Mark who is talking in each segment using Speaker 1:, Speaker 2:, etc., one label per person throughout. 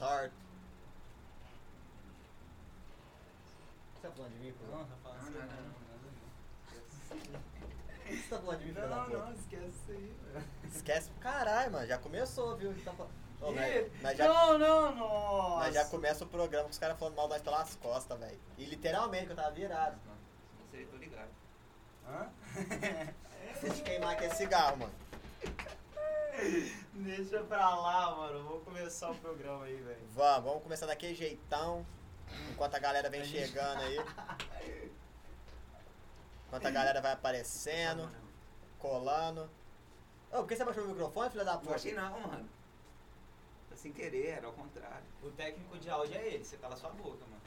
Speaker 1: hard.
Speaker 2: Você tá falando de mim, pô?
Speaker 3: Não, tá falando
Speaker 4: Não,
Speaker 3: assim,
Speaker 4: não,
Speaker 3: não,
Speaker 4: não.
Speaker 3: nada
Speaker 2: Você tá falando de mim, filho da
Speaker 4: Não,
Speaker 2: puta?
Speaker 4: não, esquece isso aí, velho.
Speaker 1: Esquece pro caralho, mano. Já começou, viu? Tá fal- Ô, nós-
Speaker 4: Ih,
Speaker 1: nós já-
Speaker 4: Não, não, nossa.
Speaker 1: Nós já começa o programa com os caras falando mal nós pelas costas, velho. E literalmente, que eu tava virado.
Speaker 3: Você tô ligado.
Speaker 4: Hã?
Speaker 1: Se te queimar aqui é cigarro, mano.
Speaker 4: Deixa pra lá, mano. Vou começar o programa aí, velho.
Speaker 1: Vamos, vamos começar daquele jeitão. Enquanto a galera vem chegando aí. Enquanto a galera vai aparecendo, colando. Ô, por que você baixou o microfone, filha da
Speaker 3: Não
Speaker 1: puta?
Speaker 3: achei não, mano. Foi sem querer, era ao contrário.
Speaker 2: O técnico
Speaker 3: de áudio é ele, você cala sua boca, mano.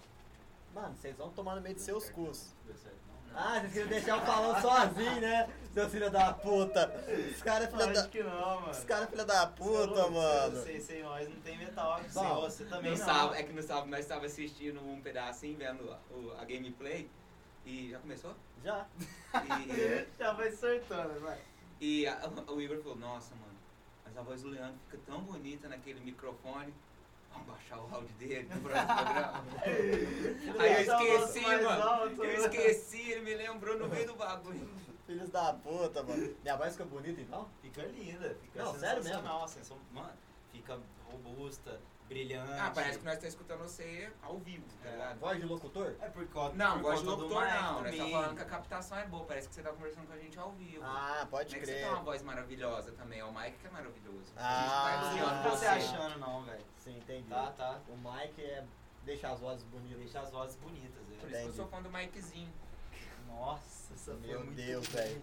Speaker 1: Mano, vocês vão tomar no meio de seus cursos.
Speaker 3: Deu certo, não?
Speaker 2: Ah,
Speaker 1: Ah, vocês queriam deixar eu falando sozinho, né? Seu filho da puta. Os caras, filha
Speaker 4: Lógico
Speaker 1: da.
Speaker 4: que não, mano.
Speaker 1: Os caras, filha da
Speaker 4: Você é
Speaker 1: puta,
Speaker 4: louco,
Speaker 1: mano.
Speaker 4: Sem, sem nós não tem metal Arco,
Speaker 1: Bom,
Speaker 4: sem você também
Speaker 3: No
Speaker 4: não.
Speaker 3: sábado, é que no sábado nós estávamos assistindo um pedacinho, vendo a, o- a gameplay. E já começou?
Speaker 1: Já.
Speaker 3: E,
Speaker 4: Já vai sortando, vai.
Speaker 3: e a- o Igor falou, nossa, mano, mas a voz do Leandro fica tão bonita naquele microfone. Vamos baixar o áudio dele pro próximo programa. Aí eu
Speaker 4: Deixar o nosso
Speaker 3: esqueci,
Speaker 4: mais
Speaker 3: mano.
Speaker 4: Tá alto,
Speaker 3: Eu
Speaker 4: né?
Speaker 3: esqueci, ele me lembrou no meio do bagulho.
Speaker 1: Filhos da puta, mano. Minha voz fica bonita então?
Speaker 4: Fica linda, fica
Speaker 1: Não, sério
Speaker 4: sensacional, assim, são- mano, fica robusta, brilhante.
Speaker 3: Ah, parece que nós estamos escutando você ao vivo, tá
Speaker 4: É.
Speaker 3: ligado?
Speaker 1: Voz de locutor?
Speaker 4: É por conta
Speaker 3: Não,
Speaker 4: por
Speaker 3: gosto de
Speaker 4: conta do
Speaker 3: locutor
Speaker 4: mic
Speaker 3: não, nós
Speaker 4: também.
Speaker 3: estamos falando que a captação é boa, parece que você tá conversando com a gente ao vivo.
Speaker 1: Ah, pode
Speaker 3: Não é que você
Speaker 1: crer.
Speaker 3: tem uma voz maravilhosa também, é o Mike que é maravilhoso.
Speaker 1: Ah.
Speaker 3: a
Speaker 4: Não
Speaker 3: gente
Speaker 4: sei
Speaker 3: tá
Speaker 4: o que
Speaker 3: elogiando
Speaker 4: você
Speaker 3: você.
Speaker 4: tá achando não, velho.
Speaker 1: Sim, entendi.
Speaker 4: Tá, tá.
Speaker 1: O Mike é deixar as vozes bonitas.
Speaker 4: Deixa as vozes bonitas,
Speaker 3: Por
Speaker 4: velho.
Speaker 3: isso que eu
Speaker 1: Entendi.
Speaker 3: sou fã do Mikezinho.
Speaker 4: Nossa, essa foi
Speaker 1: Meu
Speaker 4: muito
Speaker 1: Deus,
Speaker 4: boa.
Speaker 1: velho.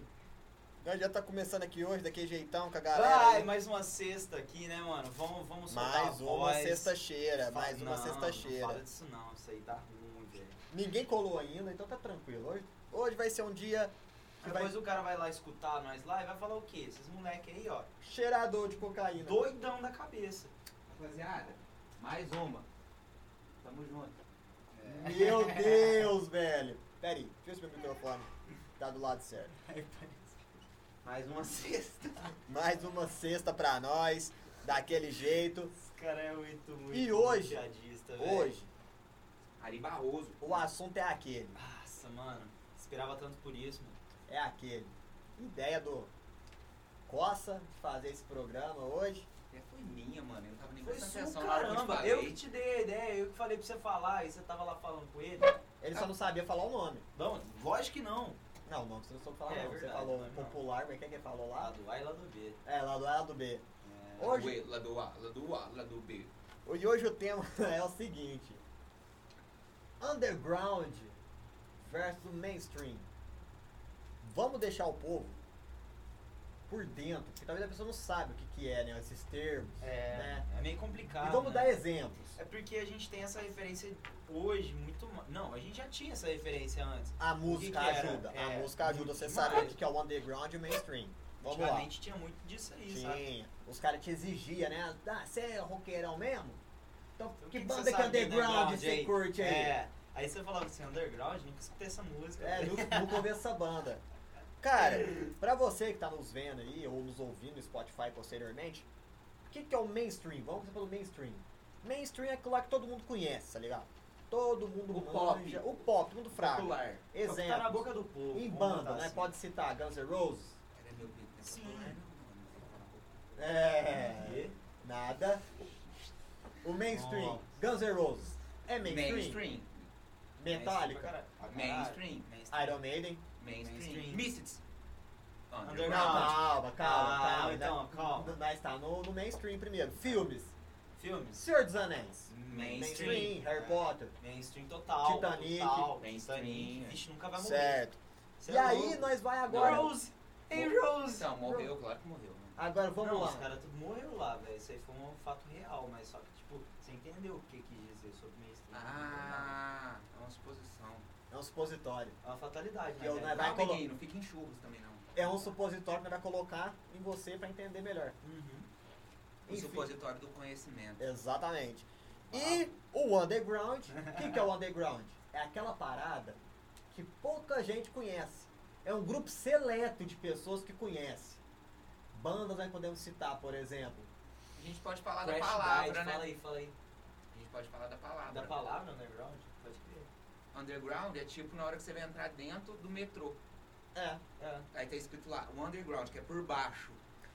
Speaker 1: Nós já tá começando aqui hoje, daquele jeitão com a galera.
Speaker 4: Vai,
Speaker 1: aí.
Speaker 4: mais uma sexta aqui, né, mano? Vamos, vamos soltar
Speaker 1: mais
Speaker 4: a
Speaker 1: uma
Speaker 4: voz.
Speaker 1: sexta-cheira,
Speaker 4: Fa-
Speaker 1: mais uma
Speaker 4: não,
Speaker 1: sexta-cheira.
Speaker 4: Não fala disso não, isso aí tá ruim, velho.
Speaker 1: Ninguém colou ainda, então tá tranquilo. Hoje, hoje vai ser um dia que vai
Speaker 4: Depois o cara vai lá escutar nós lá e vai falar o quê? Esses moleque aí, ó,
Speaker 1: cheirador de cocaína.
Speaker 4: doidão da cabeça.
Speaker 3: Rapaziada, mais uma. Tamo junto.
Speaker 1: Meu Deus, velho. Pera aí, deixa eu ver se meu microfone tá do lado certo.
Speaker 3: Mais uma sexta.
Speaker 1: Mais uma sexta pra nós, daquele jeito.
Speaker 4: Esse cara é muito, muito
Speaker 1: E hoje?
Speaker 4: piadista, velho.
Speaker 1: Hoje,
Speaker 3: Ari Barroso.
Speaker 1: o assunto é aquele.
Speaker 4: Nossa, mano, esperava tanto por isso, mano.
Speaker 1: é aquele. Ideia do Coça de fazer esse programa hoje.
Speaker 3: Até foi minha, mano. Eu não tava nem
Speaker 4: Foi
Speaker 3: prestando
Speaker 4: isso,
Speaker 3: atenção na hora que eu te
Speaker 4: caramba.
Speaker 3: falei.
Speaker 4: Eu que te dei a ideia, eu que falei pra você falar, e você tava lá falando com ele.
Speaker 1: Ele só não sabia falar o nome.
Speaker 4: Não, lógico que não.
Speaker 1: Não, o nome você não soube falar
Speaker 4: É
Speaker 1: não.
Speaker 4: verdade,
Speaker 1: você falou
Speaker 4: não, não.
Speaker 1: popular, mas quem é que falou
Speaker 4: Lá
Speaker 1: lá?
Speaker 4: do A e lá do B.
Speaker 1: É, lá do A, lá do B.
Speaker 4: É.
Speaker 1: Hoje-
Speaker 3: Ué, Lá do A, lá do A, lá do B.
Speaker 1: E hoje o tema é o seguinte. Underground versus mainstream. Vamos deixar o povo por dentro, porque talvez a pessoa não sabe o que, que é, né? Esses termos.
Speaker 4: É,
Speaker 1: Né?
Speaker 4: é meio complicado.
Speaker 1: e vamos
Speaker 4: né?
Speaker 1: dar exemplos.
Speaker 4: É porque a gente tem essa referência hoje muito. ma- Não, a gente já tinha essa referência antes.
Speaker 1: A música
Speaker 4: que era?
Speaker 1: ajuda. A
Speaker 4: É,
Speaker 1: música ajuda
Speaker 4: muito
Speaker 1: você
Speaker 4: demais.
Speaker 1: saber o que que é o underground e o mainstream. Vamos lá.
Speaker 4: Antigamente tinha muito disso aí, sabe?
Speaker 1: Tinha. Os caras te exigiam, né? Ah, você é roqueirão mesmo? Então,
Speaker 4: Então,
Speaker 1: que,
Speaker 4: o que que
Speaker 1: banda
Speaker 4: você
Speaker 1: que,
Speaker 4: sabe de
Speaker 1: underground
Speaker 4: underground
Speaker 1: você
Speaker 4: aí?
Speaker 1: curte aí? É,
Speaker 4: É. Aí você falava assim, underground, nunca escutei essa música.
Speaker 1: não, não conheço essa banda. Cara, pra você que tá nos vendo aí, ou nos ouvindo no Spotify posteriormente, o que, que é o mainstream? Vamos começar pelo mainstream. Mainstream é aquilo lá que todo mundo conhece, tá ligado? Todo mundo
Speaker 3: O
Speaker 1: manja. O pop, mundo fraco.
Speaker 3: Popular.
Speaker 4: É o que tá na
Speaker 1: Exemplo.
Speaker 4: boca do povo.
Speaker 1: Em
Speaker 4: vamos
Speaker 1: banda,
Speaker 4: botar
Speaker 1: né?
Speaker 4: assim.
Speaker 1: Pode citar Guns N' Roses.
Speaker 3: Era meu bico, né?
Speaker 4: Sim.
Speaker 3: Popular não, mano. Não fala popular.
Speaker 1: É.
Speaker 4: E?
Speaker 1: Nada. O mainstream,
Speaker 4: Nossa.
Speaker 1: Guns N' Roses. É mainstream.
Speaker 3: Mainstream.
Speaker 1: Metallica,
Speaker 4: Pra caralho.
Speaker 3: Mainstream.
Speaker 1: Iron Maiden.
Speaker 3: Mainstream.
Speaker 4: Mainstream.
Speaker 3: Misfits.
Speaker 1: Não,
Speaker 4: Underground.
Speaker 1: calma, calma,
Speaker 4: Ah,
Speaker 1: calma.
Speaker 4: então,
Speaker 1: né?
Speaker 4: calma.
Speaker 1: Nós tá no, no mainstream primeiro. Filmes.
Speaker 4: Filmes.
Speaker 1: Senhor dos Anéis.
Speaker 3: Mainstream.
Speaker 1: Harry
Speaker 4: É.
Speaker 1: Potter.
Speaker 4: Mainstream total.
Speaker 1: Titanic.
Speaker 4: Total.
Speaker 3: Mainstream.
Speaker 4: Titanic. Vixe, nunca vai morrer.
Speaker 1: Certo.
Speaker 4: Cê
Speaker 1: E
Speaker 4: é
Speaker 1: aí
Speaker 4: louco.
Speaker 1: nós vai agora.
Speaker 4: Rose. Ei, Rose.
Speaker 3: Então, morreu, claro que morreu. né?
Speaker 1: Agora vamos
Speaker 4: não,
Speaker 1: lá.
Speaker 4: os caras tudo morreram lá, velho. Isso aí foi um fato real, mas só que, tipo, você entendeu o que quis dizer sobre mainstream.
Speaker 3: Ah, é uma suposição.
Speaker 1: É um supositório.
Speaker 4: É uma fatalidade, né?
Speaker 1: Eu
Speaker 4: velho?
Speaker 1: não-
Speaker 3: Não,
Speaker 1: colo-
Speaker 3: amiguinho, não fica em churros também, não.
Speaker 1: É um supositório que nós vai colocar em você pra entender melhor.
Speaker 4: Uhum.
Speaker 3: O
Speaker 1: Enfim.
Speaker 3: supositório do conhecimento.
Speaker 1: Exatamente. E o underground, o que, que é o underground? É aquela parada que pouca gente conhece. É um grupo seleto de pessoas que conhece. Bandas nós podemos citar, por exemplo,
Speaker 3: A gente pode falar da
Speaker 4: Crash
Speaker 3: palavra,
Speaker 4: Diet,
Speaker 3: né?
Speaker 4: Fala aí, fala aí.
Speaker 3: gente pode falar da palavra.
Speaker 4: Da palavra underground? Pode crer.
Speaker 3: Underground é tipo na hora que você vai entrar dentro do metrô.
Speaker 1: É.
Speaker 4: É.
Speaker 3: Aí tá escrito lá, o underground, que é por baixo.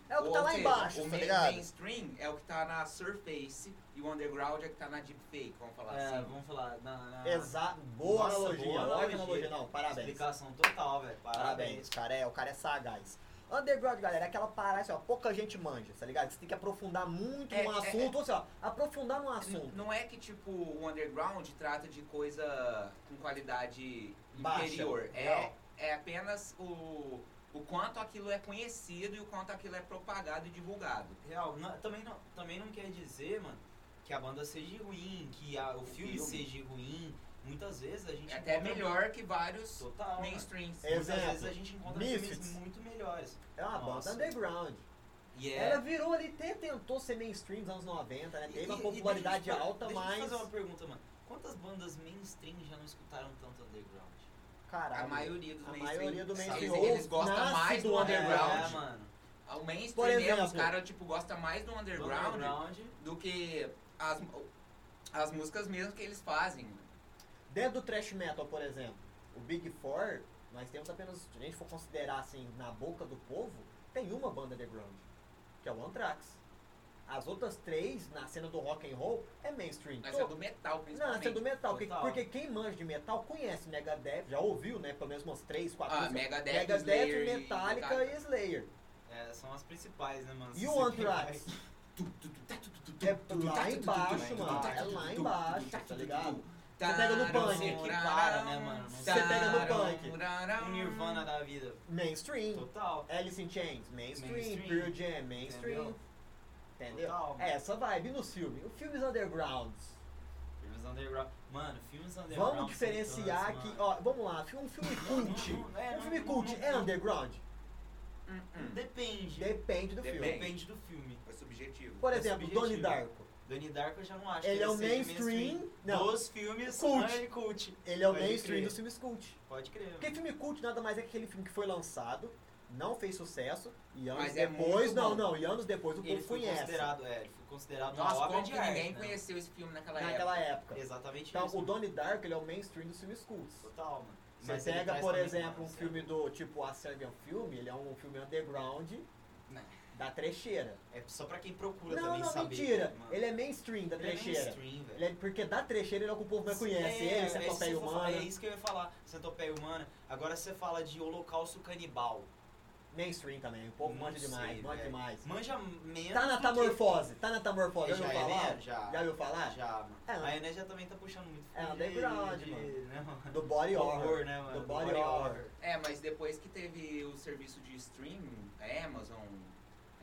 Speaker 1: É o que tá
Speaker 3: Ou
Speaker 1: lá
Speaker 3: seja,
Speaker 1: embaixo,
Speaker 3: O
Speaker 1: tá
Speaker 3: main-
Speaker 1: ligado?
Speaker 3: mainstream é o que tá na surface e o underground é o que tá na deepfake, vamos falar
Speaker 4: É,
Speaker 3: assim.
Speaker 4: vamos falar. Na, na-
Speaker 1: Exato. Boa
Speaker 4: Nossa,
Speaker 1: analogia.
Speaker 4: boa
Speaker 1: Ótima
Speaker 4: Ah. analogia.
Speaker 1: analogia. Não, parabéns.
Speaker 4: Explicação total, velho.
Speaker 1: Parabéns,
Speaker 4: Parabéns.
Speaker 1: cara. É, o cara é sagaz. Underground, galera, é aquela parada assim, ó, pouca gente manja, tá ligado? Você tem que aprofundar muito
Speaker 3: É,
Speaker 1: num
Speaker 3: é,
Speaker 1: assunto, ou assim, ó, aprofundar num
Speaker 3: N-
Speaker 1: assunto.
Speaker 3: Não é que tipo o underground trata de coisa com qualidade
Speaker 1: Baixa.
Speaker 3: inferior. É,
Speaker 1: Não.
Speaker 3: é apenas o, o quanto aquilo é conhecido e o quanto aquilo é propagado e divulgado.
Speaker 4: Real, não- também, não, também não quer dizer, mano, que a banda seja ruim, que a- o filme,
Speaker 3: filme.
Speaker 4: seja ruim. Muitas vezes a gente.
Speaker 3: É até
Speaker 4: encontra-
Speaker 3: melhor que vários
Speaker 4: Total. mano.
Speaker 3: mainstreams.
Speaker 1: É.
Speaker 4: Muitas
Speaker 1: Exemplo,
Speaker 4: vezes a gente encontra
Speaker 1: Misfits.
Speaker 4: filmes muito melhores.
Speaker 1: É uma
Speaker 4: Nossa.
Speaker 1: banda underground.
Speaker 4: E é.
Speaker 1: Ela virou ali, até tentou ser mainstream nos anos 90, né?
Speaker 4: e-
Speaker 1: Teve uma
Speaker 4: e- e
Speaker 1: popularidade
Speaker 4: deixa eu te-
Speaker 1: alta,
Speaker 4: deixa eu te
Speaker 1: mas.
Speaker 4: fazer uma pergunta, mano. Quantas bandas mainstream já não escutaram tanto underground?
Speaker 1: Caralho.
Speaker 3: A maioria dos
Speaker 1: A
Speaker 3: mainstream.
Speaker 1: maioria do
Speaker 3: sabe?
Speaker 1: mainstream
Speaker 3: Eles,
Speaker 1: ou
Speaker 3: eles gostam
Speaker 1: nasce
Speaker 3: mais do
Speaker 1: do
Speaker 4: É,
Speaker 3: underground.
Speaker 4: mano.
Speaker 3: o mainstream
Speaker 1: Por
Speaker 3: mesmo,
Speaker 1: exemplo.
Speaker 3: os caras tipo, gostam mais do
Speaker 4: Do
Speaker 3: underground,
Speaker 4: underground.
Speaker 3: do que as, as músicas mesmo que eles fazem.
Speaker 1: Dentro do thrash metal, por exemplo, o Big Four, nós temos apenas, se a gente for considerar assim, na boca do povo, tem uma banda underground, que é o Anthrax. As outras três, na cena do rock and roll, é mainstream.
Speaker 3: Mas
Speaker 1: To-
Speaker 3: é do metal,
Speaker 1: Não,
Speaker 3: principalmente.
Speaker 1: essa é do metal, porque,
Speaker 4: Total.
Speaker 1: porque quem manja de metal conhece Megadeth, já ouviu, né, pelo menos umas três, quatro
Speaker 3: Ah,
Speaker 1: músicas.
Speaker 3: Megadeth,
Speaker 1: Megadeth,
Speaker 3: Slayer e
Speaker 1: Metallica e Slayer.
Speaker 4: É, são as principais, né, mano?
Speaker 1: E o Anthrax? É lá embaixo, mano, é lá embaixo, tá ligado? Você pega no punk.
Speaker 4: Que para, né, mano?
Speaker 1: Você pega no punk.
Speaker 4: O Nirvana da vida.
Speaker 1: Mainstream.
Speaker 4: Total.
Speaker 1: Alice in Chains, mainstream.
Speaker 4: Mainstream.
Speaker 1: Pearl Jam, mainstream.
Speaker 4: Entendeu?
Speaker 1: Entendeu?
Speaker 4: Total,
Speaker 1: É, essa vibe no filme. Os filmes undergrounds.
Speaker 4: Filmes underground. Mano, filmes underground.
Speaker 1: Vamos diferenciar
Speaker 4: são
Speaker 1: que,
Speaker 4: tantos, mano.
Speaker 1: ó, vamos lá, fi- um filme cult.
Speaker 4: Não, não, é,
Speaker 1: Um
Speaker 4: não,
Speaker 1: filme
Speaker 4: não,
Speaker 1: cult
Speaker 4: não,
Speaker 1: é
Speaker 4: não. Hum.
Speaker 1: underground?
Speaker 3: Hum,
Speaker 4: Depende.
Speaker 1: Depende do
Speaker 3: Depende.
Speaker 1: filme.
Speaker 4: Depende do filme.
Speaker 3: É subjetivo.
Speaker 1: Por
Speaker 4: É
Speaker 1: exemplo, Donnie
Speaker 4: subjetivo.
Speaker 1: Darko.
Speaker 4: Donnie Darko eu já não acho.
Speaker 1: Ele
Speaker 4: que
Speaker 1: é o
Speaker 4: seja
Speaker 1: mainstream. Não,
Speaker 4: Dos filmes
Speaker 1: Cult.
Speaker 4: né, cult.
Speaker 1: ele é o
Speaker 4: Pode
Speaker 1: mainstream
Speaker 4: crer.
Speaker 1: dos filmes cult.
Speaker 4: Pode crer.
Speaker 1: Porque filme cult nada mais é que aquele filme que foi lançado, não fez sucesso, e anos
Speaker 3: Mas é
Speaker 1: depois.
Speaker 3: muito
Speaker 1: não,
Speaker 3: bom.
Speaker 1: não, e anos depois o
Speaker 4: ele
Speaker 1: povo
Speaker 4: foi
Speaker 1: conhece.
Speaker 4: considerado, é, ele foi considerado uma
Speaker 3: Nossa,
Speaker 4: obra
Speaker 3: como
Speaker 4: de
Speaker 3: que
Speaker 4: arte.
Speaker 3: ninguém
Speaker 4: né?
Speaker 3: conheceu esse filme naquela época?
Speaker 1: Naquela época.
Speaker 4: Exatamente
Speaker 1: Então,
Speaker 4: isso.
Speaker 1: o Donnie Darko, ele é o mainstream dos filmes cults.
Speaker 4: Total, mano.
Speaker 1: Você
Speaker 4: Mas ele
Speaker 1: pega,
Speaker 4: traz
Speaker 1: por
Speaker 4: também, é,
Speaker 1: exemplo,
Speaker 4: mano,
Speaker 1: um
Speaker 4: certo?
Speaker 1: filme do tipo A Serbian Filme, ele é um filme underground
Speaker 3: Não.
Speaker 1: da trecheira.
Speaker 4: É só pra quem procura
Speaker 1: Não,
Speaker 4: Né. também
Speaker 1: não,
Speaker 4: saber.
Speaker 1: mentira.
Speaker 4: mano.
Speaker 1: Ele é mainstream da
Speaker 4: Ele é
Speaker 1: trecheira.
Speaker 4: mainstream, velho.
Speaker 1: Ele é- porque da trecheira ele é o que o povo mais conhece. ele,
Speaker 4: é isso que
Speaker 1: Centopeia
Speaker 4: eu vou falar,
Speaker 1: Humana,
Speaker 4: É isso que eu ia falar, centopeia humana. Agora você fala de holocausto canibal.
Speaker 1: mainstream também. O povo
Speaker 4: Não
Speaker 1: manja
Speaker 4: sei,
Speaker 1: demais, manja
Speaker 4: velho.
Speaker 1: demais.
Speaker 4: Manja menos.
Speaker 1: Tá na
Speaker 4: do que-
Speaker 1: Tamorfose, tá na Tamorfose. Já
Speaker 4: Já,
Speaker 1: ouviu
Speaker 4: é,
Speaker 1: falar?
Speaker 4: né? já.
Speaker 1: Já ouviu falar?
Speaker 4: Já, mano.
Speaker 1: É,
Speaker 4: a Ené já também tá puxando muito.
Speaker 1: É,
Speaker 4: filme
Speaker 1: underground,
Speaker 4: de,
Speaker 1: mano.
Speaker 4: né, mano?
Speaker 1: Do body horror.
Speaker 4: né, mano?
Speaker 1: Do body horror.
Speaker 3: É, mas depois que teve o serviço de streaming, Amazon,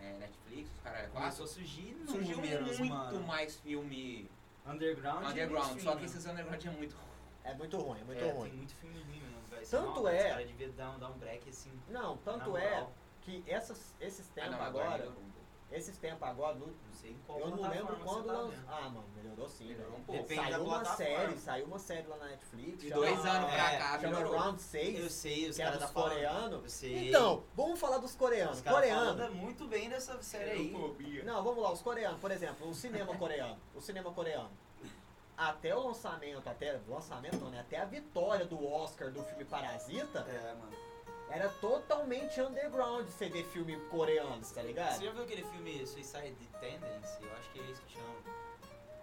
Speaker 3: é, Netflix, os caralho,
Speaker 4: Começou
Speaker 3: quase.
Speaker 4: a surgir
Speaker 3: Surgiu
Speaker 4: números,
Speaker 3: muito
Speaker 4: mano.
Speaker 3: mais filme
Speaker 4: Underground. e
Speaker 3: underground,
Speaker 4: mainstream,
Speaker 3: só que
Speaker 4: mano.
Speaker 3: esses underground é muito ruim.
Speaker 1: É muito ruim, é muito
Speaker 4: É,
Speaker 1: ruim.
Speaker 4: Tem muito filme ruim, mano. velho.
Speaker 1: Tanto
Speaker 4: Não,
Speaker 1: é-
Speaker 4: Os caras deviam dar, um- dar um break assim.
Speaker 1: Não,
Speaker 4: na
Speaker 1: tanto é
Speaker 4: moral.
Speaker 1: que essas- esses
Speaker 3: Ah,
Speaker 1: tempos
Speaker 3: não,
Speaker 1: agora,
Speaker 3: melhorou um pouco.
Speaker 1: esses tempos agora, no
Speaker 4: Não sei em qual
Speaker 1: Eu não
Speaker 4: plataforma
Speaker 1: lembro
Speaker 4: você
Speaker 1: quando
Speaker 4: tá
Speaker 1: lançou.
Speaker 4: vendo.
Speaker 1: Ah, mano, melhorou sim.
Speaker 3: Melhorou
Speaker 1: velho.
Speaker 3: um pouco.
Speaker 4: Depende da
Speaker 1: saiu uma
Speaker 4: plataforma.
Speaker 1: série, saiu uma série lá na Netflix.
Speaker 3: De
Speaker 1: chama-
Speaker 3: dois anos pra
Speaker 4: é,
Speaker 3: cá,
Speaker 1: Chama
Speaker 3: melhorou.
Speaker 1: Round 6.
Speaker 4: Eu sei, os
Speaker 1: que era
Speaker 4: caras
Speaker 1: dos
Speaker 4: da falando.
Speaker 1: coreanos.
Speaker 4: Eu sei.
Speaker 1: Então, vamos falar dos coreanos. um
Speaker 4: Os caras
Speaker 1: Coreano.
Speaker 4: tá falando é muito bem dessa série aí.
Speaker 3: Xerofobia.
Speaker 1: Não, vamos lá, os coreanos, por exemplo, o cinema coreano. O cinema coreano. Até o lançamento, até o lançamento não, né? Até a vitória do Oscar do filme Parasita
Speaker 4: É, mano.
Speaker 1: era totalmente underground você ver filme coreano, tá
Speaker 4: Você
Speaker 1: ligado?
Speaker 4: já viu aquele filme Suicide Tendency? Eu acho que é isso que chama.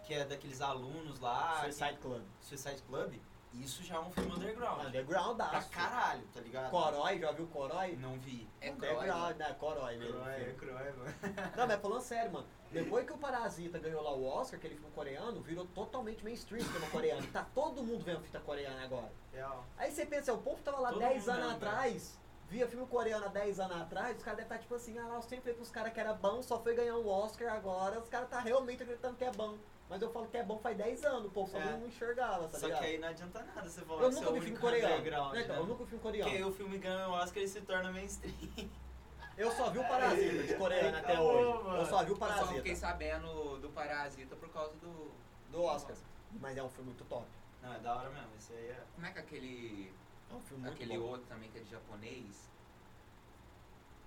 Speaker 4: Que é daqueles alunos lá.
Speaker 1: Suicide Club.
Speaker 4: que- Suicide Club? Isso já é um filme underground.
Speaker 1: Underground
Speaker 4: Pra caralho, tá ligado?
Speaker 1: Corói, já viu Corói?
Speaker 4: Não vi.
Speaker 3: É
Speaker 1: Underground,
Speaker 3: cruel.
Speaker 1: né? Corói mesmo.
Speaker 4: Croy, mano.
Speaker 1: Não, mas falando sério, mano. Depois que o Parasita ganhou lá o Oscar, aquele filme coreano, virou totalmente mainstream o cinema coreano. Tá todo mundo vendo fita coreana agora.
Speaker 4: Real.
Speaker 1: Aí você pensa, o povo tava lá
Speaker 4: Todo
Speaker 1: 10
Speaker 4: mundo né?
Speaker 1: anos
Speaker 4: não,
Speaker 1: atrás, via filme coreano há 10 anos atrás, os caras devem estar tipo assim, ah lá, eu sempre falei pros caras que era bom, só foi ganhar um Oscar agora, os caras tá realmente acreditando que é bom. Mas eu falo que é bom faz 10 anos, o povo só
Speaker 4: É.
Speaker 1: não enxergava, tá
Speaker 4: Só que
Speaker 1: ligado?
Speaker 4: aí não adianta nada você falar
Speaker 1: Eu
Speaker 4: que você
Speaker 1: nunca
Speaker 4: é o
Speaker 1: vi filme
Speaker 4: único
Speaker 1: coreano.
Speaker 4: underground,
Speaker 1: né,
Speaker 4: né?
Speaker 1: então, Eu nunca vi filme coreano.
Speaker 4: Porque aí o filme ganha o Oscar e se torna mainstream.
Speaker 1: Eu só vi o Parasita de coreano
Speaker 4: Aí
Speaker 1: até
Speaker 4: acabou,
Speaker 1: hoje.
Speaker 4: mano.
Speaker 1: Eu só vi o
Speaker 3: Eu só fiquei
Speaker 1: Parasita
Speaker 3: sabendo do Parasita por causa do.
Speaker 1: do Oscar. Mas é um filme muito top.
Speaker 4: Não, é da hora mesmo. Isso aí é.
Speaker 3: Como é que aquele.
Speaker 1: É um filme muito
Speaker 3: aquele
Speaker 1: bom.
Speaker 3: outro também que é de japonês?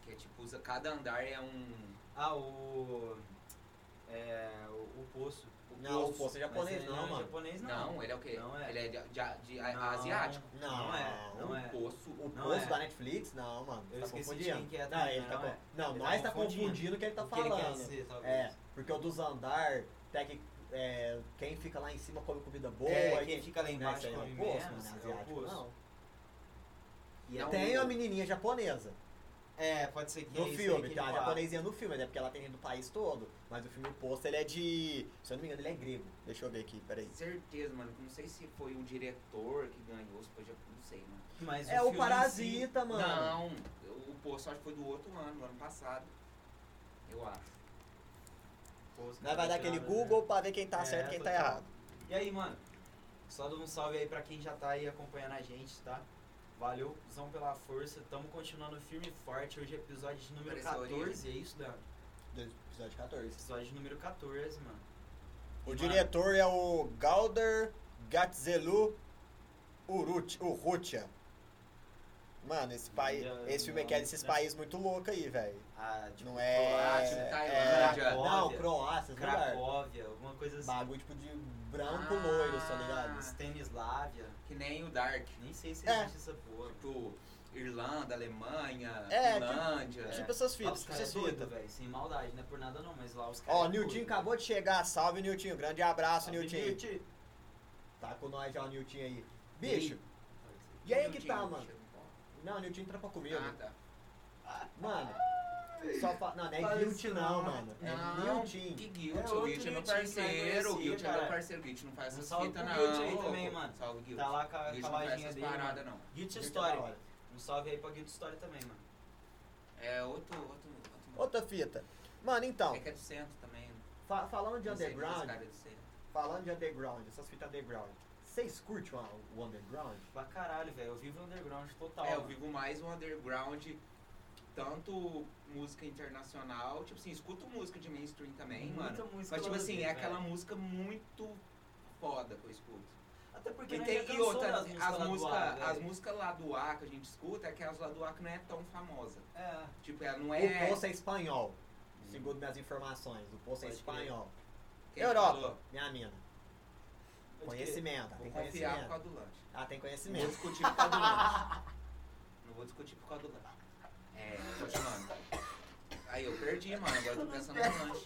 Speaker 3: Que é tipo, usa, cada andar é um.
Speaker 4: Ah, o. É. O, o poço.
Speaker 1: Não, o
Speaker 4: poço.
Speaker 1: poço é
Speaker 4: Mas
Speaker 1: japonês,
Speaker 4: ele
Speaker 1: não,
Speaker 4: é
Speaker 1: mano.
Speaker 4: japonês não.
Speaker 3: Não, ele é o quê?
Speaker 4: Não é.
Speaker 3: Ele é de, de- de- a-
Speaker 4: Não.
Speaker 3: asiático. Um
Speaker 1: Não,
Speaker 4: Não é, não
Speaker 1: o-
Speaker 4: é.
Speaker 3: Poço.
Speaker 1: O
Speaker 4: Não
Speaker 1: poço
Speaker 4: é.
Speaker 1: da Netflix? Não, mano.
Speaker 4: Eu
Speaker 1: tá
Speaker 4: esqueci
Speaker 1: confundindo.
Speaker 4: quem que é
Speaker 1: não,
Speaker 4: também,
Speaker 1: ele tá
Speaker 4: não é?
Speaker 1: con- não,
Speaker 4: Ele tá
Speaker 1: nós tá
Speaker 4: confundindo.
Speaker 1: confundindo o que ele tá
Speaker 4: O que ele quer
Speaker 1: falando.
Speaker 4: ser, talvez.
Speaker 1: É, porque o dos andar, até que é, quem fica lá em cima come comida boa.
Speaker 4: É,
Speaker 1: aí
Speaker 4: quem fica lá
Speaker 1: né, isso
Speaker 4: embaixo
Speaker 1: aí
Speaker 4: come
Speaker 1: não é poço,
Speaker 4: menos,
Speaker 1: mano,
Speaker 4: é o
Speaker 1: asiático,
Speaker 4: poço.
Speaker 1: não.
Speaker 3: E é um-
Speaker 1: Tem uma menininha japonesa
Speaker 4: É, pode ser que
Speaker 1: no
Speaker 4: é isso aí que
Speaker 1: filme,
Speaker 4: ele
Speaker 1: tá? A
Speaker 4: fala.
Speaker 1: japonesinha no filme, né? Porque ela tem do país todo. Mas o filme O Poço, ele é de... Se eu não me engano, ele é grego. Deixa eu ver aqui, peraí.
Speaker 3: Certeza, mano. Não sei se foi um diretor que ganhou, se foi já. Não sei, mano.
Speaker 4: Mas
Speaker 1: É o
Speaker 4: filme em si-
Speaker 1: Parasita, mano.
Speaker 3: Não, o Poço acho que foi do outro ano, do ano passado. Eu acho.
Speaker 4: Poço, tá
Speaker 1: Nós vai dar aquele Google pra ver quem tá
Speaker 4: É,
Speaker 1: certo e quem tá
Speaker 4: total.
Speaker 1: errado.
Speaker 4: E aí, mano, só dando um salve aí pra quem já tá aí acompanhando a gente, tá? Valeu, Zão, pela força. Tamo continuando firme e forte. Hoje é episódio de número
Speaker 3: Parece a
Speaker 4: 14, é isso, Dan?
Speaker 1: Do episódio 14.
Speaker 4: Episódio de número 14, mano.
Speaker 1: O
Speaker 4: Mano.
Speaker 1: diretor é o Galder Gatzelu Urut- Urrutia. Mano, esse, país,
Speaker 4: Olha,
Speaker 1: esse filme aqui é desses
Speaker 4: não.
Speaker 1: países muito loucos aí, velho.
Speaker 4: Ah, tipo,
Speaker 1: Não é.
Speaker 3: Croácia,
Speaker 1: é-
Speaker 3: Tailândia.
Speaker 1: Não, Croácia, esses lugar.
Speaker 4: Cracóvia, alguma coisa assim.
Speaker 1: Bagulho tipo de branco
Speaker 3: Ah.
Speaker 1: loiro, tá ligado?
Speaker 4: Stanislavia.
Speaker 3: Que nem o Dark.
Speaker 4: Nem sei se
Speaker 1: É.
Speaker 4: existe essa porra.
Speaker 3: Tipo, Irlanda, Alemanha,
Speaker 1: É, tipo-
Speaker 3: Finlândia.
Speaker 1: Tipo essas
Speaker 4: Lá os
Speaker 1: fitas,
Speaker 4: caras
Speaker 1: essas
Speaker 4: Ah, é doido,
Speaker 1: fitas.
Speaker 4: velho. Sem maldade, não é por nada não, mas lá os caras.
Speaker 1: Ó,
Speaker 4: é
Speaker 1: o Niltinho
Speaker 4: doido.
Speaker 1: acabou de chegar. Salve, Niltinho. Grande abraço,
Speaker 4: Salve,
Speaker 1: Niltinho.
Speaker 4: Niltinho.
Speaker 1: Tá com nós já o Niltinho aí.
Speaker 3: E
Speaker 1: Bicho, e aí que tá, mano?
Speaker 3: Ah,
Speaker 1: Não, o Niltinho trampa
Speaker 4: Ah,
Speaker 1: comigo.
Speaker 3: tá.
Speaker 1: Mano, só fa... Não, não é
Speaker 4: Fala
Speaker 1: Guilt
Speaker 4: isso
Speaker 1: não,
Speaker 4: não.
Speaker 1: mano. É
Speaker 3: Não,
Speaker 1: Niltinho.
Speaker 3: que guilt,
Speaker 4: É
Speaker 3: o
Speaker 4: outro
Speaker 3: Guilt é meu
Speaker 4: Guilty que vai
Speaker 3: parceiro, o
Speaker 4: conhecer,
Speaker 3: Guilt é
Speaker 1: né?
Speaker 3: meu
Speaker 4: cara.
Speaker 3: parceiro, o Guilt não faz
Speaker 4: Um
Speaker 3: essas
Speaker 4: salve
Speaker 3: fitas
Speaker 4: pro
Speaker 3: não.
Speaker 4: Guilty aí
Speaker 3: louco.
Speaker 4: também, mano.
Speaker 3: Salve, Guilt.
Speaker 4: Tá lá com a,
Speaker 3: Guilt
Speaker 4: com a
Speaker 3: não faz
Speaker 4: lojinha
Speaker 3: essas
Speaker 4: dele.
Speaker 3: paradas, não.
Speaker 4: Guilt
Speaker 1: Guilty
Speaker 4: Story.
Speaker 1: da hora.
Speaker 4: Um salve aí pra Guild Story também, mano.
Speaker 3: É outro, outro, outro.
Speaker 1: Outra fita. Mano, então,
Speaker 3: É que é do centro também.
Speaker 1: fa- falando de
Speaker 3: Não sei quantos
Speaker 1: underground,
Speaker 3: caras é do centro.
Speaker 1: falando de underground, essas fitas underground, vocês curtem o, o underground?
Speaker 4: Pra caralho, velho. Eu vivo underground
Speaker 1: Tá
Speaker 4: total.
Speaker 3: É, eu
Speaker 4: mano.
Speaker 3: vivo mais um underground, tanto música internacional, tipo assim, escuto música de mainstream também, mano.
Speaker 4: Muita música
Speaker 3: Mas, tipo assim, é
Speaker 4: brasileira,
Speaker 3: aquela
Speaker 4: velho.
Speaker 3: música muito foda que eu escuto.
Speaker 4: Até porque
Speaker 3: e
Speaker 4: nós já
Speaker 3: tem e
Speaker 4: cansou
Speaker 3: outra,
Speaker 4: das músicas
Speaker 3: as
Speaker 4: lá do
Speaker 3: músicas
Speaker 4: ar, né? velho.
Speaker 3: as músicas lá do A que a gente escuta, é aquelas lá do A que não é tão famosa.
Speaker 4: É.
Speaker 3: Tipo, ela não é.
Speaker 1: O Poço é espanhol,
Speaker 3: Hum,
Speaker 1: segundo minhas informações. O Poço é
Speaker 4: Pode
Speaker 1: espanhol.
Speaker 3: quem
Speaker 1: Europa.
Speaker 3: falou?
Speaker 1: Minha mina.
Speaker 4: Pode
Speaker 1: Conhecimento, ah,
Speaker 3: Vou
Speaker 1: tem
Speaker 3: confiar por
Speaker 1: conhecimento.
Speaker 3: causa do lanche.
Speaker 1: Ah, tem
Speaker 3: Não vou
Speaker 1: conhecimento.
Speaker 3: discutir por causa do lanche. Não vou discutir por causa do lanche. É, continuando. Aí eu perdi, mano. Agora eu tô pensando no lanche.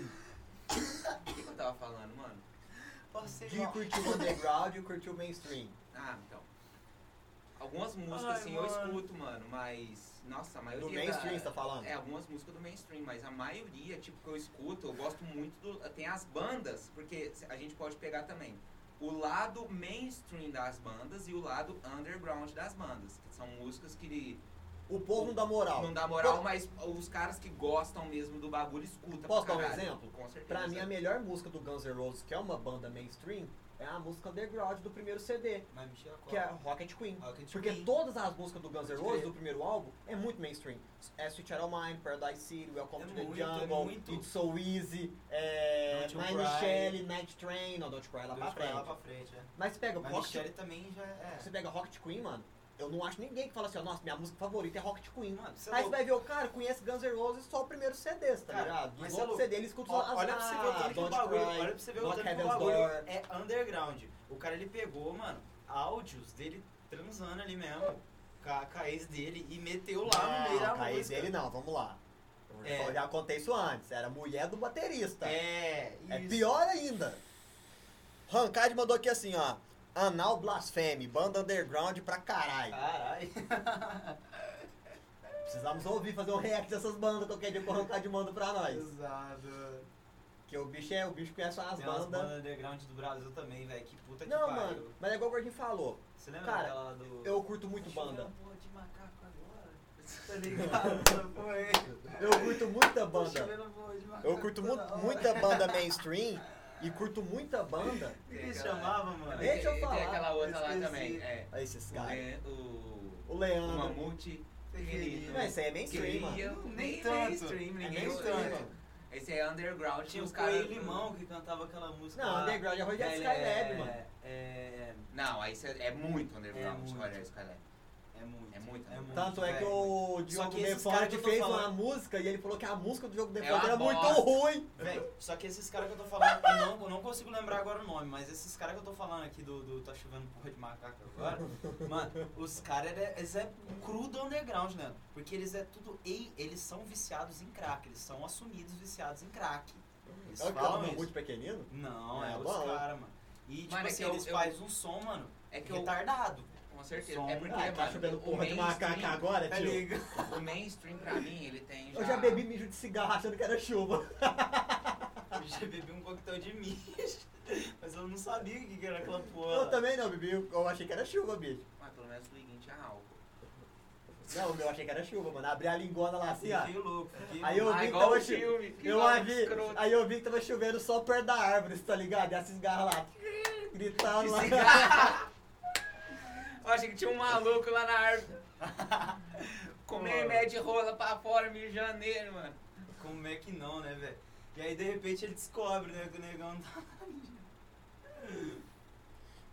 Speaker 3: O que, que eu tava falando, mano?
Speaker 4: crer. Nossa,
Speaker 1: De
Speaker 4: irmão.
Speaker 1: curtir o underground e curtir o mainstream.
Speaker 3: Ah, então. Algumas músicas,
Speaker 4: Ai,
Speaker 3: assim, eu
Speaker 4: mano.
Speaker 3: escuto, mano, mas. Nossa, a maioria.
Speaker 1: Do mainstream,
Speaker 3: da-
Speaker 1: você tá falando?
Speaker 3: É, algumas músicas do mainstream, mas a maioria, tipo, que eu escuto, eu gosto muito do. Tem as bandas, porque a gente pode pegar também o lado mainstream das bandas e o lado underground das bandas. Que são músicas que
Speaker 1: O povo não dá moral.
Speaker 3: não dá moral,
Speaker 1: Pô.
Speaker 3: mas os caras que gostam mesmo do bagulho escutam.
Speaker 1: Posso dar um exemplo?
Speaker 3: Com certeza.
Speaker 1: Pra mim, a melhor música do Guns N' Roses, que é uma banda mainstream, é a música underground do primeiro CD,
Speaker 4: Mas me tira a
Speaker 1: que é
Speaker 4: cola. tipo,
Speaker 1: Rocket Queen.
Speaker 4: Rocket
Speaker 1: Porque
Speaker 4: Ah, Queen.
Speaker 1: todas as músicas do Guns N'
Speaker 4: Pode
Speaker 1: Roses,
Speaker 4: crer.
Speaker 1: do primeiro álbum, é muito mainstream. É Sweet Child O' Mine, Paradise City, Welcome
Speaker 4: É
Speaker 1: to
Speaker 4: muito,
Speaker 1: the
Speaker 4: é
Speaker 1: Jungle,
Speaker 4: muito.
Speaker 1: It's So Easy, é,
Speaker 4: Don't You
Speaker 1: My
Speaker 4: Cry.
Speaker 1: Michelle, Night Train, não, Don't You Cry lá pra
Speaker 4: Deus pra lá pra
Speaker 1: frente.
Speaker 4: frente, é.
Speaker 1: Mas você pega
Speaker 4: Mas
Speaker 1: Rocket,
Speaker 4: Michele também já é.
Speaker 1: você pega Rocket Queen, mano, eu não acho ninguém que fala assim, ó, nossa, minha música favorita é Rocket Queen.
Speaker 4: Mano, você é
Speaker 1: Aí você
Speaker 4: louco.
Speaker 1: vai ver o cara, conhece Guns N' Roses só o primeiro CD, tá
Speaker 4: Cara,
Speaker 1: ligado?
Speaker 4: mas
Speaker 1: Os
Speaker 4: cê é
Speaker 1: outros
Speaker 4: louco.
Speaker 1: CD eles escutam
Speaker 4: Ó,
Speaker 1: só as
Speaker 4: Olha pra você ver o
Speaker 1: ah,
Speaker 4: tanto que o
Speaker 1: Don't
Speaker 4: bagulho. Olha
Speaker 1: Cry,
Speaker 4: pra você ver o
Speaker 1: Knock
Speaker 4: tanto que o
Speaker 1: Heaven's
Speaker 4: bagulho
Speaker 1: Door.
Speaker 4: é underground. O cara ele pegou, mano, áudios dele transando ali mesmo. Com a, com a ex dele e meteu lá
Speaker 3: É,
Speaker 4: no meio da
Speaker 1: Não, caí
Speaker 4: música.
Speaker 1: dele não, vamos lá. Eu
Speaker 4: É.
Speaker 1: já- já contei isso antes, era mulher do baterista.
Speaker 3: tá.
Speaker 4: É,
Speaker 1: É
Speaker 4: isso.
Speaker 1: pior ainda. Rancard mandou aqui assim, ó. Anal Blasfeme, banda underground pra caralho.
Speaker 4: Ah. Caralho.
Speaker 1: Precisamos ouvir, fazer um react dessas bandas qualquer dia que o Rancard manda pra nós.
Speaker 4: Pesado.
Speaker 1: Que o bicho é, o bicho conhece umas
Speaker 4: Tem umas
Speaker 1: bandas.
Speaker 4: bandas underground do Brasil também, velho. Que puta que
Speaker 1: Não,
Speaker 4: pariu.
Speaker 1: mano, mas é igual o Gordinho falou.
Speaker 4: Você lembra
Speaker 1: Cara,
Speaker 4: daquela do...
Speaker 1: Eu curto muito
Speaker 4: Acho que é
Speaker 1: banda.
Speaker 4: uma porra de macaco agora. Tá ligado? Foi.
Speaker 1: Eu curto muita
Speaker 4: Tô
Speaker 1: banda.
Speaker 4: chovendo porra um de macaco
Speaker 1: Eu curto mu
Speaker 4: toda hora.
Speaker 1: muita banda mainstream e curto muita banda.
Speaker 4: Como é que ele chamava, mano?
Speaker 1: Deixa eu
Speaker 3: E
Speaker 1: falar,
Speaker 3: Tem aquela outra lá
Speaker 4: esqueci.
Speaker 3: também. É.
Speaker 1: Aí esses
Speaker 3: O
Speaker 1: caras.
Speaker 3: Le- O.
Speaker 1: O
Speaker 3: O
Speaker 1: Leandro.
Speaker 3: Mamute.
Speaker 4: Pequenino.
Speaker 1: Não, esse aí é mainstream, mano.
Speaker 3: Queria.
Speaker 4: Não, nem
Speaker 3: Nem
Speaker 4: tanto.
Speaker 3: mainstream,
Speaker 1: É
Speaker 3: ninguém
Speaker 1: mainstream.
Speaker 3: ouve. Esse é underground.
Speaker 4: Tinha
Speaker 3: os
Speaker 4: o
Speaker 3: caras.
Speaker 4: Coelho Limão que cantava aquela música.
Speaker 1: Não,
Speaker 4: lá.
Speaker 1: underground é Rogério
Speaker 4: Ele
Speaker 1: Skylab, mano.
Speaker 4: É, é,
Speaker 3: Não, aí cê- é muito underground.
Speaker 4: É muito.
Speaker 3: Olha, esse cara.
Speaker 4: é, É muito.
Speaker 3: É muito,
Speaker 4: É muito.
Speaker 1: Tanto é que
Speaker 4: velho.
Speaker 1: o
Speaker 4: Só
Speaker 1: Diogo
Speaker 4: que esses
Speaker 1: Defone
Speaker 4: caras que
Speaker 1: que
Speaker 4: eu tô
Speaker 1: fez uma
Speaker 4: falando- É
Speaker 1: música e ele falou que a música do Diogo Defone
Speaker 4: uma
Speaker 1: era muito
Speaker 4: bosta.
Speaker 1: ruim.
Speaker 4: Véi, só que esses caras que eu tô falando, eu não, eu não consigo lembrar agora o nome, mas esses caras que eu tô falando aqui do, do Tá Chovendo Porra de Macaco agora, mano, os caras, é, eles é cru do underground, né? Porque eles é tudo, ei, eles são viciados em crack, eles são assumidos viciados em crack. Eles
Speaker 1: É o que
Speaker 4: falam
Speaker 1: é
Speaker 4: isso.
Speaker 1: muito pequenino?
Speaker 4: Não, é,
Speaker 1: É,
Speaker 4: os
Speaker 1: bom.
Speaker 4: caras, mano. E, tipo
Speaker 3: Mano, é
Speaker 4: assim,
Speaker 3: que eu-
Speaker 4: eles
Speaker 3: eu-
Speaker 4: fazem um som, mano,
Speaker 3: É que eu.
Speaker 1: tá
Speaker 4: retardado.
Speaker 3: Com certeza.
Speaker 4: Som.
Speaker 3: É porque,
Speaker 1: Ah, tá
Speaker 3: mano,
Speaker 1: chovendo
Speaker 3: o
Speaker 1: porra de macaca
Speaker 3: mainstream- tá
Speaker 1: agora, tio.
Speaker 3: O mainstream pra mim, ele tem.
Speaker 1: Eu já bebi mijo de cigarro achando que era chuva.
Speaker 4: Eu já bebi um coquetel de mijo, mas eu não sabia o que que era aquela porra.
Speaker 1: Eu também não, bebi. Eu achei que era chuva, bicho.
Speaker 3: Mas pelo menos o Liguinho tinha álcool.
Speaker 1: Não, eu achei que era chuva, mano. Abri a lingona lá assim, ó.
Speaker 4: Fiquei louco, fiquei
Speaker 1: Aí eu
Speaker 3: Ah,
Speaker 1: vi que
Speaker 3: igual
Speaker 1: tava
Speaker 3: o
Speaker 1: chu-
Speaker 3: filme, que
Speaker 1: Eu
Speaker 3: nome
Speaker 1: a vi,
Speaker 3: escroto.
Speaker 1: aí eu vi que tava chovendo só perto da árvore, tá ligado? E essas garras lá,
Speaker 3: Que
Speaker 1: gritando Tá lá.
Speaker 3: cigarro! Eu achei que tinha um maluco lá na árvore. Comendo remédio de rola pra fora, meio janeiro, mano.
Speaker 4: Como é que não, né, velho? E aí, de repente, ele descobre, né, que o negão tá...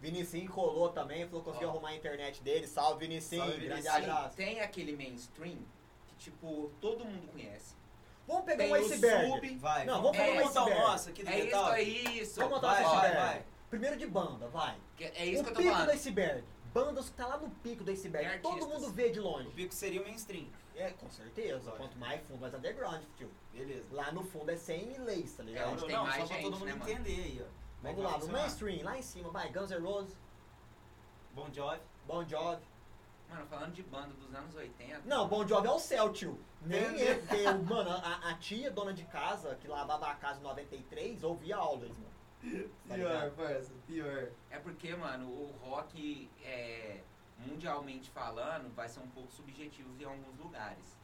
Speaker 1: Vinicinho colou também, falou que conseguiu
Speaker 4: Ó.
Speaker 1: arrumar a internet dele. Salve, Vinicinho.
Speaker 4: Salve,
Speaker 1: Grande
Speaker 4: Vinicinho.
Speaker 1: abraço.
Speaker 3: Tem aquele mainstream que, tipo, todo mundo conhece.
Speaker 1: Vamos pegar
Speaker 3: Tem
Speaker 1: um
Speaker 3: o
Speaker 1: iceberg.
Speaker 3: sub.
Speaker 4: Vai, É
Speaker 1: Não, vamos
Speaker 3: pegar um
Speaker 4: montar o
Speaker 1: iceberg.
Speaker 4: nosso aqui do
Speaker 3: É isso,
Speaker 4: metal.
Speaker 3: é isso.
Speaker 1: Vamos montar
Speaker 4: Vai,
Speaker 1: um
Speaker 4: vai,
Speaker 1: iceberg.
Speaker 4: vai.
Speaker 1: Primeiro de banda, vai.
Speaker 3: Que- É isso
Speaker 1: o
Speaker 3: que eu tô
Speaker 1: pico do
Speaker 3: falando.
Speaker 1: iceberg. Bandas que tá lá no pico do iceberg.
Speaker 3: Tem
Speaker 1: Todo
Speaker 3: artistas.
Speaker 1: mundo vê de
Speaker 4: O
Speaker 1: longe.
Speaker 4: pico seria o mainstream.
Speaker 1: É, com certeza.
Speaker 4: Vai.
Speaker 1: Quanto mais fundo, mais underground, tio.
Speaker 4: Beleza.
Speaker 1: Lá no fundo é sem leis, tá
Speaker 3: É
Speaker 1: ligado?
Speaker 3: onde
Speaker 4: não,
Speaker 3: tem
Speaker 4: não,
Speaker 3: mais
Speaker 4: só pra
Speaker 3: gente,
Speaker 4: todo mundo
Speaker 3: né, mano?
Speaker 4: entender aí, ó. Como é que
Speaker 1: Vamos lá,
Speaker 4: vai
Speaker 1: no
Speaker 4: funcionar?
Speaker 1: mainstream, lá em cima, vai. Guns N' Roses,
Speaker 4: Bon Jovi.
Speaker 1: Bon Jovi.
Speaker 3: Mano, falando de banda dos anos 80.
Speaker 1: Não, Bon Jovi é o céu, tio. Nem
Speaker 4: Entendeu?
Speaker 1: é, porque, mano, a, a tia, dona de casa, que lavava a casa em 93, ouvia Always, mano. Tá ligado?
Speaker 4: parça, pior.
Speaker 3: É porque, mano, o rock, é, mundialmente falando, vai ser um pouco subjetivo em alguns lugares.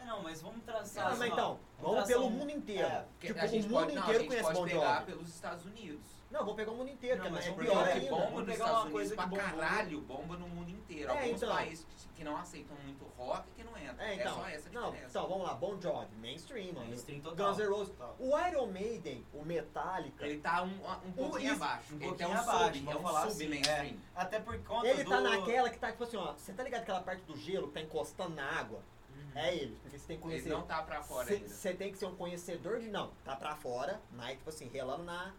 Speaker 4: É, não, mas vamos
Speaker 3: Tá,
Speaker 4: traçar...
Speaker 1: Ah,
Speaker 4: assim,
Speaker 1: mas
Speaker 4: ó.
Speaker 1: então, vamos
Speaker 4: traçar
Speaker 1: pelo
Speaker 4: um-
Speaker 1: mundo inteiro.
Speaker 4: é,
Speaker 3: Porque
Speaker 1: tipo,
Speaker 3: a gente
Speaker 1: o mundo
Speaker 3: pode, não, a
Speaker 1: inteiro
Speaker 3: gente
Speaker 1: conhece
Speaker 3: pode
Speaker 1: Bon
Speaker 3: pegar
Speaker 1: Jovi.
Speaker 3: pelos Estados Unidos.
Speaker 1: Não, vou pegar o mundo inteiro,
Speaker 4: Não,
Speaker 1: que é
Speaker 4: mas
Speaker 1: mais-
Speaker 4: vou
Speaker 1: pior
Speaker 4: pegar-
Speaker 3: Porque
Speaker 1: ainda.
Speaker 3: bomba
Speaker 4: Vamos
Speaker 3: nos
Speaker 4: pegar
Speaker 3: Estados
Speaker 4: uma coisa
Speaker 3: Unidos
Speaker 4: que
Speaker 3: pra
Speaker 4: bombou.
Speaker 3: caralho, bomba no mundo inteiro.
Speaker 1: É,
Speaker 3: Alguns
Speaker 1: então.
Speaker 3: países que- que não aceitam muito rock que não entram.
Speaker 1: É, então.
Speaker 3: só essa a
Speaker 1: não,
Speaker 3: diferença.
Speaker 1: então, vamos lá, Bon Jovi, mainstream, mano.
Speaker 4: Mainstream total.
Speaker 1: Guns N' Roses.
Speaker 4: Total.
Speaker 1: O Iron Maiden, o Metallica, ele,
Speaker 3: Ele tá um, um pouquinho
Speaker 1: isso,
Speaker 3: abaixo.
Speaker 4: um
Speaker 3: ele tem
Speaker 4: pouquinho
Speaker 3: um
Speaker 4: abaixo,
Speaker 3: sub,
Speaker 4: vamos
Speaker 3: é um
Speaker 4: falar
Speaker 3: sub
Speaker 4: assim,
Speaker 3: mainstream.
Speaker 4: Até por conta do...
Speaker 1: tá naquela que tá tipo assim, ó. Você tá ligado aquela parte do gelo que tá encostando na água?
Speaker 4: Uhum.
Speaker 1: É ele, porque você tem que
Speaker 3: Ele
Speaker 1: conhecer.
Speaker 3: não tá pra fora ainda.
Speaker 1: Você tem que ser um conhecedor de não, tá pra fora, mas tipo assim, relando na,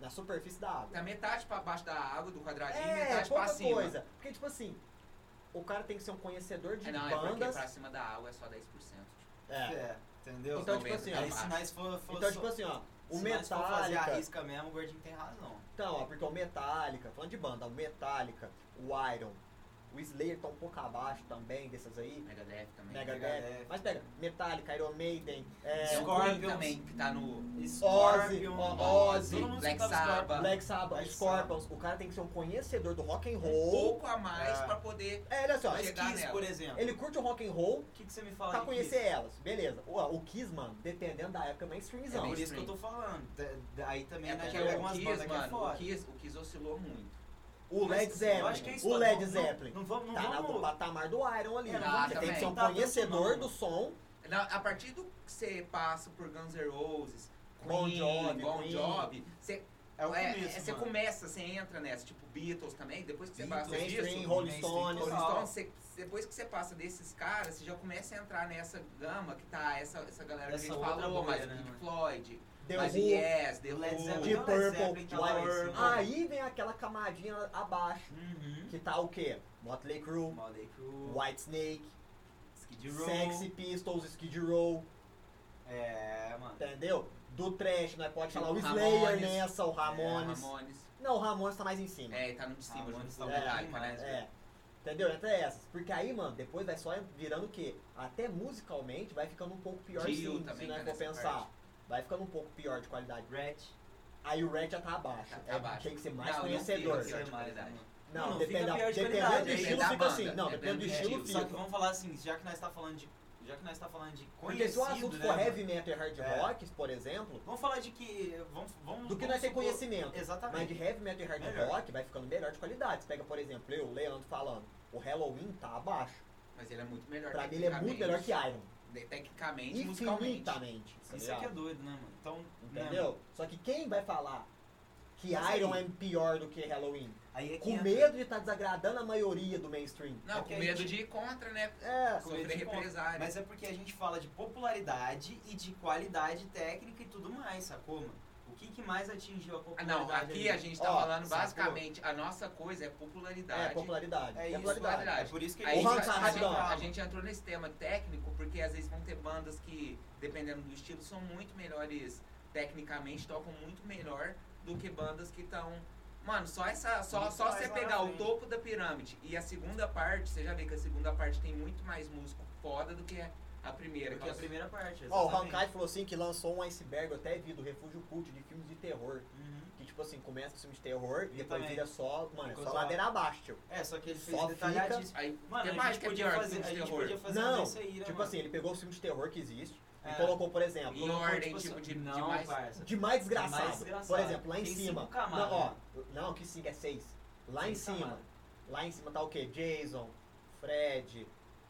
Speaker 1: na superfície da água.
Speaker 3: Tá metade pra baixo da água, do quadradinho,
Speaker 1: é,
Speaker 3: metade pra
Speaker 1: pouca
Speaker 3: cima.
Speaker 1: coisa. Porque tipo assim, o cara tem que ser um conhecedor de
Speaker 3: É, não, é porque
Speaker 1: bandas.
Speaker 3: pra cima da água é só 10%. tipo,
Speaker 1: É.
Speaker 4: É, entendeu?
Speaker 1: Então,
Speaker 3: Os
Speaker 1: tipo assim,
Speaker 3: 90
Speaker 1: ó,
Speaker 4: Aí,
Speaker 3: pra
Speaker 4: se
Speaker 3: baixo.
Speaker 4: nós for... for
Speaker 1: Então,
Speaker 4: só-
Speaker 1: tipo assim, ó, o
Speaker 4: se nós for fazer a
Speaker 1: Metallica.
Speaker 4: risca mesmo, o gordinho tem razão.
Speaker 1: Então, ó, porque o Metallica, falando de banda, o Metallica, o Iron, o Slayer tá um pouco abaixo também dessas aí.
Speaker 3: Megadeth também.
Speaker 1: Mega
Speaker 4: Megadeth.
Speaker 1: Mas pega, Metallica, Iron Maiden,
Speaker 3: É
Speaker 1: é,
Speaker 3: um
Speaker 4: Scorpions.
Speaker 3: Queen também, que tá no...
Speaker 4: Scorpion,
Speaker 1: Ó- Ozzy,
Speaker 4: todo mundo
Speaker 3: Black
Speaker 4: escutava Scorpion.
Speaker 3: Sabbath.
Speaker 1: Black Sabbath,
Speaker 4: Black
Speaker 1: Scorpions. O cara tem que ser um conhecedor do rock
Speaker 3: É,
Speaker 1: and roll.
Speaker 3: Pouco a mais
Speaker 4: É.
Speaker 3: pra poder...
Speaker 1: É, olha só,
Speaker 4: Mas
Speaker 1: ele-
Speaker 3: chegar
Speaker 4: Kiss,
Speaker 3: nela.
Speaker 4: por exemplo.
Speaker 1: ele curte o rock and roll
Speaker 4: O que, que você me fala
Speaker 1: pra
Speaker 4: de
Speaker 1: conhecer
Speaker 4: Kiss?
Speaker 1: elas. Beleza. Ó, O Kiss, mano, dependendo da época, é
Speaker 4: É
Speaker 1: mainstreamzão.
Speaker 4: por isso que eu tô falando. Da- da- Aí também
Speaker 3: É
Speaker 4: nós
Speaker 3: porque
Speaker 1: né,
Speaker 4: jogamos
Speaker 3: o
Speaker 4: umas
Speaker 3: Kiss,
Speaker 4: bandas que é
Speaker 3: mano, o
Speaker 4: foda.
Speaker 3: Kiss, o Kiss oscilou muito.
Speaker 1: o Led
Speaker 4: Mas, eu acho que é
Speaker 1: Zeppelin,
Speaker 4: isso,
Speaker 1: o
Speaker 4: não-
Speaker 1: Led
Speaker 4: não-
Speaker 1: Zeppelin.
Speaker 4: Não vamos, não
Speaker 1: Tá na- no
Speaker 4: vamos...
Speaker 1: patamar do Iron ali.
Speaker 4: É,
Speaker 1: Você tem que ser um
Speaker 4: também.
Speaker 1: conhecedor do som.
Speaker 3: Na- a partir do que você passa por Guns N' Roses,
Speaker 1: Bon
Speaker 3: Queen,
Speaker 1: Job,
Speaker 3: Bon
Speaker 1: Queen.
Speaker 3: Job, você,
Speaker 4: É o
Speaker 3: é-
Speaker 4: começo,
Speaker 3: é- você
Speaker 4: mano.
Speaker 3: começa, você entra nessa, tipo Beatles também, depois que você
Speaker 4: Beatles,
Speaker 3: passa
Speaker 1: mainstream,
Speaker 3: disso,
Speaker 1: Rolling
Speaker 4: mainstream
Speaker 1: Stones.
Speaker 3: Rolling
Speaker 4: total.
Speaker 3: Stones, você- depois que você passa desses caras, você já começa a entrar nessa gama que tá essa, essa galera
Speaker 4: Essa
Speaker 3: que a gente
Speaker 4: outra
Speaker 3: falou,
Speaker 4: bolha,
Speaker 3: mais
Speaker 4: né,
Speaker 3: Pink
Speaker 4: mano?
Speaker 3: Floyd,
Speaker 1: The
Speaker 3: mais
Speaker 1: Who.
Speaker 3: Yes, The
Speaker 4: Led
Speaker 3: Who,
Speaker 4: Zeppelin,
Speaker 1: Deep
Speaker 4: é Led
Speaker 1: um Purple,
Speaker 4: Zeppelin,
Speaker 1: tá
Speaker 4: Led
Speaker 1: lá em
Speaker 4: Zeppelin.
Speaker 1: cima. Aí vem aquela camadinha abaixo,
Speaker 4: Uhum.
Speaker 1: que tá o quê? Motley Crue,
Speaker 4: Motley Crue,
Speaker 1: White Snake,
Speaker 4: Skid Row.
Speaker 1: Sexy Pistols, Skid Row,
Speaker 4: É, mano.
Speaker 1: entendeu? Do trash, nós pode
Speaker 4: Tipo
Speaker 1: falar o
Speaker 3: O
Speaker 1: Slayer
Speaker 3: Ramones.
Speaker 1: nessa,
Speaker 4: É,
Speaker 1: o Ramones.
Speaker 3: Ramones. Ramones.
Speaker 1: Não, o Ramones tá mais em cima.
Speaker 3: É, tá no de cima,
Speaker 4: Ramones
Speaker 3: junto com o
Speaker 1: tá
Speaker 3: Metallica,
Speaker 4: bem
Speaker 3: né?
Speaker 4: mais,
Speaker 1: É. Entendeu? Entra essas. Porque aí, mano, depois vai só virando o quê? Até musicalmente vai ficando um pouco pior
Speaker 3: Dio
Speaker 1: sim, se
Speaker 3: também
Speaker 1: nós
Speaker 3: tá
Speaker 1: for
Speaker 3: nessa
Speaker 1: pensar.
Speaker 3: parte.
Speaker 1: Vai ficando um pouco pior de qualidade.
Speaker 4: Ratch.
Speaker 1: Aí o Red já tá abaixo.
Speaker 3: Tá- tá
Speaker 1: É,
Speaker 3: abaixo.
Speaker 1: Tem que ser mais
Speaker 3: Não, não
Speaker 1: conhecedor.
Speaker 3: fica pior.
Speaker 4: Sei mais, né, mano?
Speaker 1: Não,
Speaker 4: Não, não
Speaker 1: depende
Speaker 4: fica
Speaker 1: da-
Speaker 4: pior de
Speaker 1: dependendo do
Speaker 4: qualidade,
Speaker 1: estilo,
Speaker 3: depende
Speaker 1: fica
Speaker 3: da
Speaker 1: assim.
Speaker 3: banda,
Speaker 1: Não,
Speaker 3: depende
Speaker 1: depende do
Speaker 3: do
Speaker 1: estilo,
Speaker 4: É, só que
Speaker 1: fica.
Speaker 4: vamos falar assim, já que nós tá falando de... Já que nós tá falando de
Speaker 1: Porque se o
Speaker 4: conhecido,
Speaker 1: assunto
Speaker 4: né,
Speaker 1: for
Speaker 4: mano?
Speaker 1: heavy metal e hard
Speaker 4: É.
Speaker 1: rock, por exemplo,
Speaker 4: Vamos falar de que... Vamos, vamos,
Speaker 1: do que
Speaker 4: vamos
Speaker 1: nós temos
Speaker 4: supor-
Speaker 1: conhecimento. Mas de
Speaker 4: Exatamente.
Speaker 1: heavy metal e hard
Speaker 4: Melhor.
Speaker 1: rock vai ficando melhor de qualidade. Você pega, por exemplo, eu, Leandro, falando, o Halloween tá abaixo.
Speaker 3: Mas ele é muito melhor
Speaker 1: Pra mim ele é muito melhor que Iron.
Speaker 3: que... Tecnicamente, musicalmente.
Speaker 1: Infinitamente. tá
Speaker 4: Isso aqui é
Speaker 1: ligado?
Speaker 4: doido, né, mano? Então, né,
Speaker 1: Entendeu? Só que quem vai falar que que
Speaker 4: Mas
Speaker 1: Iron
Speaker 4: aí-
Speaker 1: é pior do que Halloween.
Speaker 4: Aí é que
Speaker 1: Com
Speaker 4: entra-
Speaker 1: medo de estar desagradando a maioria do mainstream.
Speaker 3: Não,
Speaker 4: É que
Speaker 3: com
Speaker 4: a
Speaker 3: medo
Speaker 4: gente-
Speaker 3: de ir contra, né?
Speaker 1: É,
Speaker 4: Com medo
Speaker 3: Sofrer
Speaker 4: de ir contra.
Speaker 3: represária.
Speaker 4: Mas é porque a gente fala de popularidade e de qualidade técnica e tudo mais, sacou, mano? O que, que mais atingiu a
Speaker 3: Ah,
Speaker 4: popularidade?
Speaker 3: Não, aqui
Speaker 4: ali?
Speaker 3: a gente tá
Speaker 1: Ó,
Speaker 3: falando
Speaker 4: sacou?
Speaker 3: basicamente, a nossa coisa é
Speaker 1: é
Speaker 3: popularidade.
Speaker 1: popularidade.
Speaker 4: É
Speaker 1: É,
Speaker 4: isso,
Speaker 1: popularidade.
Speaker 4: É por isso que a
Speaker 3: Aí
Speaker 1: Ô,
Speaker 4: gente,
Speaker 3: a,
Speaker 1: Hans,
Speaker 3: gente, a, gente,
Speaker 1: rapidão.
Speaker 3: a gente entrou nesse tema técnico, porque às vezes vão ter bandas que, dependendo do estilo, são muito melhores tecnicamente, tocam muito melhor do que bandas que estão. Mano, só essa. Só,
Speaker 4: Muito
Speaker 3: só
Speaker 4: mais
Speaker 3: você
Speaker 4: lá
Speaker 3: pegar
Speaker 4: na
Speaker 3: o
Speaker 4: frente.
Speaker 3: topo da pirâmide e a segunda parte, você já vê que a segunda parte tem muito mais músico foda do que a primeira.
Speaker 4: Aqui
Speaker 3: Que
Speaker 4: é a primeira parte.
Speaker 1: Ó, o
Speaker 4: exatamente.
Speaker 1: Hankai falou assim que lançou um iceberg, eu até vi, do Refúgio Cult, de filmes de terror.
Speaker 4: Uhum.
Speaker 1: Que tipo assim, começa com filme de terror e
Speaker 4: Eu
Speaker 1: depois
Speaker 4: também.
Speaker 1: vira só. Mano, é
Speaker 4: Enquanto
Speaker 1: só
Speaker 4: ela-
Speaker 1: ladeira abaixo, tio.
Speaker 4: É, só que ele fez
Speaker 1: Só
Speaker 4: detalhadíssimo.
Speaker 3: Aí,
Speaker 4: Mano,
Speaker 3: tem
Speaker 4: a
Speaker 3: mais
Speaker 4: gente
Speaker 3: que é
Speaker 4: podia
Speaker 3: pior
Speaker 4: fazer,
Speaker 3: que
Speaker 4: a
Speaker 3: o
Speaker 4: gente
Speaker 3: terror.
Speaker 4: podia fazer
Speaker 1: Não,
Speaker 4: isso aí, né,
Speaker 1: Tipo
Speaker 4: mano?
Speaker 1: assim, ele pegou os filmes de terror que existe
Speaker 4: É.
Speaker 1: e colocou, por exemplo,
Speaker 3: Em ordem,
Speaker 4: assim,
Speaker 3: tipo, de- de
Speaker 4: não,
Speaker 3: mais-
Speaker 4: parça.
Speaker 1: de mais
Speaker 4: De
Speaker 1: desgraçado.
Speaker 4: mais desgraçado.
Speaker 1: Por exemplo, lá em
Speaker 4: Tem
Speaker 1: cima.
Speaker 4: cinco camadas.
Speaker 1: Não, ó, não, que cinco, é seis. Lá em
Speaker 4: Seis
Speaker 1: cima.
Speaker 4: camadas.
Speaker 1: Lá em cima tá o quê? Jason, Fred,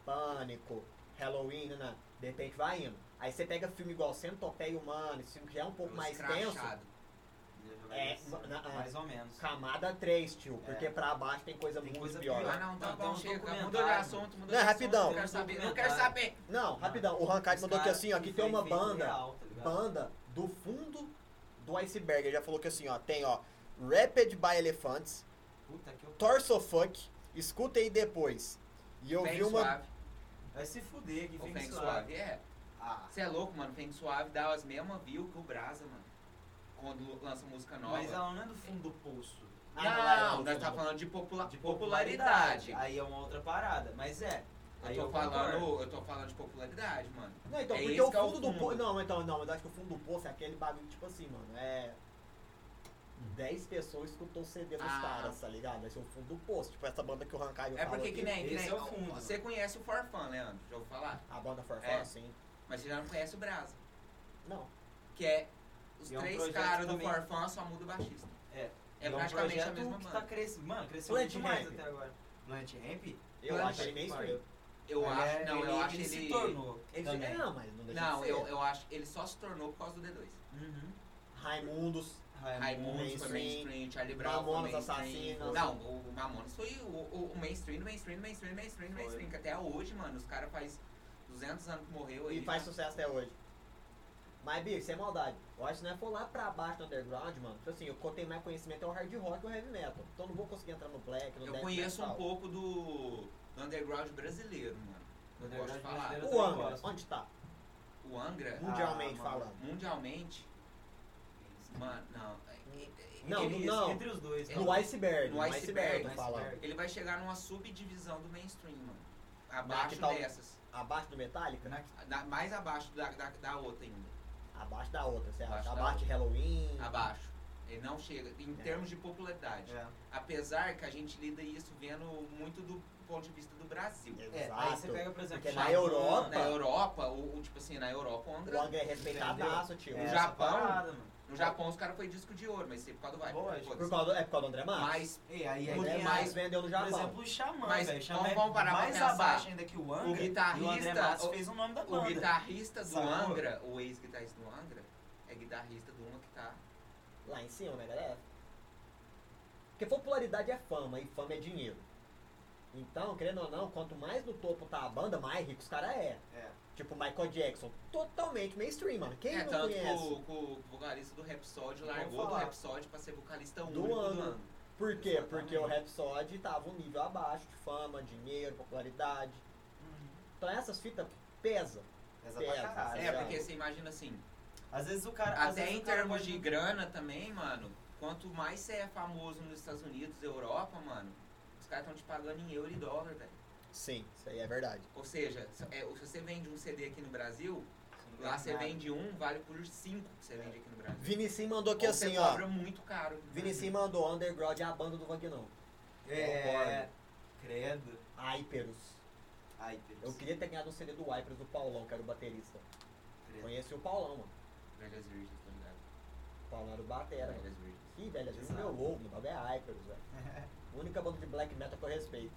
Speaker 1: Pânico, Halloween, né? De repente vai indo. Aí você pega filme igual Centopeia Humana, esse filme que já é um pouco mais tenso.
Speaker 3: escrachado.
Speaker 1: É,
Speaker 4: Assim,
Speaker 1: ma- na-
Speaker 4: mais ou menos.
Speaker 1: Camada 3, tio,
Speaker 4: É.
Speaker 1: porque pra baixo tem coisa
Speaker 4: Tem
Speaker 1: muito
Speaker 4: coisa
Speaker 1: pior.
Speaker 4: pior.
Speaker 3: Ah, não, tá
Speaker 4: Não, tem
Speaker 3: bom,
Speaker 4: uns
Speaker 3: chega.
Speaker 4: documentários.
Speaker 3: Muda de assunto, muda de
Speaker 4: é
Speaker 1: Não,
Speaker 3: assunto.
Speaker 1: rapidão.
Speaker 3: Não quero saber, não quero saber.
Speaker 1: Não, rapidão, o Hankai
Speaker 4: Os
Speaker 1: mandou aqui
Speaker 4: caras
Speaker 1: assim, ó, que tem
Speaker 4: vem-
Speaker 1: uma
Speaker 4: vem tudo
Speaker 1: banda,
Speaker 4: real, tá ligado?
Speaker 1: banda do fundo do iceberg. Ele já falou que assim, ó, tem, ó, Rapid by Elephants,
Speaker 4: Puta que eu...
Speaker 1: Torso Funk, escuta aí depois. E eu
Speaker 3: Feng
Speaker 1: vi uma
Speaker 3: Suave.
Speaker 4: Vai se fuder, que
Speaker 3: O
Speaker 4: vem
Speaker 3: Feng
Speaker 4: suave.
Speaker 3: Suave, é.
Speaker 4: Ah,
Speaker 3: Você é louco, mano. Feng Suave dá as mesmas views que o Brasa, mano. Quando lança música nova.
Speaker 4: mas ela não é do fundo do poço.
Speaker 1: Ah,
Speaker 3: não,
Speaker 1: não é, não,
Speaker 3: nós
Speaker 1: não,
Speaker 3: tá
Speaker 1: não.
Speaker 3: falando de, popula- popularidade.
Speaker 4: Aí é uma outra parada, mas é.
Speaker 3: Eu
Speaker 4: Aí
Speaker 3: tô,
Speaker 4: eu concordo.
Speaker 3: falando, eu tô falando de popularidade, mano.
Speaker 1: Não, então,
Speaker 3: É
Speaker 1: porque
Speaker 3: esse
Speaker 1: o
Speaker 3: que é o
Speaker 1: fundo do
Speaker 3: fundo.
Speaker 1: poço. Não, então, não, mas eu acho que o fundo do poço é aquele bagulho, tipo assim, mano, é. 10 pessoas escutou o CD dos
Speaker 3: Ah.
Speaker 1: caras, tá ligado? Esse é o fundo do poço, tipo essa banda que o Rankai
Speaker 3: É porque que nem, que
Speaker 4: Esse
Speaker 3: nem.
Speaker 4: é o fundo.
Speaker 3: Você conhece o Forfã, Leandro? Já ouviu falar?
Speaker 1: A banda Farfã,
Speaker 3: É.
Speaker 1: assim.
Speaker 3: Mas você já não conhece o Brasa.
Speaker 1: Não.
Speaker 3: Que é os
Speaker 4: E é um
Speaker 3: três
Speaker 4: projeto
Speaker 3: caras do
Speaker 4: também.
Speaker 3: Forfã, só muda o baixista.
Speaker 4: É.
Speaker 3: É
Speaker 4: um
Speaker 3: praticamente a
Speaker 4: projeto
Speaker 3: mesma
Speaker 4: que
Speaker 3: banda.
Speaker 4: Tá crescendo. Mano, cresceu
Speaker 1: Plant
Speaker 4: muito mais
Speaker 1: Ramp.
Speaker 4: até agora. Plant Ramp?
Speaker 1: Eu
Speaker 3: Plant
Speaker 1: acho ele meio estranho.
Speaker 3: Eu
Speaker 4: Ele
Speaker 3: acho,
Speaker 4: é-
Speaker 3: não,
Speaker 4: ele,
Speaker 3: eu acho
Speaker 4: ele
Speaker 3: ele...
Speaker 4: se tornou.
Speaker 1: Ele
Speaker 4: também.
Speaker 1: não, mas não deixa
Speaker 3: Não,
Speaker 1: de ser.
Speaker 3: eu, eu acho, ele só se tornou por causa do D2.
Speaker 4: Uhum.
Speaker 1: Raimundos.
Speaker 3: Raimundo foi
Speaker 1: mainstream,
Speaker 3: É mainstream, Charlie Brown foi
Speaker 1: Mamonas
Speaker 3: mainstream.
Speaker 1: Assassinas.
Speaker 3: Não, o Mamonas foi o, o, o mainstream do mainstream, do mainstream, do mainstream, do
Speaker 4: Foi.
Speaker 3: mainstream. Que até hoje, mano, os caras faz 200 anos que morreu aí.
Speaker 1: E faz sucesso até hoje. Mas, bicho, sem maldade. Eu acho que não é for lá pra baixo no underground, mano. Tipo assim, o que eu tenho mais conhecimento é o hard rock e o heavy metal. Então eu não vou conseguir entrar no black, no
Speaker 3: Eu
Speaker 1: death
Speaker 3: conheço um
Speaker 1: metal.
Speaker 3: pouco do, do underground brasileiro, mano. Eu
Speaker 4: Underground
Speaker 3: gosto de falar.
Speaker 4: brasileiro.
Speaker 1: O
Speaker 4: Eu também
Speaker 1: Angra,
Speaker 4: gosto.
Speaker 1: onde tá?
Speaker 3: O Angra,
Speaker 4: Ah,
Speaker 1: Mundialmente
Speaker 4: mano.
Speaker 1: falando.
Speaker 3: mundialmente, mano, não. é- é-
Speaker 1: Não,
Speaker 4: Entre-
Speaker 1: não, não.
Speaker 4: Entre os dois.
Speaker 3: É
Speaker 1: No
Speaker 4: tá?
Speaker 1: iceberg.
Speaker 3: No
Speaker 1: No iceberg, eu
Speaker 3: iceberg,
Speaker 1: tô falando.
Speaker 4: iceberg.
Speaker 3: Ele vai chegar numa subdivisão do mainstream, mano. Abaixo
Speaker 1: que tal-
Speaker 3: dessas.
Speaker 1: Abaixo do Metallica?
Speaker 4: Na-
Speaker 3: Da- mais abaixo da, da, da outra ainda.
Speaker 1: Abaixo da outra, você
Speaker 3: Abaixo
Speaker 1: acha?
Speaker 3: da
Speaker 1: Abaixo de Halloween.
Speaker 3: Abaixo. Ele não chega, em
Speaker 1: É.
Speaker 3: termos de popularidade.
Speaker 4: É.
Speaker 3: Apesar que a gente lida isso vendo muito do ponto de vista do Brasil.
Speaker 4: É, aí você
Speaker 1: Exato.
Speaker 4: pega, por exemplo,
Speaker 1: Porque
Speaker 4: né?
Speaker 1: na
Speaker 4: Xamã,
Speaker 1: Europa-
Speaker 3: Na Europa, o, o- tipo assim, na Europa, o
Speaker 1: O
Speaker 3: Angra.
Speaker 1: Angra é respeitadaço, tio.
Speaker 4: É,
Speaker 3: No
Speaker 4: essa
Speaker 3: Japão?
Speaker 4: parada, mano.
Speaker 3: No Japão, os caras foi disco de ouro, mas sempre por causa do vibe. né?
Speaker 4: Lógico.
Speaker 1: Por
Speaker 3: foda-se.
Speaker 1: causa do, é por causa do André Matos?
Speaker 3: Mas
Speaker 4: E aí, aí
Speaker 1: o André
Speaker 4: tem a-
Speaker 1: Matos vendeu no
Speaker 4: Por
Speaker 1: Japão.
Speaker 4: exemplo, o Xamã,
Speaker 3: Mas
Speaker 4: velho. Xamã
Speaker 3: vamos-
Speaker 4: é
Speaker 3: vamos parar pra
Speaker 4: mais
Speaker 3: pensar.
Speaker 4: abaixo ainda que o Angra. E o André
Speaker 3: guitarrista-
Speaker 4: Matos
Speaker 3: o-
Speaker 4: fez o nome da
Speaker 3: o
Speaker 4: banda.
Speaker 3: guitarrista do
Speaker 4: Sacou?
Speaker 3: Angra, o ex-guitarrista do Angra, é guitarrista de uma que tá.
Speaker 1: Lá em cima, né, galera? Porque popularidade é fama e fama é dinheiro. Então, querendo ou não, quanto mais no topo tá a banda, mais rico os caras é.
Speaker 4: É.
Speaker 1: Tipo Michael Jackson, totalmente mainstream, mano. Quem
Speaker 3: é,
Speaker 1: não
Speaker 3: tanto que
Speaker 1: conhece?
Speaker 3: o, que o vocalista do Rhapsody
Speaker 4: Vamos
Speaker 3: largou do
Speaker 4: falar.
Speaker 3: Rhapsody pra ser vocalista
Speaker 1: Do
Speaker 3: único do
Speaker 1: Angra.
Speaker 3: Angra.
Speaker 1: Por quê?
Speaker 4: Exatamente.
Speaker 1: Porque o Rhapsody tava um nível abaixo de fama, dinheiro, popularidade.
Speaker 4: Uhum.
Speaker 1: Então essas fitas pesam.
Speaker 4: Pesa pra
Speaker 1: Pesa,
Speaker 4: caralho.
Speaker 3: É,
Speaker 1: Exato.
Speaker 3: porque você imagina assim,
Speaker 4: Às vezes o cara. às
Speaker 3: até
Speaker 4: vezes
Speaker 3: em
Speaker 4: o cara
Speaker 3: termos
Speaker 4: pode-
Speaker 3: de grana também, mano, quanto mais você é famoso nos Estados Unidos, Europa, mano, os caras estão te pagando em euro e dólar, velho.
Speaker 1: Sim, isso aí é verdade.
Speaker 3: Ou seja, se- é, se você vende um CD aqui no Brasil,
Speaker 4: Não
Speaker 3: lá
Speaker 4: ganha
Speaker 3: você
Speaker 4: nada.
Speaker 3: vende um, vale por cinco que você vende aqui no Brasil.
Speaker 1: Vinicim mandou aqui
Speaker 3: Ou você
Speaker 1: assim, ó.
Speaker 3: cobra muito caro. aqui no
Speaker 1: Vinicim
Speaker 3: Brasil.
Speaker 1: mandou Underground é a banda do Vagnão.
Speaker 4: É. Credo.
Speaker 1: Hyperus.
Speaker 4: Ai,
Speaker 1: Eu
Speaker 4: Deus.
Speaker 1: queria ter ganhado um CD do Hyperus do Paulão, que era o baterista.
Speaker 4: Credo.
Speaker 1: Conheci o Paulão, mano.
Speaker 3: Velhas Virgens, tá ligado?
Speaker 1: O Paulão era o batera, mano.
Speaker 3: Velhas Virgens.
Speaker 1: Ih, velho, às vezes
Speaker 4: Exato.
Speaker 1: meu ovo, meu bagulho é Hyperus, velho. A única banda de black metal que eu respeito.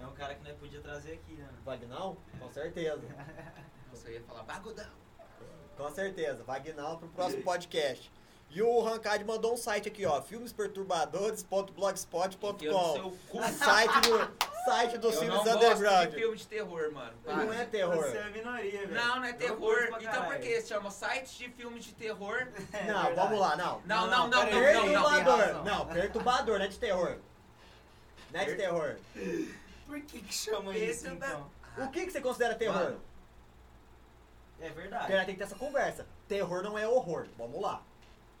Speaker 4: É um cara que nós podia trazer aqui, né? mano?
Speaker 1: Vagnão? Com certeza.
Speaker 3: Nossa, eu ia falar, bagudão.
Speaker 1: Com certeza. Vagnão pro próximo podcast. E o Rancard mandou um site aqui, ó, filmesperturbadores.blogspot.com. O site do, site do
Speaker 3: eu
Speaker 1: filmes
Speaker 3: não gosto
Speaker 1: underground.
Speaker 3: de filme de terror, mano. Para.
Speaker 1: Não é terror.
Speaker 4: Você é minoria, velho.
Speaker 3: Não, não é
Speaker 4: curto
Speaker 3: terror.
Speaker 4: pra
Speaker 3: Então por
Speaker 4: caralho.
Speaker 3: que se chama site de filmes de terror?
Speaker 4: É
Speaker 1: não,
Speaker 4: verdade.
Speaker 1: vamos lá, não.
Speaker 3: Não, não, não, não,
Speaker 4: peraí,
Speaker 3: não, não.
Speaker 4: tem
Speaker 1: Perturbador.
Speaker 4: razão.
Speaker 1: Não, perturbador, não é de terror. Não é de terror.
Speaker 4: Por que que chama
Speaker 3: Esse
Speaker 4: isso,
Speaker 3: é da-
Speaker 4: então?
Speaker 1: O que, que você considera terror?
Speaker 3: Mano.
Speaker 4: É
Speaker 1: Porque
Speaker 4: verdade.
Speaker 1: nós tem que ter essa conversa. Terror não é horror. Vamos lá.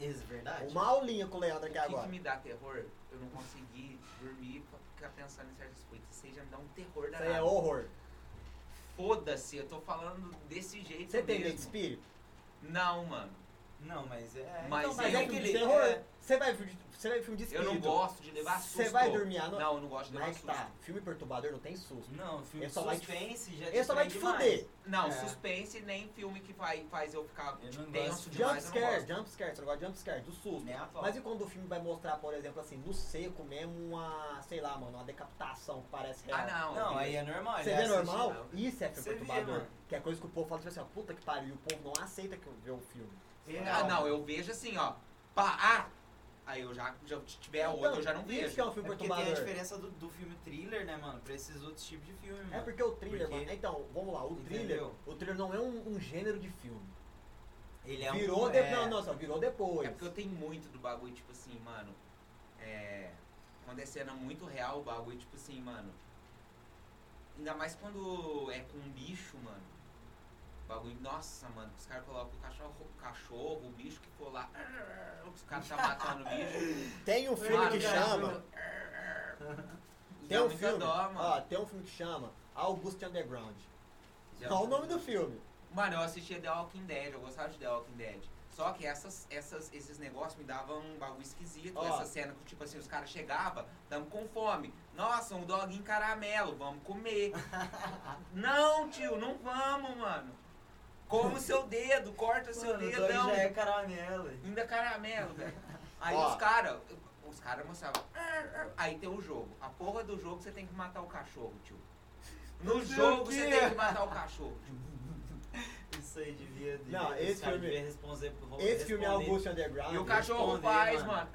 Speaker 4: É verdade.
Speaker 1: Uma aulinha com o Leandro aqui
Speaker 3: O que, que
Speaker 1: agora.
Speaker 3: me dá terror? Eu não consegui dormir pra ficar pensando em certas coisas. Isso aí já me dá um terror
Speaker 1: Isso aí é
Speaker 3: danado.
Speaker 1: horror.
Speaker 3: Foda-se, eu tô falando desse jeito
Speaker 1: Você tem medo de
Speaker 3: mesmo.
Speaker 1: espírito?
Speaker 3: Não, mano.
Speaker 4: Não, mas é.
Speaker 3: Mas
Speaker 4: então,
Speaker 1: Mas
Speaker 3: eu-
Speaker 1: é
Speaker 3: é
Speaker 1: filme
Speaker 4: aquele-
Speaker 1: de terror?
Speaker 4: é-
Speaker 1: Você vai ver você vai ver filme de
Speaker 3: Eu
Speaker 1: espírito.
Speaker 3: não gosto de levar susto.
Speaker 1: Você vai dormir à noite?
Speaker 3: Não, eu não gosto de levar
Speaker 1: Mas
Speaker 3: susto.
Speaker 1: tá, filme perturbador não tem susto.
Speaker 4: Não, filme
Speaker 1: Ele
Speaker 4: de
Speaker 1: só vai te-
Speaker 4: suspense já te
Speaker 1: Ele só vai te
Speaker 4: prende
Speaker 1: foder.
Speaker 3: Não,
Speaker 4: É.
Speaker 3: suspense nem filme que vai, faz eu ficar
Speaker 4: Eu não
Speaker 3: tenso
Speaker 4: gosto.
Speaker 1: Jump
Speaker 3: demais. eu não
Speaker 1: scare,
Speaker 3: gosto.
Speaker 1: jump scare, você não gosta de jump scare, um do susto.
Speaker 4: Nem a pau.
Speaker 1: Mas e quando o filme vai mostrar, por exemplo, assim, no seco mesmo, uma, sei lá, mano, uma decapitação que parece real.
Speaker 3: Ah, não.
Speaker 4: Não,
Speaker 3: eu-
Speaker 4: aí é normal.
Speaker 1: Você
Speaker 4: ele
Speaker 1: vê
Speaker 4: assiste,
Speaker 1: normal?
Speaker 4: não.
Speaker 1: Isso é filme
Speaker 4: Você vê,
Speaker 1: perturbador.
Speaker 4: mano.
Speaker 1: que é coisa que o povo fala tipo assim, ó, puta que pariu, e o povo não aceita que eu vê o filme.
Speaker 3: Ah, não, eu vejo assim, ó. Pá, ah! Aí eu já, já se tiver
Speaker 1: Então,
Speaker 3: outro, eu já não
Speaker 1: Isso que é
Speaker 3: vejo.
Speaker 1: um
Speaker 4: É
Speaker 1: filme
Speaker 4: porque tem a
Speaker 1: perturbador.
Speaker 4: diferença do, do filme thriller, né, mano? Pra esses outros tipos de filme,
Speaker 1: É
Speaker 4: mano.
Speaker 1: porque o thriller,
Speaker 4: Porque-
Speaker 1: mano. Então, vamos lá, o thriller,
Speaker 4: Entendeu?
Speaker 1: o thriller não é um, um gênero de filme.
Speaker 4: Ele é
Speaker 1: virou
Speaker 4: um.
Speaker 1: de-
Speaker 4: é,
Speaker 1: Não, não, só virou depois.
Speaker 3: É porque eu tenho muito do bagulho, tipo assim, mano. É. Quando é cena muito real, o bagulho, tipo assim, mano. Ainda mais quando é com um bicho, mano. O Bagulho, nossa, mano, os caras colocam o cachorro, o cachorro, o bicho que for lá. "Arr", Os caras tá matando o bicho.
Speaker 1: Tem um filme
Speaker 3: Mano,
Speaker 1: que
Speaker 3: já-
Speaker 1: chama.
Speaker 3: "Arr".
Speaker 1: Tem
Speaker 3: Dá
Speaker 1: um
Speaker 3: muita
Speaker 1: filme.
Speaker 3: dó,
Speaker 1: ó,
Speaker 3: mano.
Speaker 1: tem um filme que chama August Underground.
Speaker 3: Já-
Speaker 1: Qual o nome do filme?
Speaker 3: Mano, eu assistia The Walking Dead, eu gostava de The Walking Dead. Só que essas, essas, esses negócios me davam um bagulho esquisito.
Speaker 1: Ó.
Speaker 3: Essa cena que, tipo assim, os caras chegavam, tamo com fome. Nossa, um doguinho caramelo, vamos comer. não, tio, não vamos, mano. Come o seu dedo, corta o seu
Speaker 4: Mano, o Dog
Speaker 3: dedão.
Speaker 4: já é caramelo.
Speaker 3: Ainda caramelo, velho. Aí
Speaker 1: Ó.
Speaker 3: os caras, os caras mostravam. Aí tem o jogo. A porra do jogo você tem que matar o cachorro, tio. No
Speaker 4: sei
Speaker 3: jogo
Speaker 4: o
Speaker 3: você
Speaker 4: quê.
Speaker 3: tem que matar o cachorro, tio.
Speaker 4: Isso aí devia. devia
Speaker 1: Não,
Speaker 4: os
Speaker 1: esse filme-
Speaker 4: caras deviam responder,
Speaker 1: Esse filme é August Underground.
Speaker 3: E o cachorro
Speaker 4: responder,
Speaker 3: faz, mano.
Speaker 4: mano.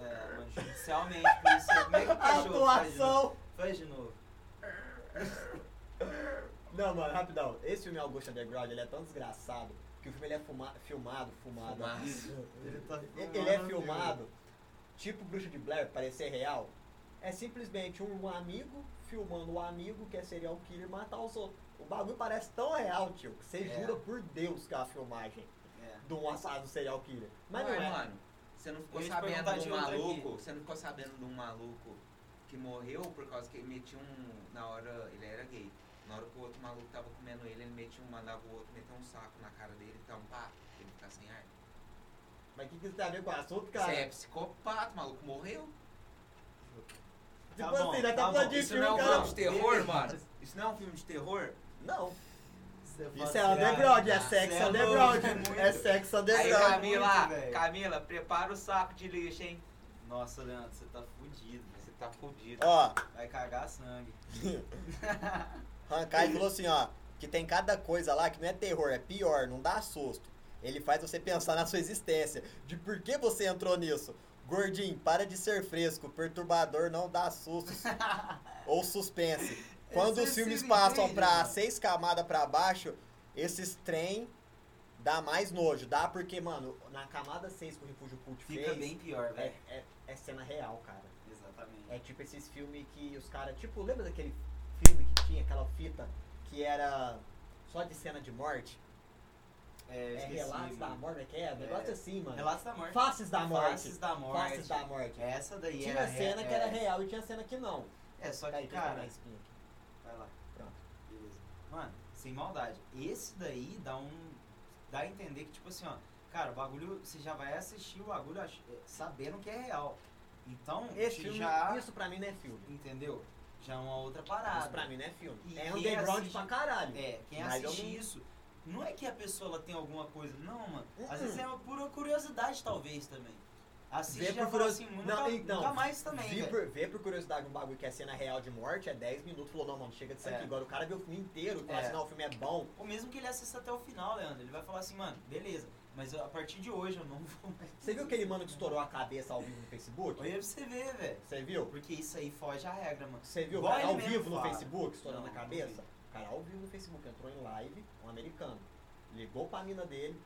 Speaker 4: É, mano, judicialmente, por isso. Como é que o cachorro faz de novo?
Speaker 1: Atuação!
Speaker 4: Faz de novo.
Speaker 1: Não, mano, rapidão. Esse filme August Underground, ele é tão desgraçado que o filme ele é fuma- filmado, fumado.
Speaker 3: Fumaça.
Speaker 4: Ele tá
Speaker 1: Ele ele é filmado, tipo Bruxa de Blair, parecer real. É simplesmente um amigo filmando o amigo que é serial killer matar os outros. O bagulho parece tão real, tio, que você
Speaker 4: É.
Speaker 1: jura por Deus que é a filmagem
Speaker 4: É.
Speaker 1: de um assado serial killer. Mas
Speaker 3: Mas,
Speaker 1: não é.
Speaker 3: mano, você não ficou
Speaker 4: Eu ia te
Speaker 3: sabendo
Speaker 4: perguntar
Speaker 3: de
Speaker 4: de
Speaker 3: um
Speaker 4: outra aqui.
Speaker 3: maluco? Você não ficou sabendo de um maluco que morreu por causa que ele metia um. Na hora. Ele era gay. Na hora que o outro maluco tava comendo ele, ele metia um, mandava o outro meter um saco na cara dele e tampar. pra Ele ficar sem ar.
Speaker 1: Mas o que, que isso tem a ver com o assunto, cara?
Speaker 3: Você é psicopata, o maluco morreu.
Speaker 1: Tipo
Speaker 4: Tá bom,
Speaker 1: assim, nós
Speaker 4: tá
Speaker 1: tá falando
Speaker 4: bom.
Speaker 1: de
Speaker 3: Isso
Speaker 1: filme,
Speaker 3: não é um
Speaker 1: cara.
Speaker 3: filme de terror, mano. Isso não é um filme de terror.
Speaker 1: Não.
Speaker 4: Isso
Speaker 1: Isso é
Speaker 4: vacilagem,
Speaker 1: underground, é
Speaker 4: cara.
Speaker 1: sexo
Speaker 4: assim, Você é
Speaker 1: underground.
Speaker 4: louco, muito.
Speaker 1: É sexo
Speaker 3: Aí,
Speaker 1: underground.
Speaker 3: Camila,
Speaker 4: muito, velho.
Speaker 3: Camila, prepara o saco de lixo, hein?
Speaker 4: Nossa, Leandro, você tá fudido. velho.
Speaker 3: Você tá fudido.
Speaker 1: Ó,
Speaker 4: Vai cagar sangue.
Speaker 1: Rankai falou assim, ó, que tem cada coisa lá que não é terror, é pior, não dá susto. Ele faz você pensar na sua existência, de por que você entrou nisso. Gordinho, para de ser fresco, perturbador não dá sustos ou suspense. Quando os
Speaker 4: Esse- é
Speaker 1: filmes
Speaker 4: esse
Speaker 1: passam
Speaker 4: entende,
Speaker 1: pra
Speaker 4: mano.
Speaker 1: seis camadas pra baixo, esses trem dá mais nojo. Dá porque, mano, na camada 6 que o Refúgio Cult
Speaker 4: Fica
Speaker 1: fez,
Speaker 4: bem pior,
Speaker 1: é,
Speaker 4: velho.
Speaker 1: é- é cena real, cara.
Speaker 4: Exatamente.
Speaker 1: É tipo esses filmes que os caras. Tipo, lembra daquele filme que tinha aquela fita que era só de cena de morte?
Speaker 4: É, eu
Speaker 1: É
Speaker 4: esqueci,
Speaker 1: Relatos da
Speaker 4: mano.
Speaker 1: Morte, como é que é? Um negócio
Speaker 4: É.
Speaker 1: assim, mano.
Speaker 4: Relatos da morte.
Speaker 1: Faces da Morte.
Speaker 4: Faces da morte.
Speaker 1: Faces da Morte.
Speaker 4: Essa daí
Speaker 1: Tinha
Speaker 4: era re-
Speaker 1: cena que
Speaker 4: é-
Speaker 1: era real e tinha cena que não.
Speaker 4: É, só
Speaker 1: Peraí, deixa eu
Speaker 4: que,
Speaker 1: pegar
Speaker 4: cara.
Speaker 1: minha espinha aqui.
Speaker 4: Vai lá.
Speaker 1: Pronto.
Speaker 4: Beleza. Mano, sem maldade. Esse daí dá um. dá a entender que, tipo assim, ó. Cara, o bagulho. Você já vai assistir o bagulho ach- é, sabendo que é real. Então,
Speaker 1: Esse
Speaker 4: te
Speaker 1: filme,
Speaker 4: já.
Speaker 1: isso pra mim não é filme.
Speaker 4: Entendeu? Já é uma outra
Speaker 1: Isso
Speaker 4: parada.
Speaker 1: pra mim não é filme.
Speaker 4: E
Speaker 1: é
Speaker 4: quem
Speaker 1: underground
Speaker 4: assiste-
Speaker 1: pra caralho.
Speaker 4: É, quem
Speaker 1: Mas eu
Speaker 4: assiste
Speaker 1: não-
Speaker 4: isso, não é que a pessoa ela tem alguma coisa, não, mano.
Speaker 1: Uh-uh.
Speaker 4: Às vezes é uma pura curiosidade, talvez, também. Assiste
Speaker 1: Vê
Speaker 4: e já
Speaker 1: por
Speaker 4: fala
Speaker 1: curiosi-
Speaker 4: assim, nunca,
Speaker 1: Não, então,
Speaker 4: nunca mais também,
Speaker 1: Vê
Speaker 4: né? velho.
Speaker 1: por, vê por curiosidade um bagulho que é cena real de morte, é 10 minutos, falou, não, mano, chega disso
Speaker 4: É.
Speaker 1: aqui. Agora o cara viu o filme inteiro e fala
Speaker 4: É.
Speaker 1: assim, não, o filme é bom.
Speaker 4: Ou mesmo que ele assista até o final, Leandro, ele vai falar assim, mano, beleza. Mas a partir de hoje eu não vou mais.
Speaker 1: Você viu aquele mano que estourou a cabeça ao vivo no Facebook?
Speaker 4: Olha pra você ver, velho.
Speaker 1: Você viu?
Speaker 4: Porque isso aí foge a regra, mano.
Speaker 1: Você viu o
Speaker 4: Igual
Speaker 1: cara
Speaker 4: ele
Speaker 1: ao
Speaker 4: mesmo
Speaker 1: vivo no
Speaker 4: fala.
Speaker 1: Facebook, estourando
Speaker 4: Não,
Speaker 1: a cabeça? O cara ao vivo no Facebook entrou em live, um americano. Ligou pra mina dele,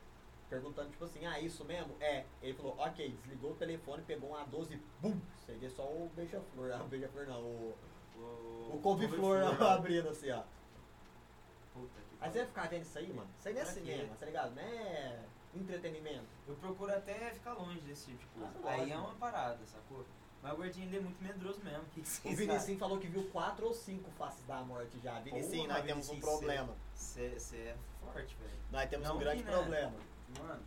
Speaker 1: perguntando, tipo assim, ah, isso mesmo? É. Ele falou, ok, desligou o telefone, pegou um A12, bum! Você vê só o beija-flor, ah, o beija-flor não, o, o couve-flor
Speaker 4: é.
Speaker 1: abrindo assim, ó.
Speaker 4: Puta que
Speaker 1: Aí você vai ficar vendo isso aí, mano? Isso aí não é
Speaker 4: Pra quê?
Speaker 1: cinema, tá ligado? Não é entretenimento.
Speaker 4: Eu procuro até ficar longe desse tipo de coisa.
Speaker 1: Ah,
Speaker 4: Aí
Speaker 1: lógico.
Speaker 4: é uma parada, sacou? Mas o gordinho ele é muito medroso mesmo. Que
Speaker 1: O Vinicius falou que viu quatro ou cinco faces da morte já. Vinicius,
Speaker 4: Porra,
Speaker 1: nós temos um
Speaker 4: Vinicius,
Speaker 1: problema.
Speaker 4: Você é forte, velho.
Speaker 1: Nós temos
Speaker 4: Não
Speaker 1: um grande
Speaker 4: que, né?
Speaker 1: problema.
Speaker 4: Mano.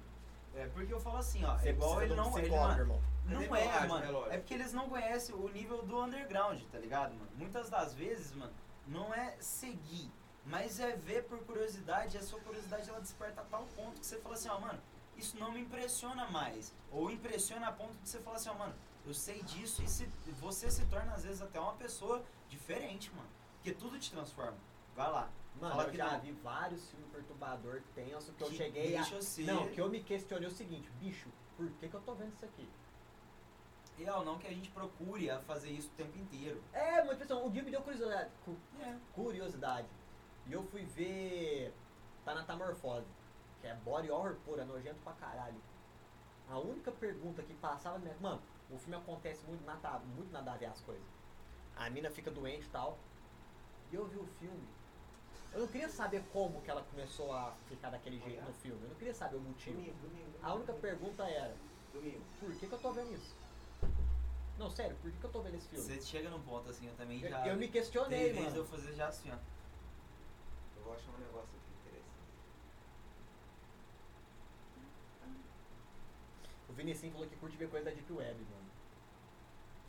Speaker 4: É porque eu falo assim, ó.
Speaker 1: Você
Speaker 4: É igual
Speaker 1: precisa de
Speaker 4: ele
Speaker 1: um
Speaker 4: não. Ele,
Speaker 1: psicólogo,
Speaker 4: mano,
Speaker 1: irmão.
Speaker 4: Não
Speaker 3: Mas é
Speaker 4: é,
Speaker 3: lógico,
Speaker 4: mano.
Speaker 1: né,
Speaker 3: é lógico.
Speaker 4: É porque eles não conhecem o nível do underground, tá ligado, mano? Muitas das vezes, mano, não é seguir, mas é ver por curiosidade. E a sua curiosidade ela desperta a tal ponto que você fala assim, ó, mano, isso não me impressiona mais. Ou impressiona a ponto de você falar assim, ó, mano, eu sei disso e se, você se torna às vezes até uma pessoa diferente, mano. Porque tudo te transforma. Vai lá.
Speaker 1: Mano,
Speaker 4: Fala
Speaker 1: eu
Speaker 4: que
Speaker 1: já
Speaker 4: não.
Speaker 1: vi vários filmes perturbador tenso que, eu cheguei
Speaker 4: deixa
Speaker 1: a.
Speaker 4: eu ser.
Speaker 1: Não, que eu me questionei o seguinte, bicho, por que, que eu tô vendo isso aqui?
Speaker 4: E ao não que a gente procure a fazer isso o tempo inteiro.
Speaker 1: É, mas pessoal, o dia me deu curiosidade. cu-
Speaker 4: É.
Speaker 1: curiosidade. E eu fui ver Tanatamorfose, que é body horror puro, é nojento pra caralho. A única pergunta que passava na minha... Mano, o filme acontece muito nada, muito nada a ver as coisas. A mina fica doente e tal. E eu vi o filme. Eu não queria saber como que ela começou a ficar daquele jeito no filme. Eu não queria saber o motivo.
Speaker 2: Domingo, domingo.
Speaker 1: A única pergunta era,
Speaker 2: Domingo.
Speaker 1: por que, que eu tô vendo isso? Não, sério, por que, que eu tô vendo esse filme?
Speaker 4: Você chega num ponto assim, eu também
Speaker 1: Eu,
Speaker 4: já.
Speaker 1: eu me
Speaker 4: Tem
Speaker 1: questionei,
Speaker 4: vezes eu
Speaker 1: mano.
Speaker 4: fazer já assim, ó.
Speaker 3: Eu vou achar um negócio aqui interessante.
Speaker 1: O Vinicinho falou que curte ver coisa da Deep Web, mano.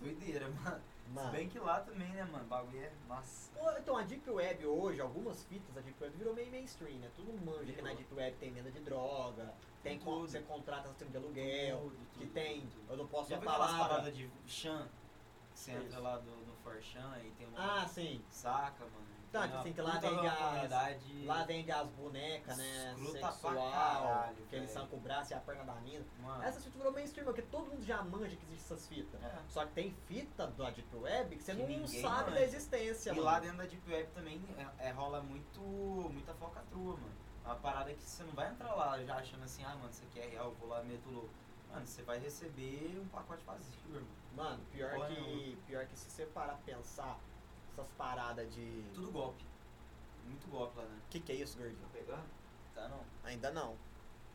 Speaker 4: Doideira, mano.
Speaker 1: Mano.
Speaker 4: Se bem que lá também, né, mano? O bagulho é. Nossa.
Speaker 1: Pô, Então, a Deep Web hoje, algumas fitas da Deep Web virou meio mainstream, né? Todo mundo manja que na Deep Web tem venda de droga, tem
Speaker 4: Tudo.
Speaker 1: como você contrata stream de aluguel,
Speaker 4: Tudo, tudo,
Speaker 1: É, que tem,
Speaker 4: tudo.
Speaker 1: eu não posso
Speaker 4: Já
Speaker 1: falar
Speaker 4: viu aquelas
Speaker 1: palavra.
Speaker 4: paradas de Chan? Você
Speaker 1: Isso.
Speaker 4: entra lá do, no Forchan e tem uma.
Speaker 1: Ah, sim.
Speaker 4: Saca, mano.
Speaker 1: Tá,
Speaker 4: Tem
Speaker 1: tipo
Speaker 4: uma
Speaker 1: assim, que lá
Speaker 4: puta
Speaker 1: vende
Speaker 4: uma
Speaker 1: as-
Speaker 4: comunidade-
Speaker 1: Lá vende as bonecas, né?
Speaker 4: Escrota pra
Speaker 1: sexual,
Speaker 4: caralho,
Speaker 1: que eles
Speaker 4: velho. Ah.
Speaker 1: sancam o braço e a perna da mina.
Speaker 4: Mano.
Speaker 1: Essas fitas virou mainstream, porque todo mundo já manja que existe essas fitas.
Speaker 4: É.
Speaker 1: Só que tem fita da Deep Web que você
Speaker 4: Que
Speaker 1: não
Speaker 4: ninguém
Speaker 1: sabe
Speaker 4: manja.
Speaker 1: da existência,
Speaker 4: É. E
Speaker 1: mano.
Speaker 4: lá dentro da Deep Web também é, é, rola muito, muita focatrua, mano. É Uma parada que você não vai entrar lá já achando assim, ah, mano, isso aqui é real, eu vou lá, meto louco. Mano, você vai receber um pacote vazio, irmão.
Speaker 1: Mano, pior
Speaker 3: é
Speaker 4: Porra
Speaker 1: que, pior que se você parar pra pensar, essas paradas de...
Speaker 4: Tudo golpe. Muito golpe lá, né?
Speaker 1: Que que é isso, gordinho?
Speaker 2: Tá pegando?
Speaker 4: Tá não.
Speaker 1: Ainda não.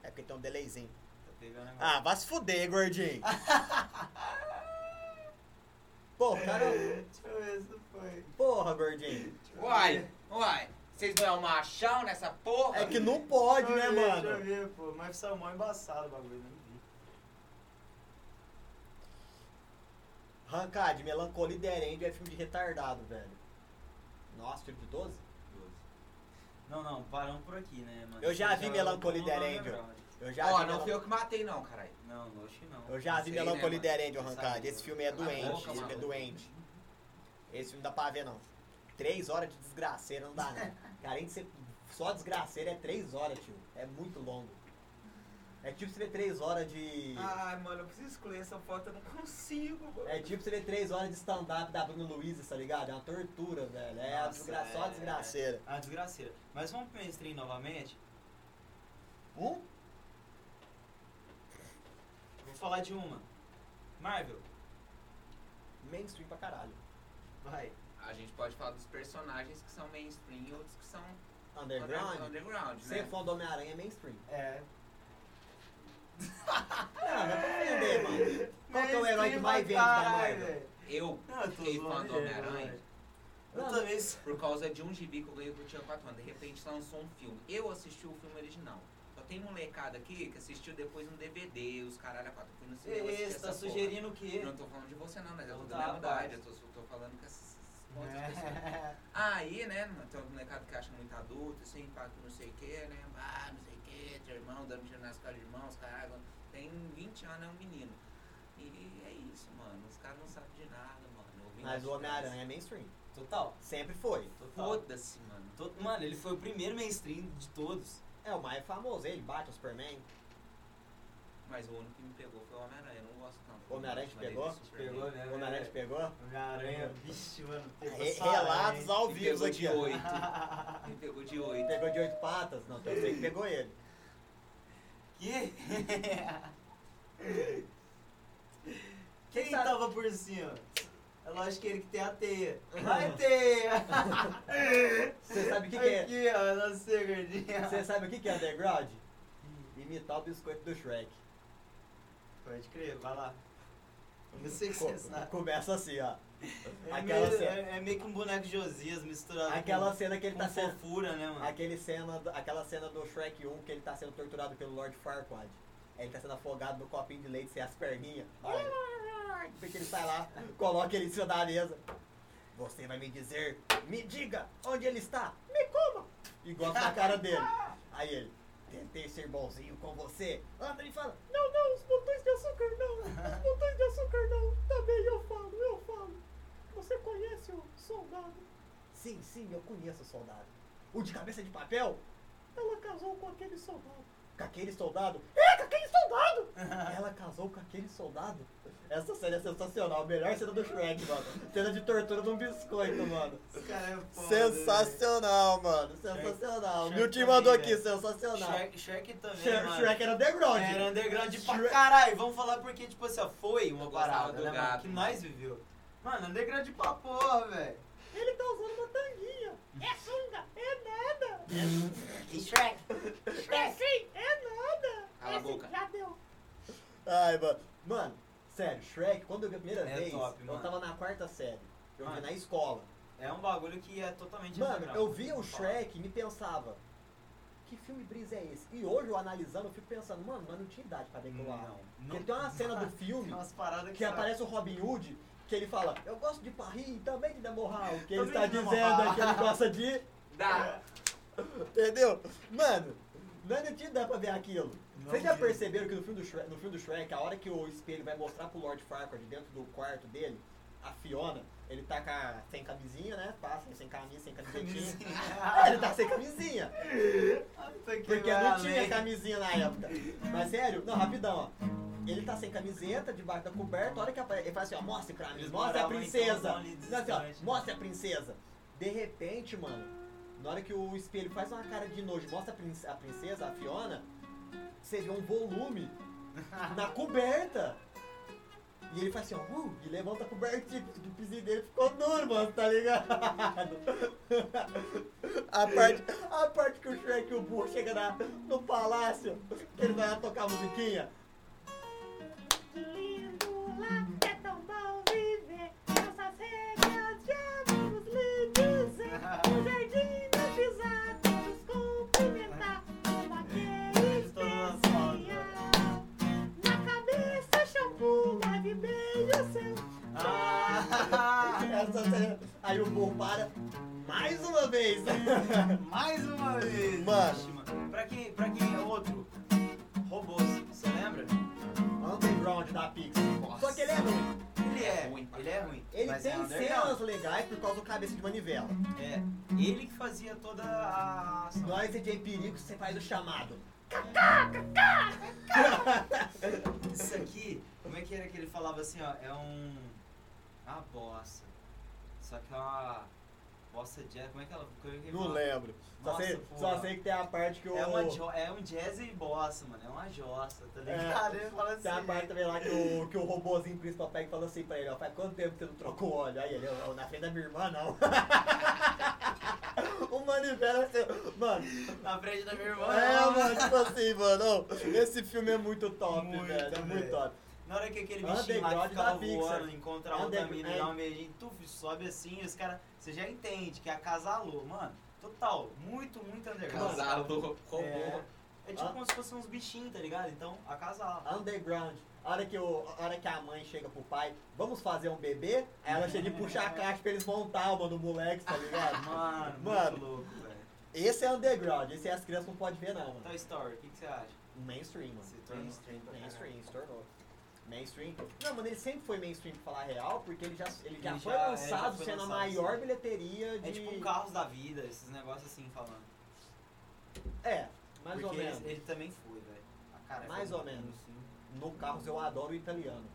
Speaker 1: É porque tem um delayzinho.
Speaker 4: Tá pegando agora.
Speaker 1: Ah, vai se fuder, gordinho. Pô, cara.
Speaker 4: Deixa eu ver se foi.
Speaker 1: Porra, gordinho.
Speaker 3: Uai, uai. Vocês não é um machão nessa porra?
Speaker 1: É que não pode,
Speaker 4: Deixa
Speaker 1: né,
Speaker 4: eu ver, Deixa eu
Speaker 1: mano?
Speaker 4: ver, pô. Mas saiu mó embaçado o bagulho, né? não vi.
Speaker 1: Rancade, Melancolia e Derend é filme de retardado, velho. Nossa, filme de 12?
Speaker 4: Não, não, paramos por aqui, né, mano?
Speaker 1: Eu já vi Melancholy
Speaker 4: Melancolia
Speaker 1: The Angel. Eu já
Speaker 3: Ó,
Speaker 1: vi.
Speaker 3: não
Speaker 1: Melan-
Speaker 3: fui eu que matei não, caralho.
Speaker 4: Não, acho que não.
Speaker 1: Eu já vi
Speaker 3: Sei, né,
Speaker 1: Melancolia e
Speaker 3: mano?
Speaker 1: Derend,
Speaker 4: Você
Speaker 1: Rancade.
Speaker 4: sabe,
Speaker 1: Esse filme é
Speaker 4: cala a
Speaker 1: doente.
Speaker 3: boca,
Speaker 1: esse filme é
Speaker 3: maluco.
Speaker 1: doente. Esse filme não dá pra ver, não. Três horas de desgraceira não dá, não. Cara, além de ser só desgraceira, é três horas, tio. É muito longo. É tipo você ver três horas de.
Speaker 4: Ah.
Speaker 3: Ai, mano, eu preciso escolher essa foto, eu não consigo, mano.
Speaker 1: É tipo você ver três horas de stand-up da Bruna Luiz, tá ligado? É uma tortura, velho. É uma
Speaker 4: Nossa,
Speaker 1: desgra... só
Speaker 4: é.
Speaker 1: desgraceira.
Speaker 4: Ah, desgraceira. Mas vamos pro mainstream novamente.
Speaker 1: Um?
Speaker 4: Vou falar de uma. Marvel.
Speaker 1: Mainstream pra caralho.
Speaker 4: Vai.
Speaker 3: A gente pode falar dos personagens que são mainstream e outros que são
Speaker 1: Underground?
Speaker 3: underground
Speaker 1: Ser
Speaker 3: né?
Speaker 1: fã do Homem-Aranha é mainstream.
Speaker 4: É.
Speaker 1: Não, não é pra ofender, mano. Qual que é o herói que mais vende da Marvel?
Speaker 3: Eu
Speaker 4: Não, Ah, eu tô
Speaker 3: fiquei fã
Speaker 4: zoando é,
Speaker 3: do
Speaker 4: ele,
Speaker 3: Homem-Aranha
Speaker 4: velho.
Speaker 1: Não,
Speaker 4: Eu também sou.
Speaker 3: por causa de um gibi que eu ganhei quando eu tinha 4 anos. De repente lançou um filme. Eu assisti o filme original. Só tem molecada aqui que assistiu depois um DVD, os caralho a quatro. Eu Fui no cinema assistir
Speaker 4: Você
Speaker 3: essa
Speaker 4: tá
Speaker 3: porra.
Speaker 4: sugerindo o quê?
Speaker 3: Não tô falando de você não, mas eu tô
Speaker 4: Não
Speaker 3: dando a
Speaker 4: tá,
Speaker 3: idade,
Speaker 4: rapaz.
Speaker 3: eu tô, tô falando com essas outras pessoas. Aí, né, mano, tem um molecado que acha muito adulto, sem impacto, não sei o que, né? Ah, não sei o que, teu irmão, dando tiro nas caras de irmãos, caralho. Tem 20 anos, é um menino. E é isso, mano. Os caras não sabem de nada, mano. Eu vim lá
Speaker 1: Mas
Speaker 3: de
Speaker 1: o
Speaker 3: trás.
Speaker 1: Homem-Aranha é mainstream.
Speaker 4: Total.
Speaker 1: Sempre foi.
Speaker 4: Total.
Speaker 3: Foda-se, mano.
Speaker 4: To- Mano, ele foi o primeiro mainstream de todos.
Speaker 1: É o mais famoso, ele bate o Superman.
Speaker 3: Mas o único que me pegou foi o Homem-Aranha. Eu não gosto tanto.
Speaker 1: O Homem-Aranha te pegou?
Speaker 3: Mas ele super
Speaker 4: Pegou,
Speaker 3: me
Speaker 4: né?
Speaker 1: O Homem-Aranha te pegou?
Speaker 2: Homem-Aranha, vixe, mano. teve
Speaker 1: Re-
Speaker 2: essa aranha,
Speaker 1: Relatos
Speaker 2: hein?
Speaker 1: ao vivo
Speaker 3: pegou
Speaker 1: aqui,
Speaker 3: de
Speaker 1: ó.
Speaker 3: oito. Me pegou de oito.
Speaker 1: Pegou de oito patas? Não, eu sei que pegou ele.
Speaker 4: Que?
Speaker 2: Quem
Speaker 1: Sabe-
Speaker 2: tava por cima? É lógico que ele que tem a teia. Vai, teia!
Speaker 1: Você sabe o que, que é?
Speaker 2: Aqui, ó, ela ser gordinha.
Speaker 1: Você sabe o que, que é underground? Imitar o biscoito do Shrek.
Speaker 2: Pode crer, vai lá. Não sei o que você
Speaker 1: Co-
Speaker 2: sabe.
Speaker 1: Começa assim, ó.
Speaker 4: É,
Speaker 1: Aquela
Speaker 4: meio,
Speaker 1: cena.
Speaker 4: é- é meio que um boneco de Josias misturado
Speaker 1: Aquela
Speaker 4: com,
Speaker 1: cena que ele
Speaker 4: com
Speaker 1: tá sendo.
Speaker 4: fofura, né, mano?
Speaker 1: Aquele cena, do- aquela cena do Shrek 1 que ele tá sendo torturado pelo Lord Farquaad. Aí Ele tá sendo afogado no copinho de leite sem as perninhas. Porque ele sai lá, coloca ele em cima da mesa. Você vai me dizer, me diga onde ele está, me coma! E gosta da cara dele. Aí ele, tentei ser bonzinho com você. Anda e fala, não, não, os botões de açúcar não, os botões de açúcar não. Também eu falo, eu falo. Você conhece o soldado? Sim, sim, eu conheço o soldado. O de cabeça de papel? Ela casou com aquele soldado. Com aquele soldado? É, com aquele soldado!
Speaker 4: É.
Speaker 1: Ela casou com aquele soldado? Essa cena é sensacional. A melhor cena do Shrek, mano. Cena de tortura de um biscoito, mano.
Speaker 2: Esse cara é foda,
Speaker 1: né? Sensacional, mano. Sensacional.
Speaker 4: né? Shrek
Speaker 1: Meu time
Speaker 4: também,
Speaker 1: mandou
Speaker 4: velho.
Speaker 1: aqui, sensacional.
Speaker 4: Shrek, Shrek também,
Speaker 1: Shrek,
Speaker 4: mano.
Speaker 1: Shrek era underground.
Speaker 4: Era underground pra
Speaker 1: Shrek-
Speaker 4: caralho. Vamos falar porque, tipo assim, ó, foi uma
Speaker 3: Eu gostava
Speaker 4: parada,
Speaker 3: do
Speaker 4: né, mano,
Speaker 3: gato.
Speaker 4: que nós viveu. Mano, underground pra porra, velho.
Speaker 1: Ele tá usando uma tanguinha. É sunga, é nada.
Speaker 4: E Shrek?
Speaker 1: É sim, é nada.
Speaker 3: Cala a boca.
Speaker 1: Já deu. Ai, mano. Mano, sério, Shrek, quando eu vi a primeira
Speaker 4: É
Speaker 1: vez,
Speaker 4: top,
Speaker 1: eu
Speaker 4: mano. Ah.
Speaker 1: tava na quarta série. Eu vi
Speaker 4: Mano.
Speaker 1: na escola.
Speaker 4: É um bagulho que é totalmente
Speaker 1: Mano,
Speaker 4: underground.
Speaker 1: eu via o
Speaker 4: Vamos falar.
Speaker 1: Shrek e me pensava, que filme brisa é esse? E hoje eu analisando, eu fico pensando, mano, mas não tinha idade pra decolar.
Speaker 4: Não,
Speaker 1: Porque
Speaker 4: não.
Speaker 1: tem uma cena do
Speaker 4: Tem
Speaker 1: filme
Speaker 4: umas paradas que,
Speaker 1: que
Speaker 4: sabe.
Speaker 1: aparece o Robin Hood, que ele fala, eu gosto de parrir e também de namorar. O que ele
Speaker 4: Também
Speaker 1: está
Speaker 4: de
Speaker 1: dizendo
Speaker 4: namorar.
Speaker 1: é que ele gosta de.
Speaker 3: Dá.
Speaker 1: Entendeu? Mano, nós não é tinha idade pra ver aquilo.
Speaker 4: Não
Speaker 1: Vocês já
Speaker 4: mesmo.
Speaker 1: perceberam que no filme, do Shrek, no filme do Shrek, a hora que o espelho vai mostrar pro Lord Farquaad dentro do quarto dele, a Fiona, ele tá com a- sem camisinha, né? Passa sem camisa, sem camisetinha. Ah, ele tá sem camisinha.
Speaker 4: Puta que né?
Speaker 1: Porque não
Speaker 4: vale.
Speaker 1: tinha camisinha na época. Mas sério, não, rapidão, ó. Ele tá sem camiseta, debaixo da coberta, a hora que aparece, ele fala assim, ó, mostre pra mim,
Speaker 4: Eles
Speaker 1: mostre a
Speaker 4: moravam em
Speaker 1: princesa.
Speaker 4: Tom Holland,
Speaker 1: Não, assim, ó,
Speaker 4: distante.
Speaker 1: mostre a princesa. De repente, mano, na hora que o espelho faz uma cara de nojo, mostra a princ- a princesa, a Fiona, você vê um volume na coberta. E ele faz assim, ó, uh, e levanta a coberta, o pisinho dele ficou duro, mano, tá ligado? A parte, a parte que o Shrek e o Burro chegam na- no palácio, que ele vai lá tocar a musiquinha.
Speaker 5: Que lindo lá, é tão bom viver. Nossas regras já vamos lhe dizer. No jardim não pisar, todos cumprimentar. Como aquele
Speaker 4: Estou na
Speaker 5: especial. Na cabeça, shampoo, lave bem o seu.
Speaker 4: Ah,
Speaker 1: Essa cena- aí o Burro para mais uma vez.
Speaker 4: mais uma vez.
Speaker 1: Mano.
Speaker 4: Vixe, mano. Pra quem, pra quem é outro? Robôs, você lembra?
Speaker 1: Underground da Pixar. Só que ele é ruim.
Speaker 4: Ele é,
Speaker 3: É ruim pra
Speaker 4: ele é ruim.
Speaker 1: Ele
Speaker 4: mas é
Speaker 1: tem
Speaker 4: underground.
Speaker 1: cenas legais por causa do cabeça de manivela.
Speaker 4: É, ele que fazia toda a ação.
Speaker 1: Nós e Jay Perico, você faz o chamado.
Speaker 4: Isso aqui, como é que era que ele falava assim, ó? É um. Uma bossa. Só que é uma. Bossa jazz. Como é que ela. Como é que ele
Speaker 1: Não
Speaker 4: fala?
Speaker 1: lembro. Só
Speaker 4: Nossa,
Speaker 1: sei,
Speaker 4: porra.
Speaker 1: só sei que tem a parte que o.
Speaker 4: É, uma jo- é um jazz e bossa, mano. É uma jossa, tá ligado? ele fala assim.
Speaker 1: É, Tem a parte também lá que o, que o robôzinho principal pega e fala assim pra ele, ó, faz quanto tempo que você não trocou o óleo? Aí ele, ó, na frente da minha irmã, não. o manivela, assim, mano,
Speaker 4: Na frente da minha irmã.
Speaker 1: é, mano, tipo assim, mano, ó, esse filme é muito top,
Speaker 4: Muito,
Speaker 1: velho, é muito
Speaker 4: velho.
Speaker 1: top.
Speaker 4: Na hora que aquele bichinho lá
Speaker 1: É Underground
Speaker 4: que ficava
Speaker 1: da Pixar.
Speaker 4: voando, encontra
Speaker 1: Under-
Speaker 4: outra mina e
Speaker 1: é.
Speaker 4: dá um beijinho, tu sobe assim, e os caras. Você já entende que é acasalou, mano. Total, muito, muito underground.
Speaker 3: Casado, robô.
Speaker 1: É.
Speaker 4: É tipo
Speaker 1: Ah.
Speaker 4: como se fossem uns bichinhos, tá ligado? Então, acasala.
Speaker 1: Underground. A hora, que o, a hora que a mãe chega pro pai, vamos fazer um bebê? Aí ela chega e puxa a caixa pra eles montar uma no moleque, tá ligado?
Speaker 4: Mano,
Speaker 1: Mano.
Speaker 4: muito louco, velho.
Speaker 1: Esse é underground, esse as crianças não podem ver, não, mano.
Speaker 4: Toy Story, o que, que você acha? É
Speaker 1: Mainstream, mano.
Speaker 4: Se tornou.
Speaker 3: Mainstream pra caralho.
Speaker 1: Mainstream, se tornou. Mainstream. Não, mano, ele sempre foi mainstream pra falar a real, porque ele já, ele já
Speaker 4: Ele
Speaker 1: foi
Speaker 4: já- ele já
Speaker 1: lançado
Speaker 4: foi
Speaker 1: sendo a
Speaker 4: lançado,
Speaker 1: maior
Speaker 4: sim.
Speaker 1: bilheteria de.
Speaker 4: É tipo um Carros da Vida, esses negócios assim falando.
Speaker 1: É, mais
Speaker 4: Porque
Speaker 1: É, ou menos.
Speaker 4: Ele, ele também foi, velho. Ah, cara,
Speaker 1: Mais
Speaker 4: foi
Speaker 1: ou
Speaker 4: muito
Speaker 1: menos.
Speaker 4: assim.
Speaker 1: No Carros eu adoro o italiano.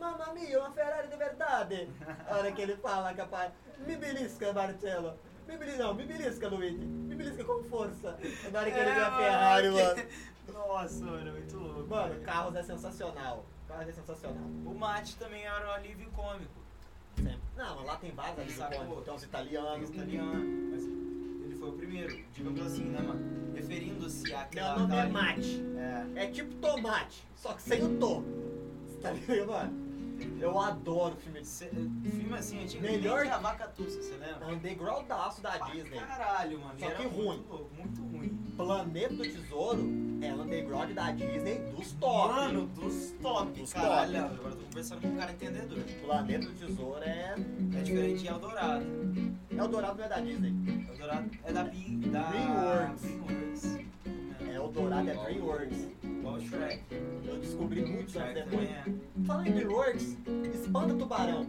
Speaker 1: Mamma mia, uma Ferrari de verdade! A hora que ele fala, capaz. Me belisca, Marcello. Me belisca, não, me belisca, Luigi. Me belisca com força. Na hora que
Speaker 4: É,
Speaker 1: ele vê a Ferrari, mano.
Speaker 4: Nossa, mano, é muito louco.
Speaker 1: Mano,
Speaker 4: velho.
Speaker 1: Carros é sensacional. Carros é sensacional.
Speaker 4: O Mate também era um alívio cômico.
Speaker 1: Sempre. Não, mas lá tem
Speaker 4: Ah,
Speaker 1: vários ali,
Speaker 4: Sacou?
Speaker 1: então os italianos.
Speaker 4: italiano. Mas ele foi o primeiro, digamos assim, né, mano? Referindo-se àquela.
Speaker 1: Meu nome é
Speaker 4: aquela-
Speaker 1: Mate.
Speaker 4: É.
Speaker 1: É tipo tomate, só que sem o to. Você tá ligado, mano? Eu adoro filme de
Speaker 4: Cê- filme assim, antigo.
Speaker 1: Melhor-
Speaker 4: que a vaca tussa, você lembra?
Speaker 1: undergroundaço da
Speaker 4: Pra
Speaker 1: Disney.
Speaker 4: Caralho, mano.
Speaker 1: Só
Speaker 4: e era
Speaker 1: que
Speaker 4: muito
Speaker 1: ruim.
Speaker 4: louco, muito ruim.
Speaker 1: Planeta do Tesouro é underground da Disney dos top.
Speaker 4: Mano, dos top,
Speaker 1: Dos
Speaker 4: caralho.
Speaker 1: top.
Speaker 4: Agora eu tô conversando com um cara entendedor.
Speaker 1: Planeta do Tesouro é.
Speaker 4: É diferente de Eldorado.
Speaker 1: É o Dourado não é da Disney.
Speaker 4: Eldorado é da Big. Da
Speaker 1: Dreamworks.
Speaker 4: Dreamworks.
Speaker 1: É o Dourado é Dreamworks.
Speaker 4: Igual o Shrek.
Speaker 1: Eu descobri
Speaker 4: O
Speaker 1: muitos anos
Speaker 4: Shrek também
Speaker 1: depois.
Speaker 4: é.
Speaker 1: Falando em Dreamworks, espanta tubarão.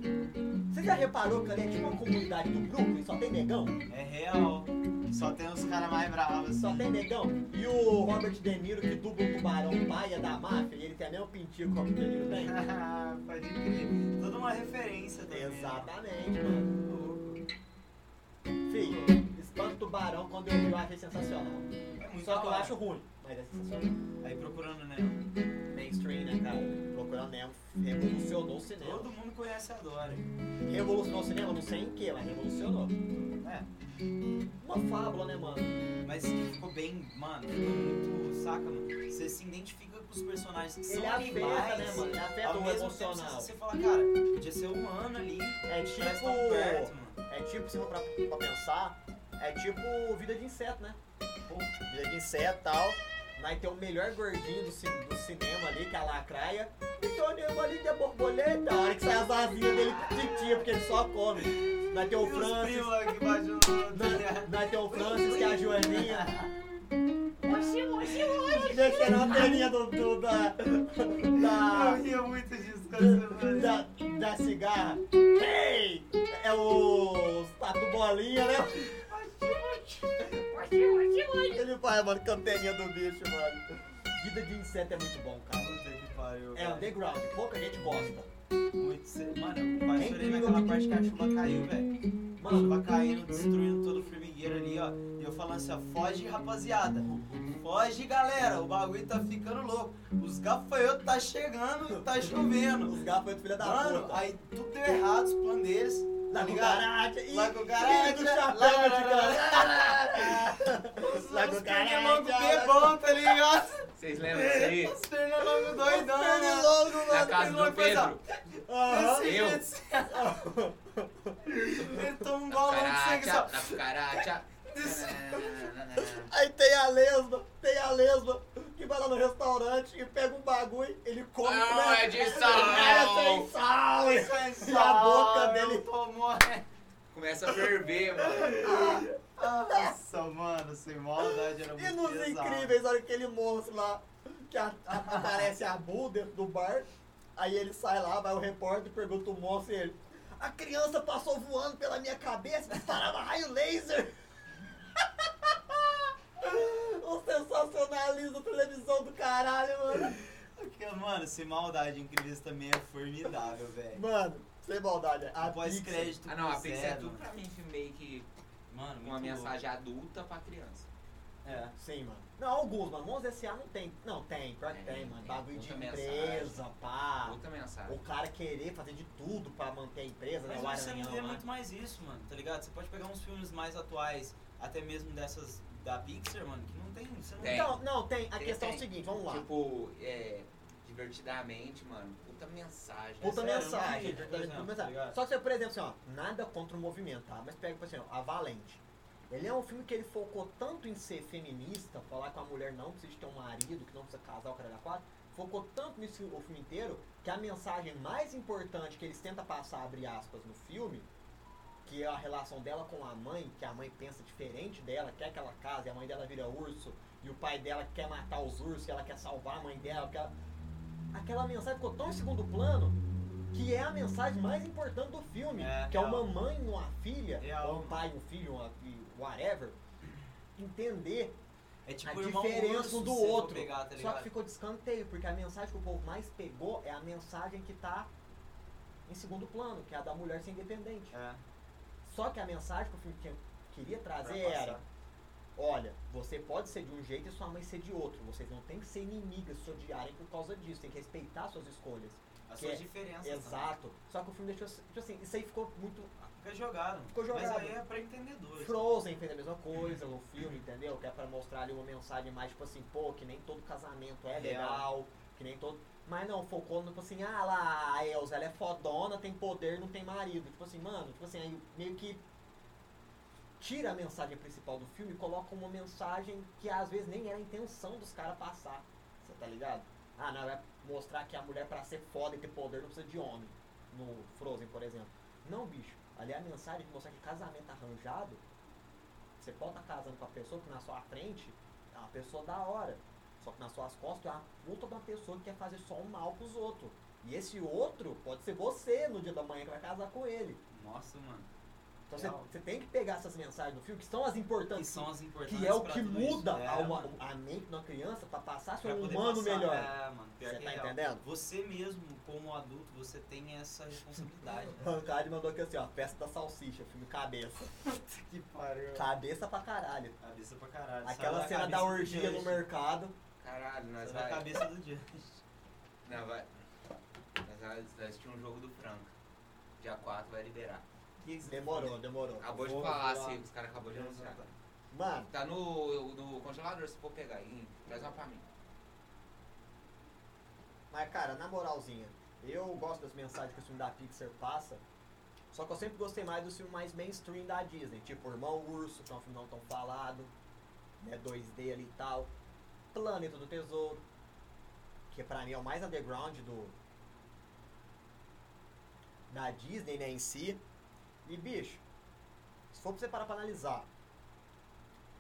Speaker 1: Você já reparou que ali é tipo uma comunidade do Brooklyn, só tem negão?
Speaker 4: É real. Só tem os caras mais bravos.
Speaker 1: Só tem negão. E o Robert De Niro, que dubla o tubarão paia da máfia, e ele tem a mesma pintinha que o Robert De Niro tem.
Speaker 4: Pode crer. Toda uma referência também.
Speaker 1: Exatamente, mano.
Speaker 4: Louco.
Speaker 1: Fih, espanto tubarão quando eu vi eu achei sensacional.
Speaker 4: É muito
Speaker 1: Só que eu
Speaker 4: da hora.
Speaker 1: acho ruim, mas é sensacional.
Speaker 4: Aí procurando, né?
Speaker 1: Mainstream, né, cara? Procurando Nemo revolucionou o cinema.
Speaker 4: Todo mundo conhece a Dory.
Speaker 1: Revolucionou o cinema, não sei em que, mas revolucionou. É. Uma fábula, né, mano?
Speaker 4: Mas que ficou bem, mano, ficou muito, saca, mano? Você se identifica com os personagens que
Speaker 1: Ele
Speaker 4: são
Speaker 1: afeta,
Speaker 4: animais.
Speaker 1: né, mano? Ele afeta
Speaker 4: Ao
Speaker 1: o
Speaker 4: mesmo tempo,
Speaker 1: emocional.
Speaker 4: você fala, cara, podia ser humano ali,
Speaker 1: É
Speaker 4: mas tão perto,
Speaker 1: tipo.
Speaker 4: mano.
Speaker 1: É tipo, se for pra, pra pensar, é tipo vida de inseto, né? Pô, vida de inseto e tal. Vai ter o melhor gordinho do, ci- do cinema ali, que é a lacraia. E tem o nego ali que é borboleta. A hora que sai as asinhas dele, titia, porque ele só come. Vai ter o
Speaker 4: E os
Speaker 1: Francis.
Speaker 4: primos lá que batem no-
Speaker 1: Vai- Vai ter o Francis, que é a Joaninha.
Speaker 5: Oxi, oxi, oxi.
Speaker 1: Deixando a perninha do, do, da, da,
Speaker 4: Eu ria muito disso quando você fazia.
Speaker 1: da. Da cigarra. Ei! É o. os Tatu bolinha, né?
Speaker 5: Oxi, oxi, oxi.
Speaker 1: Ele faz, mano, campainha do bicho, mano. Vida de inseto é muito bom, cara.
Speaker 4: Puta que pariu.
Speaker 1: É
Speaker 4: velho.
Speaker 1: underground, pouca gente gosta.
Speaker 4: Muito sério. Mano, eu quase
Speaker 1: É
Speaker 4: chorei
Speaker 1: incrível.
Speaker 4: naquela parte que a chuva caiu, velho. A
Speaker 1: Mano,
Speaker 4: chuva caindo, destruindo todo o formigueiro ali, ó. E eu falando assim, ó, foge, rapaziada. Foge, galera. O bagulho tá ficando louco. Os gafanhotos tá chegando e tá chovendo.
Speaker 1: os gafanhotos filha da
Speaker 4: Mano,
Speaker 1: puta.
Speaker 4: aí tudo deu errado, os planos deles.
Speaker 1: Lá
Speaker 4: tá
Speaker 1: com
Speaker 4: ligado?
Speaker 1: garagem, ih,
Speaker 4: Lá com
Speaker 1: ih,
Speaker 4: garagem,
Speaker 1: do
Speaker 4: lá,
Speaker 1: chapéu
Speaker 4: lá,
Speaker 1: de
Speaker 4: lá, lá,
Speaker 1: garagem.
Speaker 4: Os,
Speaker 1: Lá com
Speaker 4: os pernilongos
Speaker 1: garagem,
Speaker 4: bebão, tá ligado?
Speaker 3: Vocês lembram disso aí?
Speaker 4: Os pernilongos doidão, né?
Speaker 1: Pernilongo,
Speaker 3: Na
Speaker 1: mano.
Speaker 3: casa do
Speaker 4: pernilongo fez, ó.
Speaker 3: Pedro.
Speaker 1: Aham.
Speaker 4: Desse
Speaker 3: Eu?
Speaker 4: jeito, assim, ó. Ele toma um golão de sangue
Speaker 3: Caraca,
Speaker 4: só.
Speaker 3: na cucaracha.
Speaker 4: Desse-
Speaker 1: Aí tem a lesma, tem a lesma que vai lá no restaurante e pega um bagulho, ele come.
Speaker 3: Não,
Speaker 1: né?
Speaker 3: é de sal.
Speaker 1: É sem sal!
Speaker 4: E
Speaker 1: a boca dele-
Speaker 4: tomou.
Speaker 3: Começa a ferver, mano.
Speaker 4: Nossa, mano, sem maldade era muito
Speaker 1: E nos
Speaker 4: pesado.
Speaker 1: incríveis, olha aquele monstro lá, que a- a- aparece a Bull dentro do bar, aí ele sai lá, vai o repórter, pergunta o monstro e ele. A criança passou voando pela minha cabeça, disparava raio laser! o sensacionalismo da televisão do caralho, mano!
Speaker 4: Porque, mano, sem maldade incríveis também é formidável, velho.
Speaker 1: Mano, sem maldade, a Pixar-
Speaker 4: Pós-crédito.
Speaker 3: Ah não, a
Speaker 4: com
Speaker 3: Pixar é
Speaker 4: zero.
Speaker 3: tudo pra mim filme meio que
Speaker 4: Mano, muito
Speaker 3: uma mensagem
Speaker 4: louco.
Speaker 3: adulta pra criança.
Speaker 4: É.
Speaker 1: Sim, mano. Não, alguns, mano. Monza SA não tem. Não, tem, pior que
Speaker 3: Tem,
Speaker 1: tem, mano.
Speaker 3: tem
Speaker 1: Bagulho de
Speaker 3: muita
Speaker 1: empresa, pá.
Speaker 3: Outra
Speaker 1: O
Speaker 3: mensagem.
Speaker 1: cara querer fazer de tudo pra manter a empresa, né?
Speaker 4: Mas
Speaker 1: O
Speaker 4: você não vê
Speaker 1: Aranhão, né?
Speaker 4: muito mais isso, mano, tá ligado? Você pode pegar uns filmes mais atuais, até mesmo dessas da Pixar, mano, que não tem. Você não
Speaker 3: Tem.
Speaker 1: Então, não, tem. A
Speaker 3: Tem,
Speaker 1: questão é o
Speaker 3: tem.
Speaker 1: seguinte, vamos lá.
Speaker 3: Tipo, é. Divertidamente, mano. Puta mensagem.
Speaker 1: Puta
Speaker 4: sério,
Speaker 1: mensagem.
Speaker 4: eu não vi, por exemplo,
Speaker 1: puta mensagem.
Speaker 4: tá ligado?
Speaker 1: Só que você, por exemplo, assim, ó, nada contra o movimento, tá? Mas pega, por exemplo, a Valente. Ele é um filme que ele focou tanto em ser feminista, falar que a mulher não precisa ter um marido, que não precisa casar, o cara da quatro. Focou tanto nisso o filme inteiro, que a mensagem mais importante que eles tentam passar, abre aspas, no filme, que é a relação dela com a mãe, que a mãe pensa diferente dela, quer que ela case, a mãe dela vira urso, e o pai dela quer matar os ursos, que ela quer salvar a mãe dela, que ela- aquela mensagem ficou tão em segundo plano que é a mensagem mais importante do filme,
Speaker 4: É,
Speaker 1: que é uma
Speaker 4: real.
Speaker 1: mãe e uma filha,
Speaker 4: Real.
Speaker 1: ou um pai e um filho, uma, e whatever, entender
Speaker 4: É tipo
Speaker 1: a
Speaker 4: o irmão
Speaker 1: diferença
Speaker 4: urso,
Speaker 1: do
Speaker 4: se for
Speaker 1: outro.
Speaker 4: Pegar, tá
Speaker 1: Só
Speaker 4: ligado?
Speaker 1: que ficou de escanteio, porque a mensagem que o povo mais pegou é a mensagem que tá em segundo plano, que é a da mulher ser independente.
Speaker 4: É.
Speaker 1: Só que a mensagem que o filme tinha- queria trazer
Speaker 4: Pra
Speaker 1: era:
Speaker 4: passar.
Speaker 1: olha, você pode ser de um jeito e sua mãe ser de outro. Vocês não têm que ser inimigas, se odiarem por causa disso. Tem que respeitar suas escolhas.
Speaker 4: As
Speaker 1: que
Speaker 4: suas
Speaker 1: é-
Speaker 4: diferenças. né?
Speaker 1: Exato. Só que o filme deixou. Tipo assim, isso aí ficou muito.
Speaker 4: Também. Fica jogado.
Speaker 1: Ficou jogado.
Speaker 4: Mas aí é pra entendedores.
Speaker 1: Frozen fez a mesma coisa no filme, entendeu? Que é pra mostrar ali uma mensagem mais, tipo assim, pô, que nem todo casamento é
Speaker 4: Real.
Speaker 1: legal, que nem todo. Mas não, focou no tipo assim, ah lá, a Elsa, ela é fodona, tem poder, não tem marido. Tipo assim, mano, tipo assim, aí meio que tira a mensagem principal do filme e coloca uma mensagem que às vezes nem era a intenção dos caras passar. Você tá ligado? Ah, não, vai mostrar que a mulher pra ser foda e ter poder não precisa de homem. No Frozen, por exemplo. Não, bicho. Ali é a mensagem de mostrar que casamento arranjado, você pode estar casando com a pessoa que na sua frente é uma pessoa da hora. Só que nas suas costas é uma puta de uma pessoa que quer fazer só um mal pros outros. E esse outro pode ser você no dia da manhã que vai casar com ele.
Speaker 4: Nossa, mano.
Speaker 1: Então você,
Speaker 4: Real.
Speaker 1: você tem que pegar essas mensagens do filme, que são as
Speaker 4: Que
Speaker 1: importantes.
Speaker 4: são as importantes
Speaker 1: que é o
Speaker 4: pra
Speaker 1: que
Speaker 4: tudo
Speaker 1: muda
Speaker 4: isso. É,
Speaker 1: a, uma-
Speaker 4: mano.
Speaker 1: a mente de uma criança pra passar a ser
Speaker 4: Pra
Speaker 1: um
Speaker 4: poder
Speaker 1: humano
Speaker 4: passar-
Speaker 1: melhor.
Speaker 4: É, mano. Pior
Speaker 1: Você
Speaker 4: que
Speaker 1: tá
Speaker 4: é real.
Speaker 1: entendendo?
Speaker 4: Você mesmo, como adulto, você tem essa responsabilidade. né?
Speaker 1: Pancari mandou aqui assim, ó, festa da salsicha, filme cabeça.
Speaker 4: que pariu.
Speaker 1: Cabeça pra caralho.
Speaker 4: Cabeça pra caralho.
Speaker 1: Aquela
Speaker 4: Saiu
Speaker 1: cena da
Speaker 4: é cabeça do
Speaker 1: orgia no
Speaker 4: Just.
Speaker 1: mercado.
Speaker 3: Caralho, nós
Speaker 4: Saiu da
Speaker 3: vai.
Speaker 4: cabeça do Just.
Speaker 3: Não, vai. Nós vai nós vai assistir um jogo do Franca. Dia 4 vai liberar.
Speaker 4: Que que você
Speaker 1: Demorou, demorou.
Speaker 3: Acabou de
Speaker 1: Vou-
Speaker 3: falar,
Speaker 1: vou lá.
Speaker 3: assim, os caras acabou de anunciar.
Speaker 1: Mano,
Speaker 3: Tá no, no congelador, se for pegar aí, traz uma pra mim.
Speaker 1: mas cara, na moralzinha, eu gosto das mensagens que o filme da Pixar passa. Só que eu sempre gostei mais dos filmes mais mainstream da Disney. Tipo, Irmão Urso, que é um filme não tão falado. Né, 2D ali e tal. Planeta do Tesouro. Que pra mim é o mais underground do... Da Disney, né, em si. E, bicho, se for pra você parar pra analisar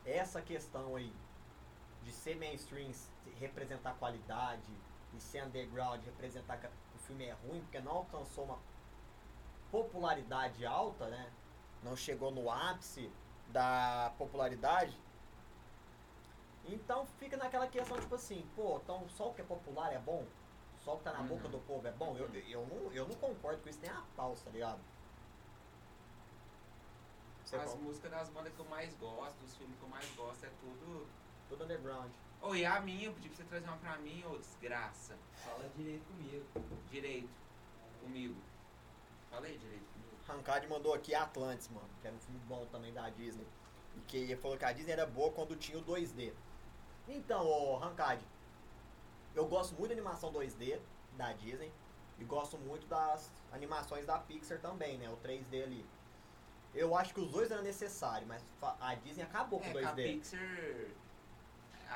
Speaker 1: essa questão aí de ser mainstream, se representar qualidade, e ser underground, representar que o filme é ruim, porque não alcançou uma popularidade alta, né? Não chegou no ápice da popularidade. Então fica naquela questão, tipo assim, pô, então só o que é popular é bom? Só o que tá na
Speaker 3: Uhum.
Speaker 1: boca do povo é bom? Eu, eu, não, eu não concordo com isso, tem a pausa, tá ligado? Você
Speaker 3: As
Speaker 1: con-
Speaker 3: músicas das bandas que eu mais gosto, os filmes que eu mais gosto, é tudo.
Speaker 1: Tudo underground.
Speaker 3: Ô, e a minha, eu pedi pra você trazer uma pra mim, ô, desgraça.
Speaker 2: Fala direito comigo.
Speaker 3: Direito. Comigo. Falei direito comigo.
Speaker 1: Hankad mandou aqui Atlantis, mano, que era um filme bom também da Disney. E que ele falou que a Disney era boa quando tinha o 2D. Então, ô Hankad, eu gosto muito da animação 2D da Disney e gosto muito das animações da Pixar também, né? O 3D ali. Eu acho que os dois eram necessários, mas fa- a Disney acabou com o
Speaker 3: É, com a
Speaker 1: 2D.
Speaker 3: Pixar.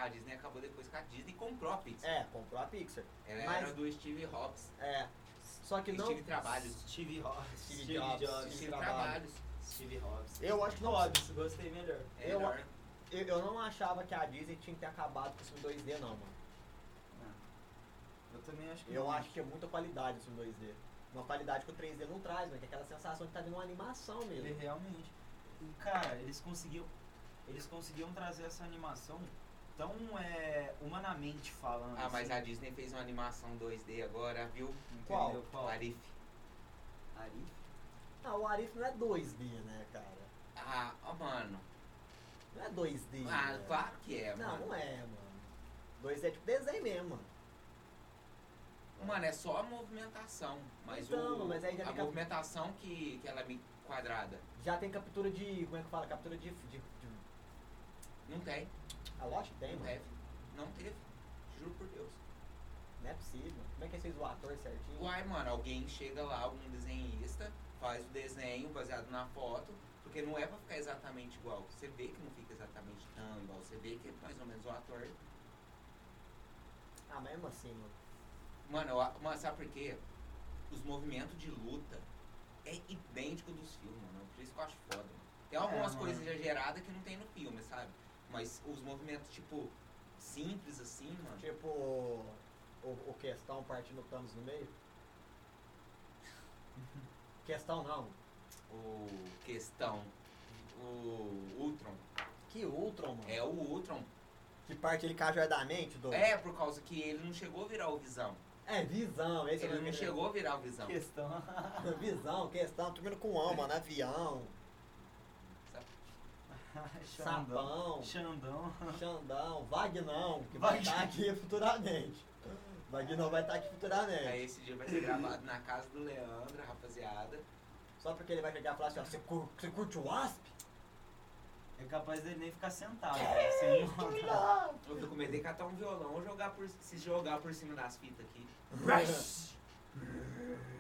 Speaker 3: A Disney acabou depois que a Disney comprou a Pixar.
Speaker 1: É, comprou a Pixar.
Speaker 3: Ela
Speaker 1: É, mas-
Speaker 3: era do Steve Hobbs.
Speaker 1: É. Só que não.
Speaker 3: Steve Trabalhos.
Speaker 4: Steve Hobbs.
Speaker 1: Steve Jobs. Steve
Speaker 3: Steve
Speaker 1: Trabalhos.
Speaker 3: Trabalhos.
Speaker 4: Steve Hobbs.
Speaker 1: Eu acho que não.
Speaker 4: Hobbs, gostei melhor.
Speaker 3: É,
Speaker 1: Eu-
Speaker 3: era-
Speaker 1: Eu, eu não achava que a Disney tinha que ter acabado com o filme 2D, não, mano.
Speaker 4: Eu também acho que
Speaker 1: Eu
Speaker 4: não.
Speaker 1: acho que é muita qualidade esse 2D. Uma qualidade que o 3D não traz, né? Que é aquela sensação de estar vendo uma animação
Speaker 4: Ele
Speaker 1: mesmo.
Speaker 4: realmente. E, cara, eles conseguiam. Eles conseguiam trazer essa animação tão é, humanamente falando.
Speaker 1: é
Speaker 3: Ah, mas
Speaker 4: assim,
Speaker 3: a Disney fez uma animação 2D agora, viu?
Speaker 4: entendeu?
Speaker 1: Qual?
Speaker 4: Qual?
Speaker 3: Arif.
Speaker 4: Ari?
Speaker 1: Ah, o Arif não é 2D, né, cara?
Speaker 3: Ah, ó, mano.
Speaker 1: Não é 2D.
Speaker 3: Ah,
Speaker 1: né?
Speaker 3: claro que é,
Speaker 1: Não,
Speaker 3: mano.
Speaker 1: não é, mano. 2D é tipo desenho mesmo, mano.
Speaker 3: Mano, é só a movimentação. Mas
Speaker 1: Então,
Speaker 3: o,
Speaker 1: mas aí já
Speaker 3: a
Speaker 1: fica-
Speaker 3: movimentação que, que ela é meio quadrada.
Speaker 1: Já tem captura de. Como é que fala? Captura de. de, de...
Speaker 3: Não tem.
Speaker 1: Ah, lógico que tem,
Speaker 3: não
Speaker 1: mano.
Speaker 3: teve. Não teve. Juro por Deus.
Speaker 1: Não é possível. Como é que vocês o ator certinho?
Speaker 3: Uai, mano, alguém chega lá, algum desenhista, faz o desenho baseado na foto, porque não é pra ficar exatamente igual. Você vê que não fica exatamente tão igual. Você vê que é mais ou menos o ator.
Speaker 1: Ah, mas mesmo assim, mano.
Speaker 3: Mano, eu a- mas sabe por quê? Os movimentos de luta é idêntico dos filmes, mano. Por isso que eu acho foda, mano. Tem
Speaker 1: É,
Speaker 3: algumas
Speaker 4: mano.
Speaker 3: coisas exageradas que não tem no filme, sabe? Mas os movimentos, tipo, simples assim, mano.
Speaker 1: Tipo. O, o questão partindo o Thanos no meio? questão não.
Speaker 3: O questão. O Ultron.
Speaker 1: Que Ultron, mano.
Speaker 3: É o Ultron.
Speaker 1: que parte ele cajardamente do.
Speaker 3: É, por causa que ele não chegou a virar o Visão.
Speaker 1: É, visão, esse é
Speaker 3: Ele
Speaker 1: o
Speaker 3: não
Speaker 1: nome
Speaker 3: chegou a virar o Visão.
Speaker 2: Questão.
Speaker 1: dele. Visão, questão, tô vindo com alma, né? avião,
Speaker 4: Xandão.
Speaker 1: sapão,
Speaker 4: Xandão.
Speaker 1: Xandão, Vagnão, que vai
Speaker 4: Vagnão.
Speaker 1: estar aqui futuramente. Vagnão vai estar aqui
Speaker 3: Aí
Speaker 1: futuramente.
Speaker 3: esse dia vai ser gravado na casa do Leandro, rapaziada.
Speaker 1: Só porque ele vai chegar e falar assim, ó, você cur- você curte o Asp?
Speaker 4: É capaz dele nem ficar sentado. né? Assim, Sem maldade.
Speaker 3: Eu tô com medo de catar um violão e jogar por, se jogar por cima das fitas aqui.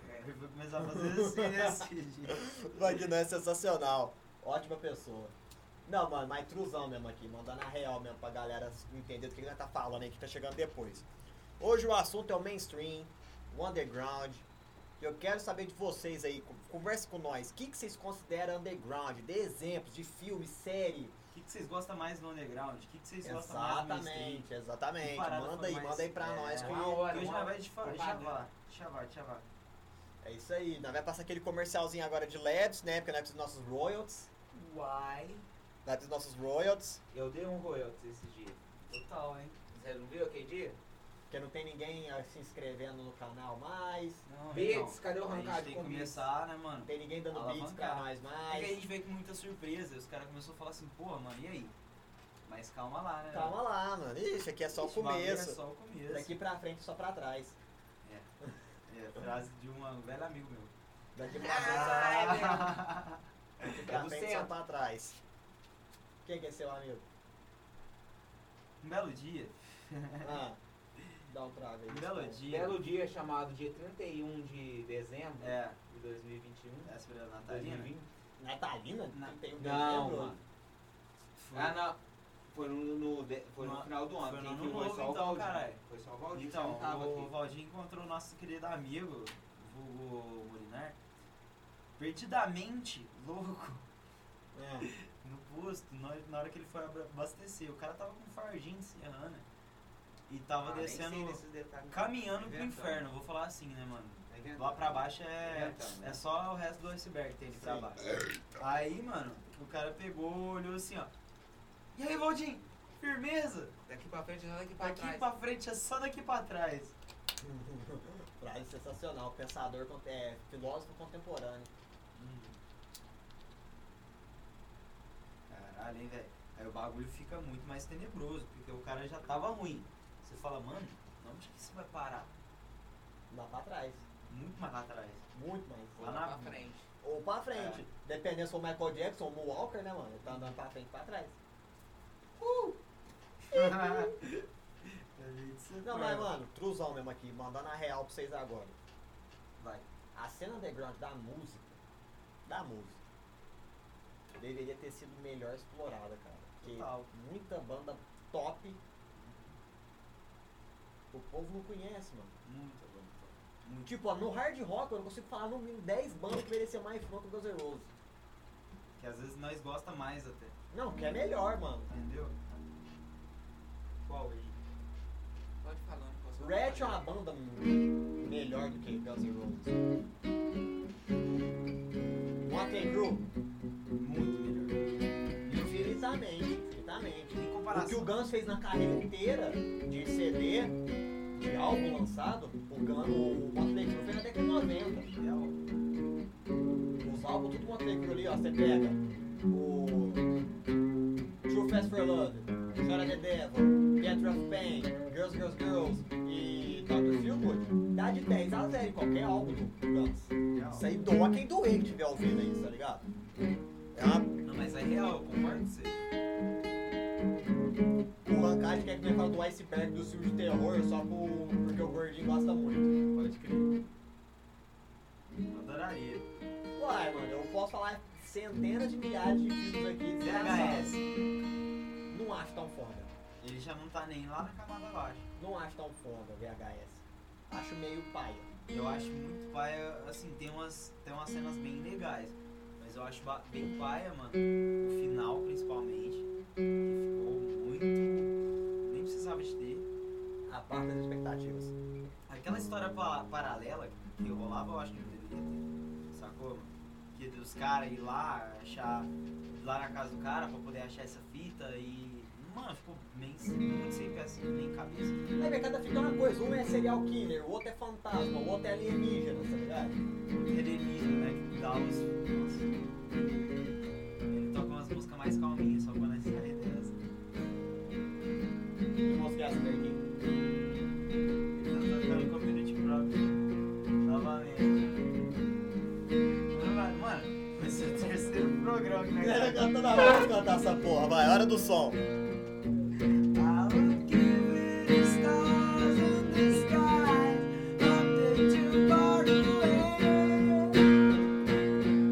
Speaker 4: É, Ele vai começar a fazer assim nesse dia.
Speaker 1: Vagnão é sensacional. Ótima pessoa. Não, mano, mas truzão mesmo aqui, mandando a real mesmo pra galera entender do que ele tá falando aí, que tá chegando depois. Hoje o assunto é o mainstream, o underground. E Eu quero saber de vocês aí, con- converse com nós. O que, que vocês consideram underground? Dê exemplos de filme, série.
Speaker 4: O que, que vocês gostam mais do underground? O que, que vocês gostam mais do mainstream?
Speaker 1: Exatamente, exatamente.
Speaker 4: Que parada
Speaker 1: Manda
Speaker 4: foi
Speaker 1: aí,
Speaker 4: mais-
Speaker 1: manda aí pra
Speaker 4: é,
Speaker 1: nós.
Speaker 3: uma
Speaker 1: Que...
Speaker 3: hora.
Speaker 4: Porque hoje
Speaker 3: uma
Speaker 4: nós vai de fa-
Speaker 3: propaganda.
Speaker 4: chavar, chavar, chavar.
Speaker 1: É isso aí. Nós vai passar aquele comercialzinho agora de Labs, né? Porque nós precisamos dos nossos royalties.
Speaker 3: Uai.
Speaker 1: Nós precisamos dos nossos royalties.
Speaker 3: Eu dei um royalties esse dia.
Speaker 4: Total, hein?
Speaker 3: Você não viu aquele dia?
Speaker 1: Porque não tem ninguém ah, se inscrevendo no canal mais.
Speaker 4: Não,
Speaker 3: Beats,
Speaker 4: então,
Speaker 3: cadê o
Speaker 4: a gente
Speaker 3: arrancado
Speaker 4: tem
Speaker 3: com
Speaker 4: que começar, né, mano?
Speaker 1: Não tem ninguém dando beats pra
Speaker 4: Alavancar.
Speaker 1: nós
Speaker 4: É que a
Speaker 1: mais.
Speaker 4: gente veio com muita surpresa. Os caras começaram a falar assim, pô, mano, e aí? Mas calma lá, né?
Speaker 1: Calma lá, mano. Isso aqui é só o
Speaker 4: Ixi, bagulho É
Speaker 1: começo.
Speaker 4: só o começo.
Speaker 1: Daqui pra frente, só pra trás.
Speaker 4: É, frase de um velho amigo meu.
Speaker 1: Daqui pra frente,
Speaker 3: Ah, é mesmo.
Speaker 1: só, daqui pra,
Speaker 3: do
Speaker 1: frente, só
Speaker 3: centro.
Speaker 1: pra trás. Quem que é seu amigo?
Speaker 4: um belo dia.
Speaker 1: Ah, dá um trago aí.
Speaker 4: Um belo
Speaker 1: desculpa.
Speaker 4: dia.
Speaker 3: Belo dia chamado dia 31 de dezembro
Speaker 4: É,
Speaker 3: de 2021.
Speaker 4: véspera da Natalina.
Speaker 3: 2020.
Speaker 1: Natalina?
Speaker 4: Na-
Speaker 1: 31 de
Speaker 3: Não,
Speaker 1: dezembro?
Speaker 3: mano.
Speaker 4: Foi.
Speaker 3: Ah, não. Foi no, no de- foi no
Speaker 4: No-
Speaker 3: final do ano.
Speaker 4: foi no
Speaker 3: Quem
Speaker 4: ano
Speaker 3: viu foi
Speaker 4: novo,
Speaker 3: só o
Speaker 4: então,
Speaker 3: Valdir.
Speaker 4: caralho.
Speaker 3: Foi só o Valdir que
Speaker 4: Então,
Speaker 3: não tava
Speaker 4: o
Speaker 3: aqui.
Speaker 4: Valdir encontrou o nosso querido amigo, vulgo Molinar, perdidamente louco
Speaker 1: É.
Speaker 4: no posto, na hora, na hora que ele foi abra- abastecer. O cara tava com um fardinho de serrana e tava
Speaker 3: Ah, nem sei
Speaker 4: descendo,
Speaker 3: desses detalhes.
Speaker 4: caminhando pro
Speaker 3: Inventando. Tá
Speaker 4: inferno, vou falar assim, né, mano?
Speaker 3: Inventando.
Speaker 4: Lá pra baixo é,
Speaker 3: Inventando, né?
Speaker 4: é só o resto do iceberg que tem ali pra
Speaker 1: Sim.
Speaker 4: baixo. Aí, mano, o cara pegou, olhou assim, ó. E aí, Valdir? Firmeza?
Speaker 3: Daqui pra frente, só daqui pra
Speaker 4: Daqui
Speaker 3: trás.
Speaker 4: pra frente é só daqui pra trás.
Speaker 1: Frase sensacional. Pensador, cont- é, filósofo contemporâneo.
Speaker 4: Caralho, hein, velho. Aí o bagulho fica muito mais tenebroso, porque o cara já tava ruim. Você fala, mano, onde que isso vai parar?
Speaker 1: Lá pra trás.
Speaker 4: Muito mais lá atrás.
Speaker 1: Muito mais.
Speaker 3: Foi
Speaker 4: Lá
Speaker 3: lá
Speaker 4: na-
Speaker 3: pra frente.
Speaker 1: Ou pra frente. Dependendo se for o Michael Jackson ou o Walker, né, mano? Ele tá andando pra frente e pra trás. Uh! Não, mas, Então mano, truzão mesmo aqui, mandando a real pra vocês agora.
Speaker 4: Vai.
Speaker 1: A cena underground da música, da música, deveria ter sido melhor explorada, cara. Porque
Speaker 4: Total.
Speaker 1: muita banda top, o povo não conhece, mano.
Speaker 4: Muito bom. Muito.
Speaker 1: Tipo, ó, no hard rock eu não consigo falar no mínimo 10 bandas que mereciam mais fã que o Guns N' Roses.
Speaker 4: Que às vezes nós gosta mais até.
Speaker 1: Não, que é melhor, mano.
Speaker 4: Entendeu? Qual aí?
Speaker 3: Pode falar, não posso falar.
Speaker 1: Ratchet é uma banda melhor do que Guns N' Roses. Motley Crue,
Speaker 4: Muito melhor.
Speaker 1: infinitamente, infinitamente.
Speaker 4: Em
Speaker 1: O que o
Speaker 4: comparação.
Speaker 1: Guns fez na carreira inteira de CD, de álbum lançado, o Guns, o Motley Crue fez na década de 90.
Speaker 4: Real.
Speaker 1: Os álbuns tudo Motley Crue ali, ó, você pega o True Fast for Love, Chora the Devil, Get Rough Pain, Girls, Girls, Girls e Dr. Feelgood, dá de 10 a 0 em qualquer álbum do Guns.
Speaker 4: real.
Speaker 1: Isso aí doa quem doer que tiver ouvindo isso, tá ligado? É uma
Speaker 4: Não, mas é real, eu concordo com você.
Speaker 1: o Rancard quer que nós fale do iceberg do filme de terror só por- porque o gordinho gosta muito.
Speaker 4: Pode crer. Eu adoraria.
Speaker 1: Uai, mano, eu posso falar centenas de milhares de filmes aqui desgraçados.
Speaker 4: VHS.
Speaker 1: Não acho tão foda.
Speaker 4: Ele já não tá nem lá na camada baixa.
Speaker 1: Não acho tão foda VHS. Acho meio paia.
Speaker 4: Eu acho muito paia, assim, tem umas, tem umas cenas bem legais. Mas eu acho ba- bem paia, mano. O final, principalmente. Que ficou muito. Nem precisava de ter.
Speaker 1: A parte das expectativas.
Speaker 4: Aquela história pa- paralela que rolava, eu acho que não deveria ter. Sacou? mano? Que dos caras ir lá, achar. ir lá na casa do cara pra poder achar essa fita e. Mano, ficou bem sem- muito sem peça, nem cabeça.
Speaker 1: Aí, velho, cada fica uma coisa. Um é serial killer, o outro é fantasma, o outro é alienígena, tá ligado?
Speaker 4: Redelismo, né? Que dá os. Nossa. Ele toca umas músicas mais calminhas, só quando essa sair dessa.
Speaker 1: Mostra essa daqui.
Speaker 4: Ele tá tocando community próprio. Novamente. Mano, vai- Mano, vai ser o terceiro programa né? que nós
Speaker 1: Galera, canta na hora de cantar essa porra, vai, hora do som.
Speaker 4: I would give it stars in the sky, not that too far away.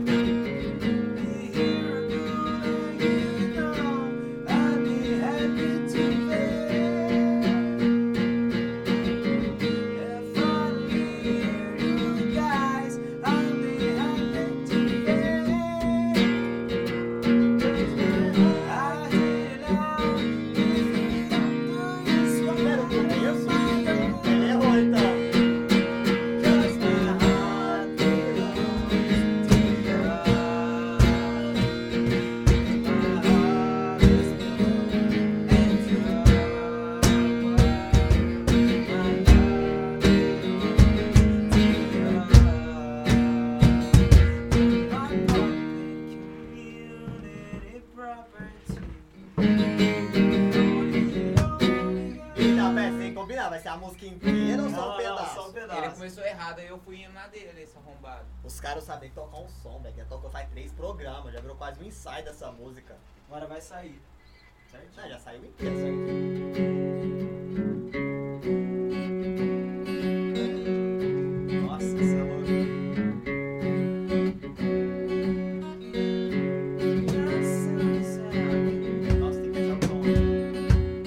Speaker 4: Be here again, you know, I'd be happy to play. If only you guys, I'd be happy to play. I hate it all.
Speaker 1: Primeiro começo, ele errou então. E não, pera, sem combinar, vai ser a música inteira ou só um pedaço?
Speaker 3: Ele começou errado, aí eu fui indo na dele, esse arrombado.
Speaker 1: Os caras sabem tocar um som, velho. que Tocou faz três programas, já virou quase um ensaio dessa música.
Speaker 4: Agora vai sair. Certo?
Speaker 1: Ah, já saiu inteiro, certo?
Speaker 4: Nossa, você é louco. Nossa, tem que achar o tom.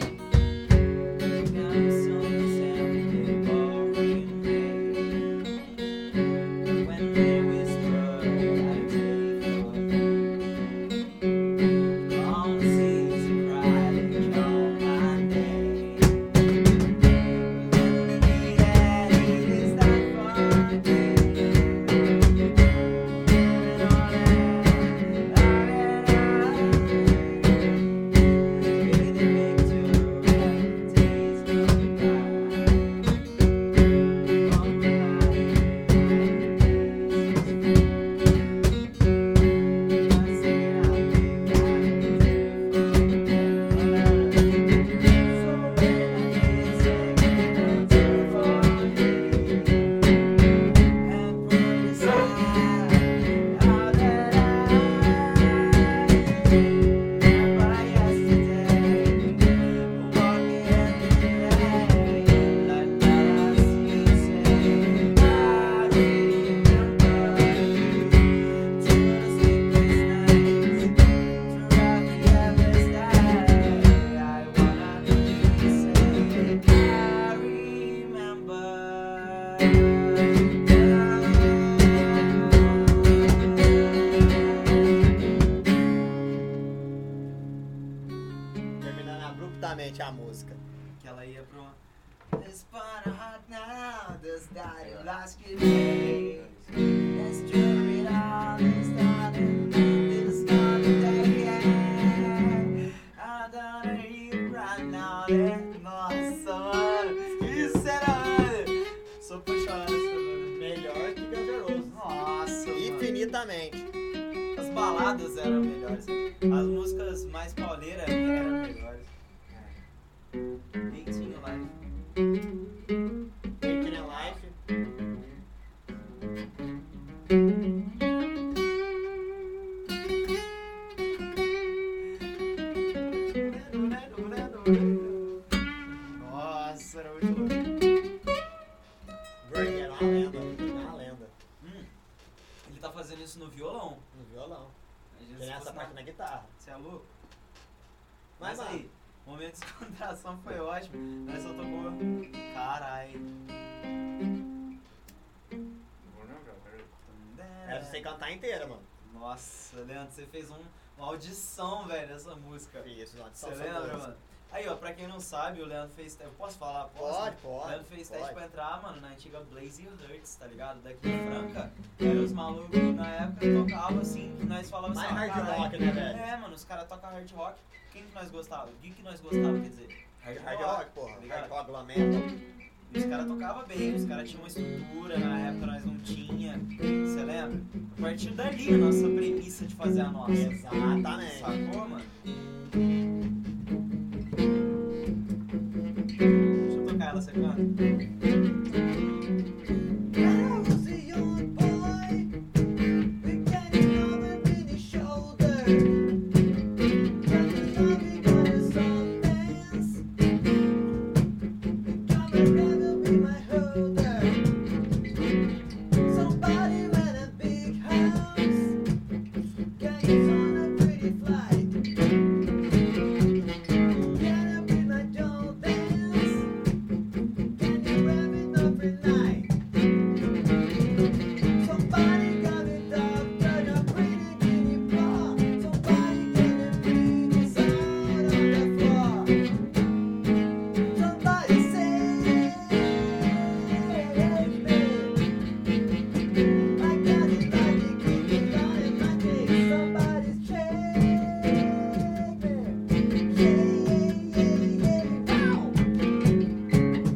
Speaker 1: Terminando abruptamente a música.
Speaker 4: Que ela ia pra uma. It's but a hot now, this daddy last day. Let's turn it on, let's start it, this morning day. I don't hear right now, né? Nossa, mano, isso era. mano. Sou puxado, mano.
Speaker 1: Melhor que Guns N' Roses.
Speaker 4: Nossa, mano.
Speaker 1: Infinitamente.
Speaker 4: As baladas eram melhores. As músicas mais pauleiras eram melhores. Leitinho lá.
Speaker 1: Take It Life.
Speaker 4: Nossa, era muito louco.
Speaker 1: Burger é uma lenda. É uma lenda.
Speaker 4: Ele tá fazendo isso no violão.
Speaker 1: No violão.
Speaker 4: Imagina se
Speaker 1: Tem essa
Speaker 4: fosse
Speaker 1: parte
Speaker 4: na-
Speaker 1: na guitarra.
Speaker 4: Você é louco?
Speaker 1: Mas,
Speaker 4: Mas
Speaker 1: mano,
Speaker 4: aí, o momento de descontração foi ótimo.
Speaker 1: Hum.
Speaker 4: Nós só tocou. Carai. é.
Speaker 1: eu sei é cantar inteira, mano.
Speaker 4: Nossa, Leandro, você fez um, uma audição, velho, dessa música.
Speaker 1: Isso, não,
Speaker 4: Você lembra, mano? Aí, ó, pra quem não sabe, o Leandro fez teste. Eu posso falar? Posso?
Speaker 1: Pode,
Speaker 4: O
Speaker 1: pode.
Speaker 4: Leandro fez teste pra
Speaker 1: pode.
Speaker 4: entrar, mano, na antiga Blaze Hertz, tá ligado? Daqui de Franca. Aí os malucos na época tocavam assim, que nós falávamos
Speaker 1: Mais
Speaker 4: assim, ó,
Speaker 1: hard
Speaker 4: "Caralho,
Speaker 1: rock, né, velho?
Speaker 4: É, mano, os caras tocam hard rock. Quem que nós gostava? O que que nós gostava, quer dizer?
Speaker 1: Hard rock, porra.
Speaker 4: Obrigado.
Speaker 1: Hard rock, lamento.
Speaker 4: E os caras tocavam bem, os caras tinham uma estrutura, na época nós não tinha, você lembra? A partir dali a nossa premissa de fazer a nossa.
Speaker 1: Exatamente.
Speaker 4: Sacou, mano? Deixa eu tocar ela, você canta?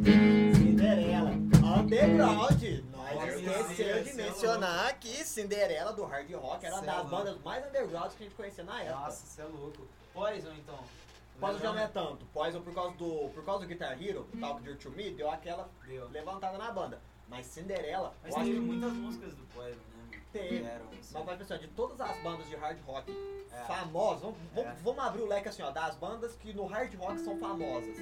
Speaker 1: Cinderela. Underground. Nós
Speaker 3: Underground,
Speaker 1: esqueceu de
Speaker 4: cê é
Speaker 1: mencionar que Cinderela do hard rock era
Speaker 4: Cê é
Speaker 1: das
Speaker 4: louco.
Speaker 1: bandas mais undergrounds que a gente conhecia na época.
Speaker 4: Nossa, você é louco. Poison, então.
Speaker 1: Poison já não é tanto. Poison, por causa do, por causa do Guitar Hero, Talk Dirt to Me, deu aquela
Speaker 4: Deu.
Speaker 1: levantada na banda. Mas Cinderela,
Speaker 4: Mas
Speaker 1: eu acho
Speaker 4: teve
Speaker 1: que
Speaker 4: muitas músicas do Poison, né, mano?
Speaker 1: Teve.
Speaker 4: Vieram, assim.
Speaker 1: Mas vai pessoal, de todas as bandas de hard rock
Speaker 4: É.
Speaker 1: famosas, vamos, vamos-
Speaker 4: É.
Speaker 1: vamos abrir o leque assim, ó, das bandas que no hard rock são famosas.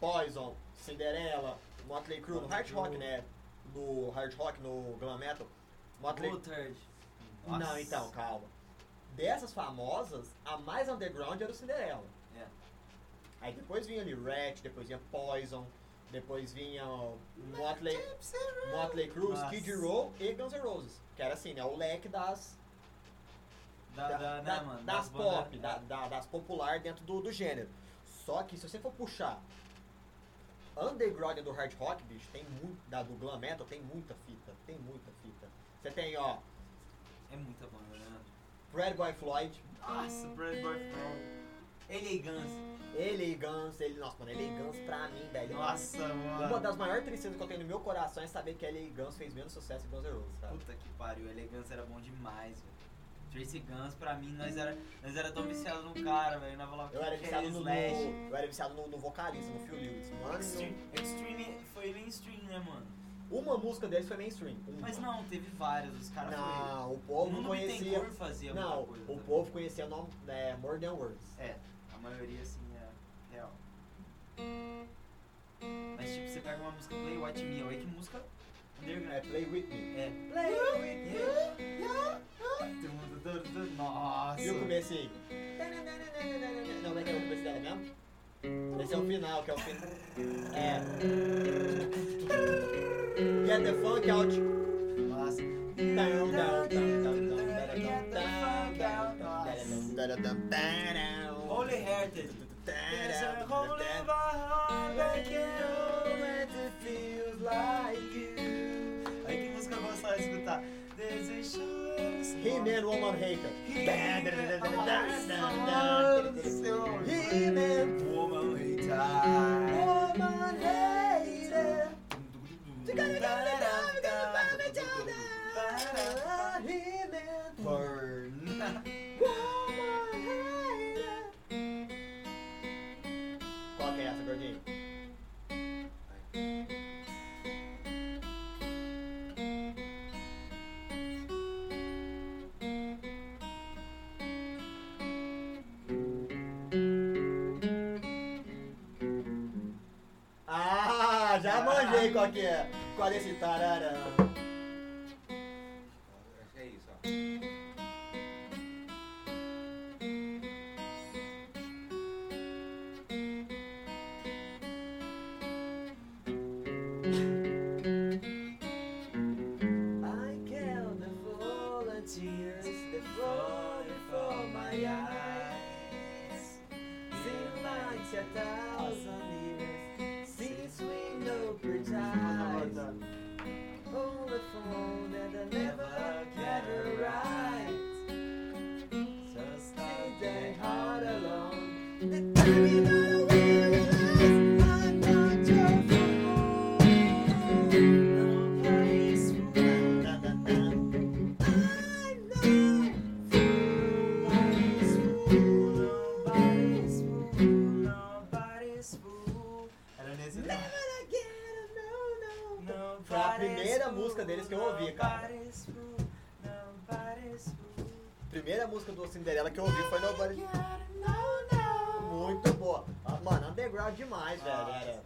Speaker 1: Poison, Cinderella, Motley Crue, no
Speaker 4: Motley
Speaker 1: hard rock,
Speaker 4: Crue.
Speaker 1: né? No hard rock, no glam metal. Motley
Speaker 4: Bullthard.
Speaker 1: Não, então, calma. Dessas famosas, a mais underground era o Cinderella.
Speaker 4: É.
Speaker 1: Aí depois vinha ali Rat, depois vinha Poison, depois vinha o Motley,
Speaker 3: é
Speaker 1: Motley Crue,
Speaker 4: Nossa.
Speaker 1: Skid Row e Guns N' Roses. Que era assim, né? O leque das,
Speaker 4: Da, da, né,
Speaker 1: da-
Speaker 4: mano?
Speaker 1: das
Speaker 4: bandas- né?
Speaker 1: pop, da- da- das popular dentro do, do gênero. Só que se você for puxar underground do hard rock, bicho, tem muito, da, do glam metal, tem muita fita, tem muita fita. Você tem, ó,
Speaker 4: É muita banda, né?
Speaker 1: Brad Boy Floyd,
Speaker 4: Nossa, Brad Boyfriend. Elegância.
Speaker 1: Elegância, ele, nossa, mano, elegância pra mim, velho.
Speaker 4: Nossa, mano.
Speaker 1: Uma das maiores tristezas que eu tenho no meu coração é saber que Elegância fez menos sucesso que Guns N' Roses, cara.
Speaker 4: Puta que pariu, Elegância era bom demais, velho. Tracy Guns, pra mim, nós era, nós era tão viciado no cara, velho. Nós falava
Speaker 1: Eu era
Speaker 4: que é
Speaker 1: viciado no,
Speaker 4: Slash.
Speaker 1: no- eu era viciado no, no vocalista, no Phil Lewis. Mano,
Speaker 4: Extreme, Extreme foi mainstream, né, mano?
Speaker 1: uma música deles foi mainstream. Uma.
Speaker 4: Mas não, teve várias, os caras foram.
Speaker 1: Uhum. Não, o
Speaker 4: O
Speaker 1: povo
Speaker 4: mundo
Speaker 1: conhecia.
Speaker 4: Bittencourt fazia
Speaker 1: Não,
Speaker 4: muita coisa.
Speaker 1: o
Speaker 4: também.
Speaker 1: povo conhecia o nome é, More Than Words.
Speaker 4: É, a maioria, assim, é real. Mas, tipo, você pega uma música Play Watch Me, olha que música
Speaker 1: É
Speaker 4: underground.
Speaker 1: Play With Me.
Speaker 4: É.
Speaker 1: Play With
Speaker 4: Nossa.
Speaker 1: Viu o comecinho? Não, não é que era o começo dela mesmo? Esse é o final, que é o final. É. Get the funk out.
Speaker 4: Nossa. Holy Heritage. There's a hole in my heart I can't hold and it feels like you. Ai, que música gostosa de escutar. There's a show in the sky.
Speaker 1: He-Man Woman Hater. He-Man Woman Hater. He-Man Woman Hater. Qual que é essa, gordinho? Ah, já manjei qual que é. Qual é esse tararão?
Speaker 3: Acho que é isso, ó.
Speaker 2: I count the volunteers that falling for my eyes. Seem mais.
Speaker 5: Oh, the phone that I never get her right.
Speaker 2: Just
Speaker 5: Stay
Speaker 2: stay
Speaker 5: hard
Speaker 2: hard
Speaker 5: alone.
Speaker 2: alone.
Speaker 5: The time you gotta realize I'm not your fool.
Speaker 2: No place for love.
Speaker 1: Na, na, na.
Speaker 5: I'm not
Speaker 2: Nobody's fool, nobody's fool, nobody's fool. Era nesse
Speaker 5: never again. No, no.
Speaker 2: Nobody's
Speaker 1: Foi a primeira
Speaker 2: fool,
Speaker 1: música deles que eu ouvi, cara.
Speaker 2: nobody's fool, nobody's fool.
Speaker 1: Primeira música do Cinderela que eu ouvi foi Nobody.
Speaker 5: Again, no, no.
Speaker 1: Muito boa. Ah, Mano, underground demais, velho.
Speaker 4: Ah,
Speaker 1: Era.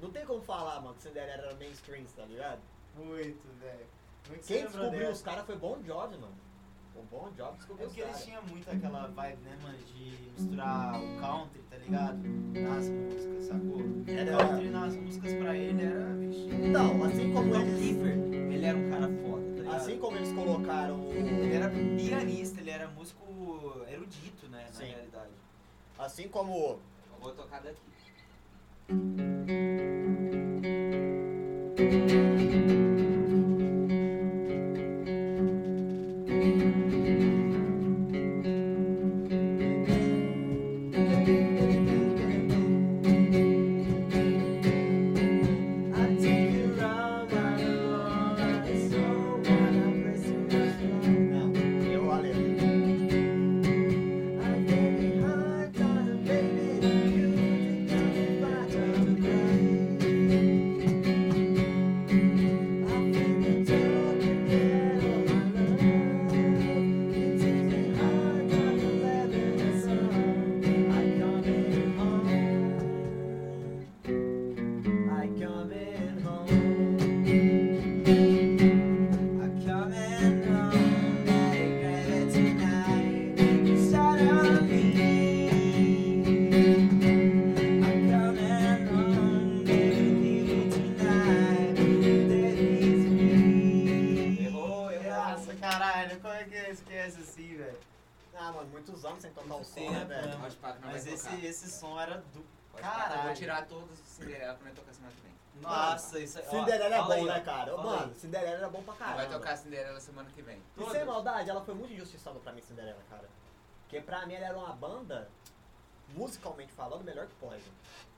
Speaker 1: Não tem como falar, mano, que Cinderela era mainstream, tá ligado?
Speaker 4: Muito, velho. Como é que você
Speaker 1: Quem
Speaker 4: lembrou
Speaker 1: descobriu
Speaker 4: dessa?
Speaker 1: os caras foi Bon Jovi, mano. O Bon Jovi
Speaker 4: É
Speaker 1: descobriu os
Speaker 4: porque eles
Speaker 1: caras.
Speaker 4: tinham muito aquela vibe, né, mano, de misturar o country, tá ligado? Nas músicas, sacou?
Speaker 1: Era-
Speaker 4: O country nas músicas pra ele era, vixi.
Speaker 1: Então, assim como
Speaker 4: Tom
Speaker 1: eles,
Speaker 4: Kiefer, ele era um cara foda, tá ligado?
Speaker 1: assim como eles colocaram
Speaker 4: Ele
Speaker 1: o,
Speaker 4: era pianista, ele era músico erudito, né,
Speaker 1: Sim.
Speaker 4: na realidade.
Speaker 1: assim como
Speaker 3: Eu vou tocar daqui.
Speaker 2: I take you round, round, round, round the circle, round the Christmas tree.
Speaker 1: não, eu a letra.
Speaker 2: I'm very hard on a baby, you think I'm a bother to play. I'm feeling talking again, my love. It takes me hard on a leather and some. I'm coming home. I coming home. I coming home. They grab it tonight. It's shot on me. I'm coming home. They need tonight. They need me.
Speaker 3: Errou, errou.
Speaker 4: Nossa, caralho, como é que eu esqueço assim, velho?
Speaker 1: Ah, mano, muitos anos sem tocar o
Speaker 4: Muito
Speaker 1: som,
Speaker 4: tempo,
Speaker 1: né,
Speaker 4: né?
Speaker 1: velho?
Speaker 3: Pode parar que não
Speaker 4: Mas
Speaker 3: vai
Speaker 4: esse,
Speaker 3: tocar.
Speaker 4: esse som era do
Speaker 3: Pode parar, Eu vou
Speaker 4: caralho.
Speaker 3: tirar todos os Cinderela pra não tocar semana que vem.
Speaker 4: Nossa, isso aí. ó,
Speaker 1: Cinderela é
Speaker 4: fala
Speaker 1: bom,
Speaker 4: aí, ó,
Speaker 1: né, cara? Ô,
Speaker 4: fala
Speaker 1: Mano,
Speaker 4: aí.
Speaker 1: Cinderela era bom pra
Speaker 3: Não
Speaker 1: caralho.
Speaker 3: vai tocar Cinderela semana que vem.
Speaker 1: E sem maldade, ela foi muito injustiçada pra mim, Cinderela, cara. Porque pra mim ela era uma banda, musicalmente falando, melhor que Poison.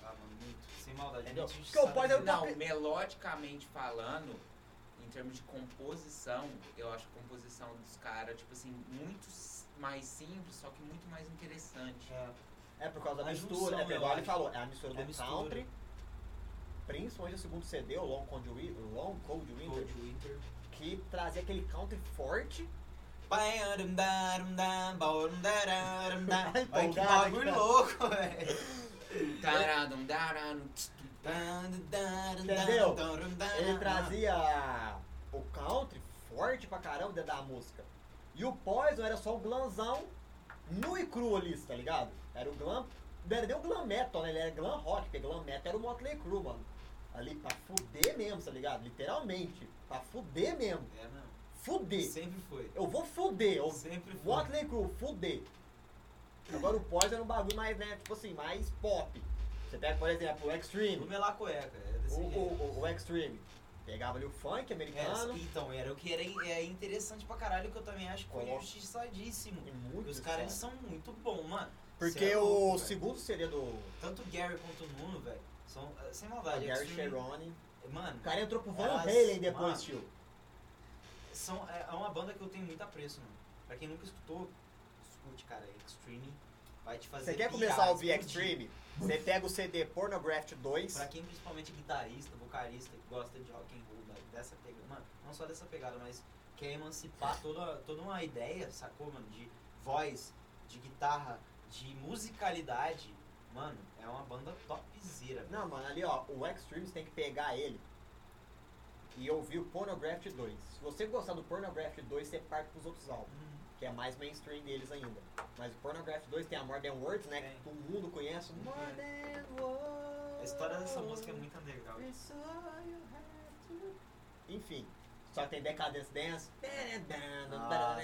Speaker 4: Ah, mano, muito. Sem maldade.
Speaker 1: Entendeu?
Speaker 4: gente
Speaker 1: Porque o
Speaker 4: sabe
Speaker 1: Poison é o
Speaker 4: que-
Speaker 1: top-
Speaker 3: Não, melodicamente falando, em termos de é composição, eu acho a composição dos caras, tipo assim, muito s- mais simples, só que muito mais interessante.
Speaker 4: É.
Speaker 1: É por causa da
Speaker 4: A
Speaker 1: mistura,
Speaker 4: junção,
Speaker 1: é
Speaker 4: eu
Speaker 1: igual ele
Speaker 4: acho.
Speaker 1: falou, é a mistura
Speaker 4: É
Speaker 1: do
Speaker 4: a mistura.
Speaker 1: country, principalmente o segundo CD, o Long Cold Winter, Long Cold Winter
Speaker 4: Cold Winter.
Speaker 1: que trazia aquele country forte.
Speaker 4: é Olha que
Speaker 1: Empolgado,
Speaker 4: bagulho
Speaker 1: cara.
Speaker 4: louco, velho.
Speaker 3: Taradum, daradum, tss, tum.
Speaker 1: Entendeu? Ele trazia o country forte pra caramba dentro da música. E o Poison era só o glanzão nu e cru ali, tá ligado? Era o glam, não era nem o glam metal, né? Ele era glam rock, porque glam metal era o Motley Crue, mano. Ali pra fuder mesmo, tá ligado? Literalmente, pra fuder mesmo.
Speaker 4: É, não.
Speaker 1: Fuder.
Speaker 4: Sempre foi.
Speaker 1: Eu vou fuder, eu
Speaker 4: Sempre foi.
Speaker 1: Motley Crue, fuder. Agora o Poison era um bagulho mais, né, tipo assim, mais pop. Você pega, por exemplo, o
Speaker 4: O
Speaker 1: Extreme.
Speaker 4: Melacueca. É
Speaker 1: O,
Speaker 4: desse jeito.
Speaker 1: o, o, o Extreme. Pegava ali o funk americano.
Speaker 4: É, então, era o que era é interessante pra caralho que eu também acho que foi
Speaker 1: Coloca.
Speaker 4: injustiçadíssimo.
Speaker 1: E muito
Speaker 4: Os caras eles
Speaker 1: só.
Speaker 4: são muito bons, mano. Cê
Speaker 1: Porque
Speaker 4: é
Speaker 1: o
Speaker 4: louco, velho.
Speaker 1: segundo CD do
Speaker 4: Tanto o Gary quanto o Nuno, velho, são. eh, Sem
Speaker 1: do
Speaker 4: maldade,
Speaker 1: Gary
Speaker 4: Extreme-
Speaker 1: Cherone.
Speaker 4: Mano,
Speaker 1: O cara entrou pro Van
Speaker 4: Elas-
Speaker 1: Halen depois,
Speaker 4: mano.
Speaker 1: tio.
Speaker 4: são, é é uma banda que eu tenho muito apreço, mano. Pra quem nunca escutou, escute, cara. é Extreme vai te fazer.
Speaker 1: Você quer
Speaker 4: pirar,
Speaker 1: começar a ouvir
Speaker 4: explodir.
Speaker 1: Extreme? Você pega o CD Pornograph 2.
Speaker 4: Pra quem principalmente é guitarrista, vocalista, que gosta de rock and roll, da- dessa pegada, mano, não só dessa pegada, mas quer emancipar toda, toda uma ideia, sacou, mano, de voz, de guitarra, de musicalidade, mano, é uma banda topzera, velho.
Speaker 1: Não, mano, ali ó, o Extreme você tem que pegar ele e ouvir o Pornograph 2. Se você gostar do Pornograph 2, você parte pros outros álbuns.
Speaker 4: Hum.
Speaker 1: que é mais mainstream deles ainda. Mas o Pornograph 2 tem a More Than Words, né? Que todo mundo conhece. More Than Words.
Speaker 4: É. Uhum. A história dessa música é muito legal.
Speaker 5: It's all you have to
Speaker 1: Enfim, só que tem Decadence Dance.
Speaker 4: Nossa.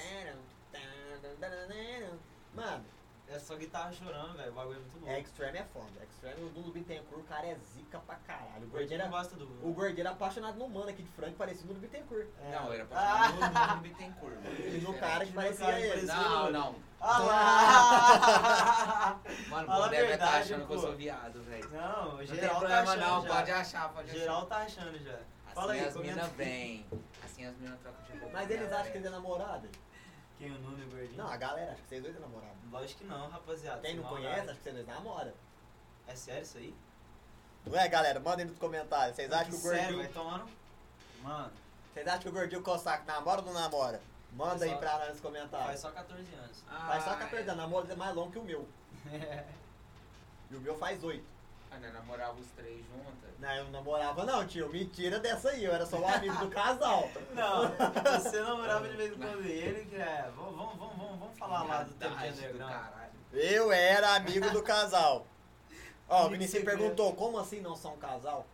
Speaker 1: Mano,
Speaker 4: É só guitarra chorando, velho. O bagulho é muito louco.
Speaker 1: É, Extreme é foda. Extreme, o Dudu Bittencourt, o cara é zica pra caralho. O
Speaker 4: o gordinho É.
Speaker 1: Gordeiro era,
Speaker 4: não gosta do
Speaker 1: o Gordeiro era apaixonado no mano aqui de Frank, parecia o Dudu Bittencourt.
Speaker 3: Não, era
Speaker 4: Ah,
Speaker 3: pra chamar no Bittencourt.
Speaker 1: E no
Speaker 3: Era-
Speaker 1: cara que
Speaker 4: é, No
Speaker 1: parecia
Speaker 4: cara que
Speaker 1: ele.
Speaker 4: parecia-
Speaker 3: É Não, não.
Speaker 4: Ah
Speaker 3: um
Speaker 4: lá!
Speaker 3: Mano, o
Speaker 4: Fala a
Speaker 3: povo deve estar
Speaker 4: verdade,
Speaker 3: achando que eu
Speaker 4: pô.
Speaker 3: sou viado, velho.
Speaker 4: não,
Speaker 3: Não tem
Speaker 4: geral tá
Speaker 3: problema
Speaker 4: achando
Speaker 3: não,
Speaker 4: já.
Speaker 3: pode achar, pode achar.
Speaker 4: Geral tá achando já. Fala
Speaker 3: Assim
Speaker 4: aí,
Speaker 3: as
Speaker 4: comenta.
Speaker 3: minas vêm. Assim as minas trocam de roupa.
Speaker 1: Mas eles acham que eles é namorado?
Speaker 4: Quem, o Nuno e o Gordinho?
Speaker 1: Não, a galera acha que vocês dois é namorado.
Speaker 4: Lógico que não, rapaziada.
Speaker 1: Quem
Speaker 4: sem
Speaker 1: não
Speaker 4: maldade.
Speaker 1: conhece, acha que vocês dois namoram.
Speaker 4: É sério isso aí?
Speaker 1: Ué, galera, mandem nos comentários. Vocês acham que o
Speaker 4: sério,
Speaker 1: Gordinho...
Speaker 4: vai tomar no... Mano,
Speaker 1: Vocês acham que o Gordinho Cossack namora ou não namora? Manda aí
Speaker 4: Pessoal,
Speaker 1: pra nós nos
Speaker 4: faz
Speaker 1: comentários.
Speaker 4: só 14 anos.
Speaker 3: Ah,
Speaker 1: Faz
Speaker 4: tá
Speaker 1: só 14 anos, namoro é mais longo que o meu.
Speaker 4: É.
Speaker 1: E o meu faz 8.
Speaker 3: Ah, né, namorava os três juntas.
Speaker 1: Não, eu não namorava não, tio. Mentira dessa aí. Eu era só o amigo do casal.
Speaker 4: Não, você namorava de vez em quando ele, que é... Vamos, vamos, vamos, vamos, vamos falar lá do tempo de
Speaker 3: Viadagem do
Speaker 4: underground.
Speaker 3: caralho.
Speaker 1: Eu era amigo do casal. Ó, o
Speaker 4: Amigo
Speaker 1: Vinicius
Speaker 4: secreto.
Speaker 1: perguntou, como assim não são um casal?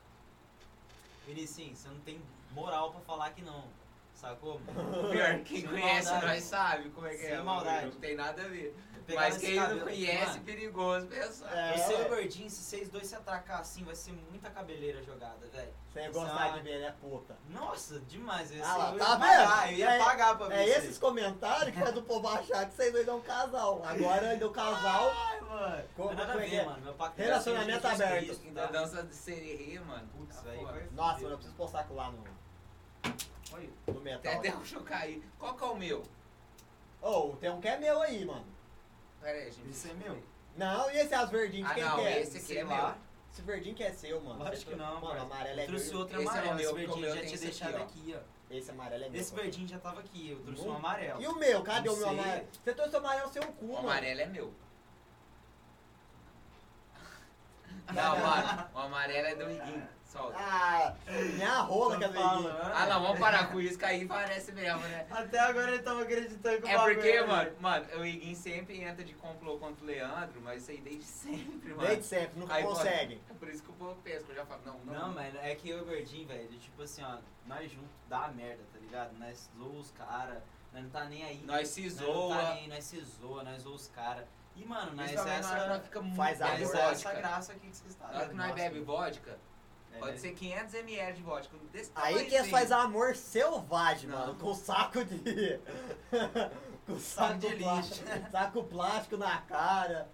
Speaker 4: Vinicius, você não tem moral pra falar que não, sacou? mano?
Speaker 3: Pior, quem
Speaker 4: Sem
Speaker 3: conhece
Speaker 4: maldade.
Speaker 3: nós sabe como é que
Speaker 4: Sem
Speaker 3: é. o bagulho,
Speaker 4: maldade.
Speaker 3: Não tem nada a ver.
Speaker 4: Pegar
Speaker 3: Mas
Speaker 4: esse
Speaker 3: quem não
Speaker 4: cabelo-
Speaker 3: conhece,
Speaker 4: Mano,
Speaker 3: perigoso, pessoal.
Speaker 1: É.
Speaker 4: Você e
Speaker 1: ué.
Speaker 4: o Gordinho, se vocês dois se atracar assim, vai ser muita cabeleira jogada, velho.
Speaker 1: Sem
Speaker 4: Isso
Speaker 1: gostar
Speaker 4: é uma-
Speaker 1: de ver, né, puta?
Speaker 4: Nossa, demais. Eu, ia
Speaker 1: Ah
Speaker 4: ser-
Speaker 1: lá,
Speaker 4: eu
Speaker 1: tá
Speaker 4: ia
Speaker 1: vendo?
Speaker 4: pagar, eu ia
Speaker 1: É-
Speaker 4: pagar pra ver
Speaker 1: É
Speaker 4: isso aí.
Speaker 1: esses comentários que faz o povo achar que vocês dois é um casal. Agora ainda o casal...
Speaker 4: Ai, mano.
Speaker 1: Como-
Speaker 4: Não é nada a
Speaker 1: como é que
Speaker 4: ver,
Speaker 1: é?
Speaker 4: mano. Meu pacto
Speaker 1: Relacionamento
Speaker 4: é Jesus
Speaker 1: aberto.
Speaker 4: Cristo,
Speaker 3: Da
Speaker 4: tá?
Speaker 3: dança de sererê, mano.
Speaker 4: Putz,
Speaker 3: Tá
Speaker 4: aí
Speaker 3: fora.
Speaker 4: vai-
Speaker 1: Nossa, mano, eu preciso postar aquilo lá no,
Speaker 4: Olha,
Speaker 1: no metal. né?
Speaker 3: Até
Speaker 4: É,
Speaker 3: até
Speaker 4: um-
Speaker 3: deixa eu cair. Qual que é o meu?
Speaker 1: Ô, tem um que é meu aí, mano.
Speaker 3: Pera aí, gente.
Speaker 4: Isso é meu?
Speaker 1: Não, e esse as verdinhos,
Speaker 3: Ah,
Speaker 1: quem
Speaker 3: não,
Speaker 1: que é?
Speaker 3: esse aqui
Speaker 4: Sei
Speaker 3: é
Speaker 4: lá.
Speaker 3: meu.
Speaker 1: Esse verdinho que é seu, mano.
Speaker 4: Lógico
Speaker 1: Esse-
Speaker 4: que
Speaker 1: Mano,
Speaker 4: não, parça.
Speaker 1: amarelo é
Speaker 4: Eu trouxe
Speaker 1: meu.
Speaker 4: outro
Speaker 3: Esse é o
Speaker 4: amarelo.
Speaker 3: meu,
Speaker 4: Esse
Speaker 3: porque o meu
Speaker 4: verdinho já
Speaker 3: tem
Speaker 4: tinha
Speaker 3: esse
Speaker 4: deixado
Speaker 3: aqui,
Speaker 4: aqui, ó.
Speaker 1: Esse amarelo é meu.
Speaker 4: Esse verdinho já tava aqui, eu trouxe
Speaker 1: Não.
Speaker 4: um amarelo.
Speaker 1: E o meu? Cadê o
Speaker 4: Não
Speaker 1: meu
Speaker 4: sei.
Speaker 1: amarelo? Você trouxe o amarelo seu cu,
Speaker 3: O
Speaker 1: mano.
Speaker 3: amarelo é meu. Não,
Speaker 1: Caralho.
Speaker 3: mano. O amarelo é do Iguinho. Solta.
Speaker 1: Ah, minha rola que é
Speaker 4: Tô falando.
Speaker 1: verdinho.
Speaker 3: Ah, não, vamos parar com isso, que aí parece mesmo, né?
Speaker 4: Até agora ele tava acreditando que o
Speaker 3: É porque,
Speaker 4: bagulho-
Speaker 3: mano, mano, o Iguinho sempre entra de complô contra o Leandro, mas isso aí desde sempre, mano.
Speaker 1: Desde sempre, nunca
Speaker 3: Aí, pô,
Speaker 1: consegue.
Speaker 3: É Por isso que o povo pensa, que eu já falo, não, não.
Speaker 4: Não, mano, é que eu e o Gordinho, velho, tipo assim, ó, nós juntos dá merda, tá ligado? Nós zoa os caras, nós não tá nem aí.
Speaker 3: Nós se
Speaker 4: Nós não tá
Speaker 3: zoa.
Speaker 4: nem aí, nós se zoa, nós zoa os caras. E, mano, nós é
Speaker 3: Principalmente na hora que nós
Speaker 4: essa,
Speaker 3: fica muito
Speaker 1: faz a
Speaker 4: nós
Speaker 1: vodka.
Speaker 4: é essa
Speaker 3: vodka.
Speaker 4: graça aqui que vocês tá estão
Speaker 3: Na hora que nós bebe vodka,
Speaker 4: É,
Speaker 3: pode
Speaker 4: né? é
Speaker 3: ser 500ml de vodka. Desse
Speaker 1: Aí que é
Speaker 3: tamanhozinho.
Speaker 1: faz amor selvagem,
Speaker 3: Não.
Speaker 1: mano. Com saco de. com saco
Speaker 4: Saco de
Speaker 1: plástico. Saco plástico na cara.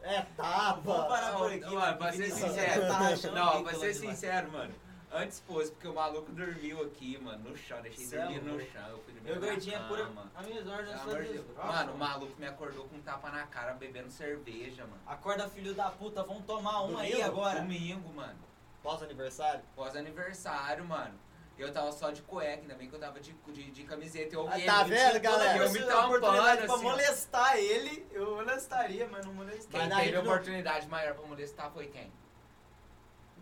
Speaker 1: É
Speaker 4: Vamos
Speaker 1: tapa.
Speaker 4: parar por aqui,
Speaker 3: Mano, pra ser
Speaker 4: Vinícius,
Speaker 3: sincero.
Speaker 4: você tá achando
Speaker 3: Não,
Speaker 4: ridículo
Speaker 3: pra ser
Speaker 4: demais.
Speaker 3: sincero, mano. Antes fosse, porque o maluco dormiu aqui, mano, no chão. Deixei
Speaker 4: Cê é
Speaker 3: dormir no
Speaker 4: louco.
Speaker 3: chão. Eu fui dormir
Speaker 4: Meu
Speaker 3: na
Speaker 4: gordinho é pura
Speaker 3: cama.
Speaker 4: amizade,
Speaker 3: Pelo
Speaker 4: nós
Speaker 3: amor
Speaker 4: somos
Speaker 3: de
Speaker 4: de
Speaker 3: Deus. Ah, Mano, o maluco me acordou com um tapa na cara, bebendo cerveja, mano.
Speaker 4: Acorda, filho da puta, vamos tomar um aí
Speaker 1: Domingo?
Speaker 4: agora.
Speaker 3: Domingo, mano.
Speaker 1: Pós-aniversário?
Speaker 3: Pós-aniversário, mano. Eu tava só de cueca, ainda bem que eu tava de, de, de camiseta. Eu tipo,
Speaker 1: Ah,
Speaker 3: vi-
Speaker 1: tá
Speaker 3: eu
Speaker 1: vendo,
Speaker 3: tinha toda
Speaker 1: galera?
Speaker 3: Eu me
Speaker 4: Se eu tivesse oportunidade
Speaker 3: tampando,
Speaker 4: pra
Speaker 3: assim, ó.
Speaker 4: molestar ele, eu molestaria, mas não molestei.
Speaker 1: Mas
Speaker 3: Quem
Speaker 1: na
Speaker 3: teve
Speaker 1: gente não-
Speaker 3: oportunidade maior pra molestar tá, foi quem?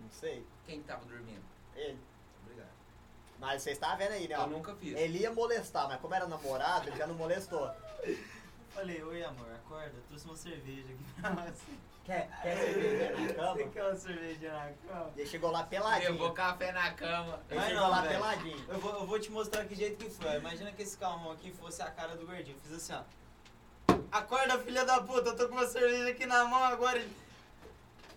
Speaker 1: Não sei.
Speaker 3: Quem que tava dormindo?
Speaker 1: Ele.
Speaker 3: Obrigado.
Speaker 1: Mas vocês estavam vendo aí, né? ó?
Speaker 3: Eu nunca fiz.
Speaker 1: Ele ia molestar, mas como era namorado, ele já não molestou.
Speaker 4: Falei, oi amor, acorda, eu trouxe uma cerveja aqui pra você.
Speaker 1: Quer, quer cerveja na
Speaker 4: Você
Speaker 1: cama?
Speaker 4: quer uma cerveja na cama?
Speaker 1: E ele chegou lá peladinho.
Speaker 3: Levou café na cama.
Speaker 1: é Ele
Speaker 4: Mas
Speaker 1: chegou
Speaker 4: não,
Speaker 1: lá
Speaker 4: velho.
Speaker 1: peladinho.
Speaker 4: Eu vou, eu vou te mostrar que jeito que foi. Imagina que esse calmão aqui fosse a cara do gordinho. Eu fiz assim, ó. Acorda, filha da puta, eu tô com uma cerveja aqui na mão agora. Ele,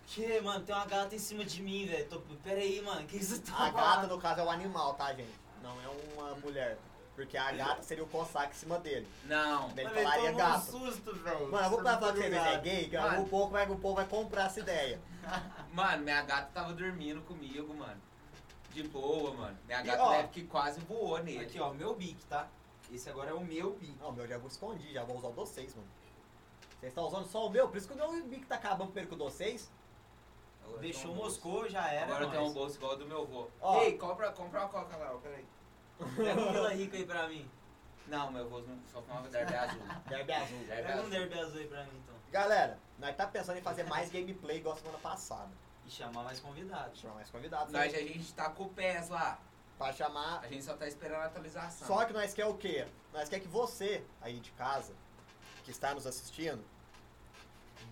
Speaker 4: Que, mano, tem uma gata em cima de mim, velho. Tô... Pera aí, mano, que isso tá
Speaker 1: A gata, no caso, é o animal, tá, gente? Não é uma mulher. Porque a gata seria o cosaque em cima dele.
Speaker 3: Não.
Speaker 1: Daí Ele
Speaker 4: Falei,
Speaker 1: falaria
Speaker 4: tomou um
Speaker 1: gato.
Speaker 4: susto, velho.
Speaker 1: Mano, eu vou pra
Speaker 4: Você não tá
Speaker 1: falar que cerveja é
Speaker 4: ligado.
Speaker 1: gay, cara.
Speaker 3: Mano.
Speaker 1: O povo, vai, o povo vai comprar essa ideia.
Speaker 3: Mano, minha gata tava dormindo comigo, mano. De boa, mano. Minha
Speaker 1: E,
Speaker 3: gata
Speaker 1: ó,
Speaker 3: deve que quase voou nele.
Speaker 4: Aqui, ó, meu bico, tá? Esse agora é o meu bico.
Speaker 1: Não, o meu já vou escondi, já vou usar o de vocês, mano. Vocês estão usando só o meu, por isso que o meu bico tá acabando primeiro que o de vocês.
Speaker 3: Agora
Speaker 4: Deixou
Speaker 3: eu tenho um bolso.
Speaker 4: Moscou, já era.
Speaker 3: Agora eu tenho um
Speaker 4: nós.
Speaker 3: bolso igual ao do meu avô.
Speaker 1: Ó.
Speaker 3: Ei, compra, compra uma coca lá, ó, peraí.
Speaker 4: Pega um Vila Rica aí pra mim.
Speaker 3: Não, meu avô não- só fumava derby azul.
Speaker 1: Derby azul.
Speaker 3: Derby
Speaker 4: Pega um
Speaker 3: azul.
Speaker 4: derby azul aí pra mim, então.
Speaker 1: Galera, nós tá pensando em fazer mais gameplay igual a semana passada.
Speaker 4: E chamar mais convidados.
Speaker 1: Chamar mais convidados.
Speaker 3: Nós,
Speaker 1: né?
Speaker 3: a gente tá com o PES lá.
Speaker 1: Pra chamar
Speaker 3: A gente só tá esperando a atualização.
Speaker 1: Só que nós quer o quê? Nós quer que você, aí de casa, que está nos assistindo,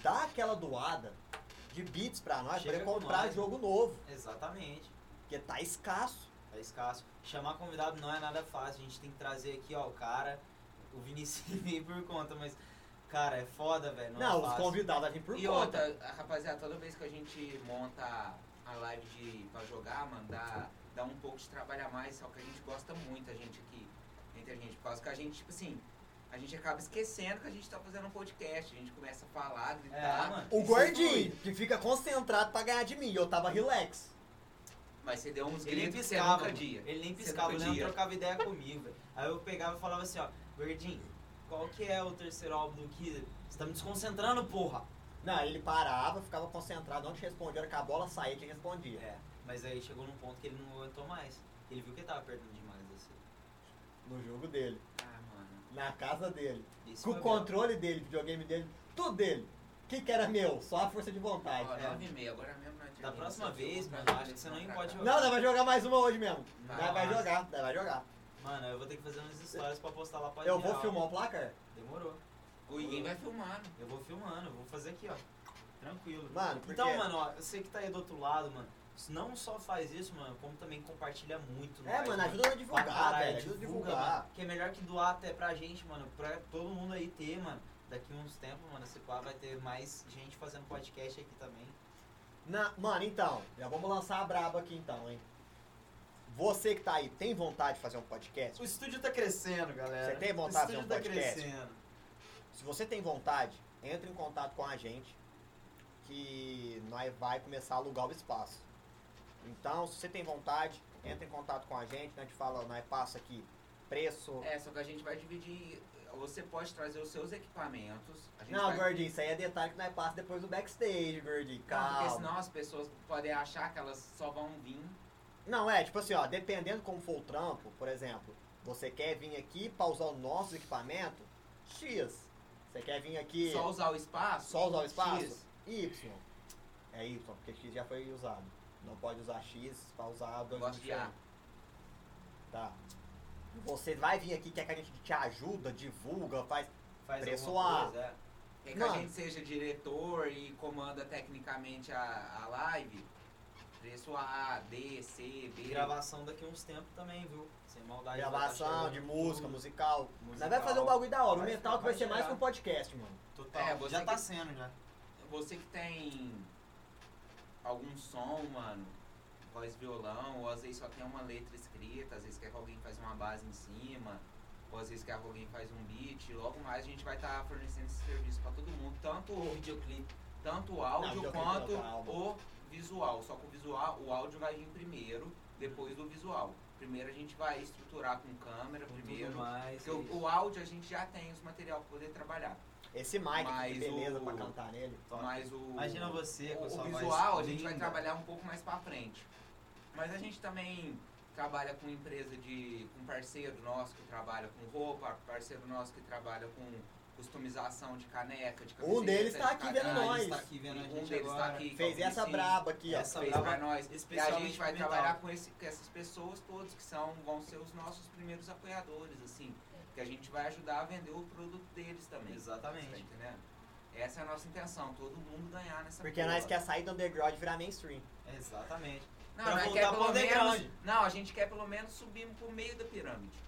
Speaker 1: dá aquela doada de bits pra nós
Speaker 4: Chega
Speaker 1: poder
Speaker 4: com
Speaker 1: comprar
Speaker 4: nós.
Speaker 1: jogo novo,
Speaker 4: Exatamente.
Speaker 1: porque tá escasso.
Speaker 4: É escasso. Chamar convidado não é nada fácil. A gente tem que trazer aqui, ó, o cara. O Vinicius veio por conta, mas Cara, é foda, velho. Não,
Speaker 1: Não,
Speaker 4: é
Speaker 1: os
Speaker 4: fácil.
Speaker 1: convidados vai vir por
Speaker 3: E
Speaker 1: conta.
Speaker 3: outra, a- rapaziada, toda vez que a gente monta a live de, pra jogar, mano, dá, dá um pouco de trabalho a mais, só que a gente gosta muito, a gente aqui, entre a gente, por causa que a gente, tipo assim, a gente acaba esquecendo que a gente tá fazendo um podcast, a gente começa a falar,
Speaker 4: É,
Speaker 3: gritar,
Speaker 4: mano.
Speaker 1: O
Speaker 4: isso
Speaker 1: gordinho, que fica concentrado pra ganhar de mim. Eu tava relax.
Speaker 3: mas você deu uns
Speaker 4: Ele nem
Speaker 3: gritos que você
Speaker 4: piscava.
Speaker 3: nunca
Speaker 4: mano.
Speaker 3: dia.
Speaker 4: Ele nem
Speaker 3: Você
Speaker 4: piscava,
Speaker 3: nunca
Speaker 4: ele não
Speaker 3: dia.
Speaker 4: trocava ideia comigo, velho. Aí eu pegava e falava assim, ó, Gordinho, qual que é o terceiro álbum do Kid? Você tá me desconcentrando, porra!
Speaker 1: Não, ele parava, ficava concentrado. Onde respondia, era que a bola saía, ele respondia.
Speaker 4: É, mas aí chegou num ponto que ele não aguentou mais. Ele viu que ele tava perdendo demais assim.
Speaker 1: No jogo dele,
Speaker 3: Ah, mano.
Speaker 1: na casa dele,
Speaker 4: Isso
Speaker 1: com
Speaker 4: foi
Speaker 1: o controle dele, videogame dele, tudo dele. O que, que era meu? Só a força de vontade. né?
Speaker 3: Ó,
Speaker 4: é.
Speaker 3: nove e meia, agora mesmo
Speaker 4: Da
Speaker 3: não adianta,
Speaker 4: próxima
Speaker 3: eu vou
Speaker 4: vez,
Speaker 3: pra
Speaker 4: mano,
Speaker 3: cá,
Speaker 4: acho que você não
Speaker 3: tá? pra
Speaker 4: pode
Speaker 3: cá.
Speaker 4: jogar.
Speaker 1: Não, nós vai jogar mais uma hoje mesmo.
Speaker 3: Vai
Speaker 1: Nós vai
Speaker 3: lá.
Speaker 1: jogar, nós vai jogar.
Speaker 4: mesmo. Mano, eu vou ter que fazer umas histórias pra postar lá pra
Speaker 1: Eu
Speaker 4: geral.
Speaker 1: vou filmar o placar?
Speaker 4: Demorou.
Speaker 3: O Iguinho vai filmar, mano.
Speaker 4: Eu vou filmando, eu vou fazer aqui, ó. Tranquilo.
Speaker 1: Mano, porque...
Speaker 4: Então, mano, ó, você que tá aí do outro lado, mano, não só faz isso, mano, como também compartilha muito.
Speaker 1: É,
Speaker 4: nós,
Speaker 1: mano, ajuda a divulgar,
Speaker 4: né? Pra caralho,
Speaker 1: velho. Ajuda a divulgar.
Speaker 4: mano, que é melhor que doar até pra gente, mano, pra todo mundo aí ter, mano. Daqui uns tempos, mano, esse pá vai ter mais gente fazendo podcast aqui também.
Speaker 1: Na- mano, então, já vamos lançar a braba aqui então, hein? Você que tá aí, tem vontade de fazer um podcast?
Speaker 4: O estúdio tá crescendo, galera.
Speaker 1: Você tem vontade de
Speaker 4: O
Speaker 1: ter um
Speaker 4: estúdio tá
Speaker 1: podcast?
Speaker 4: crescendo.
Speaker 1: Se você tem vontade, entre em contato com a gente que nós vai começar a alugar o espaço. Então, se você tem vontade, entre em contato com a gente, nós te fala, nós passa aqui preço.
Speaker 3: É, só que a gente vai dividir. Você pode trazer os seus equipamentos. A gente
Speaker 1: Não,
Speaker 3: vai...
Speaker 1: gordinho, isso aí é detalhe que nós passa depois do backstage, gordinho.
Speaker 3: Não, Porque
Speaker 1: Calma.
Speaker 3: senão as pessoas podem achar que elas só vão vir.
Speaker 1: Não, é, tipo assim, ó, dependendo como for o trampo, por exemplo, você quer vir aqui pra usar o nosso equipamento? X. Você quer vir aqui
Speaker 3: Só usar o espaço?
Speaker 1: só usar o espaço?
Speaker 3: X.
Speaker 1: Y. É Y, porque X já foi usado. Não pode usar X pra usar
Speaker 3: Eu
Speaker 1: dois
Speaker 3: gosto de A.
Speaker 1: Tá. Você vai vir aqui, quer que a gente te ajuda, divulga, faz.
Speaker 4: Faz
Speaker 1: Preço A.
Speaker 4: alguma coisa, é.
Speaker 3: Quer que
Speaker 1: Mano.
Speaker 3: a gente seja diretor e comanda tecnicamente a, a live? Preço A, D, C,
Speaker 4: E
Speaker 3: B.
Speaker 4: gravação daqui uns tempos também, viu? Sem maldade. tá
Speaker 1: Gravação de música, musical. Nós
Speaker 4: Musical.
Speaker 1: vai fazer um bagulho da hora. O
Speaker 4: Vai-
Speaker 1: metal que vai
Speaker 4: vai
Speaker 1: ser mais
Speaker 4: gerar.
Speaker 1: que um podcast, mano.
Speaker 4: Total.
Speaker 3: É, você
Speaker 4: já
Speaker 3: que-
Speaker 4: tá sendo, já.
Speaker 3: Você que tem algum som, mano, voz violão, ou às vezes só tem uma letra escrita, às vezes quer que alguém faz uma base em cima, ou às vezes quer que alguém faz um beat, logo mais a gente vai estar fornecendo esse serviço pra todo mundo, tanto o videoclipe, tanto o áudio
Speaker 1: videoclipe
Speaker 3: quanto
Speaker 1: não, tá, calma.
Speaker 3: o visual. Só que o visual, o áudio vai vir primeiro, depois do visual. Primeiro a gente vai estruturar com câmera,
Speaker 4: Com tudo
Speaker 3: primeiro.
Speaker 4: mais.
Speaker 3: Porque o, o áudio a gente já tem os material pra poder trabalhar.
Speaker 1: Esse mic, que
Speaker 3: Mas
Speaker 1: beleza
Speaker 3: o-
Speaker 1: pra cantar nele.
Speaker 4: Top.
Speaker 3: Mas o.
Speaker 4: Imagina você com a
Speaker 3: O,
Speaker 4: sua
Speaker 3: o
Speaker 4: voz
Speaker 3: visual a gente vai
Speaker 4: linda. Ah,
Speaker 3: trabalhar um pouco mais pra frente. Mas a gente também trabalha com empresa de. com parceiro nosso que trabalha com roupa, parceiro nosso que trabalha com customização de caneca, de camiseta.
Speaker 1: Um deles tá
Speaker 3: de
Speaker 1: aqui
Speaker 3: caderno.
Speaker 1: vendo
Speaker 4: Ah,
Speaker 1: nós.
Speaker 4: eles tá aqui vendo a
Speaker 3: Um
Speaker 4: gente
Speaker 3: deles
Speaker 4: agora.
Speaker 3: tá aqui.
Speaker 1: Fez
Speaker 3: com a
Speaker 1: essa
Speaker 3: blusinha,
Speaker 1: braba aqui, ó.
Speaker 4: Essa
Speaker 3: Fez
Speaker 4: braba
Speaker 3: pra nós. E a
Speaker 4: especialmente
Speaker 3: gente vai
Speaker 4: mental.
Speaker 3: trabalhar com, esse, com essas pessoas todas que são, vão ser os nossos primeiros apoiadores, assim. Que a gente vai ajudar a vender o produto deles também. Você tá
Speaker 4: Exatamente.
Speaker 3: entendendo? Essa é a nossa intenção, todo mundo ganhar nessa
Speaker 1: Porque
Speaker 3: porra.
Speaker 1: nós quer sair do underground e virar mainstream.
Speaker 4: Exatamente.
Speaker 3: Não,
Speaker 4: pra
Speaker 3: nós
Speaker 4: voltar
Speaker 3: quer
Speaker 4: pro
Speaker 3: pelo
Speaker 4: underground.
Speaker 3: menos, não, a gente quer pelo menos subir pro meio da pirâmide.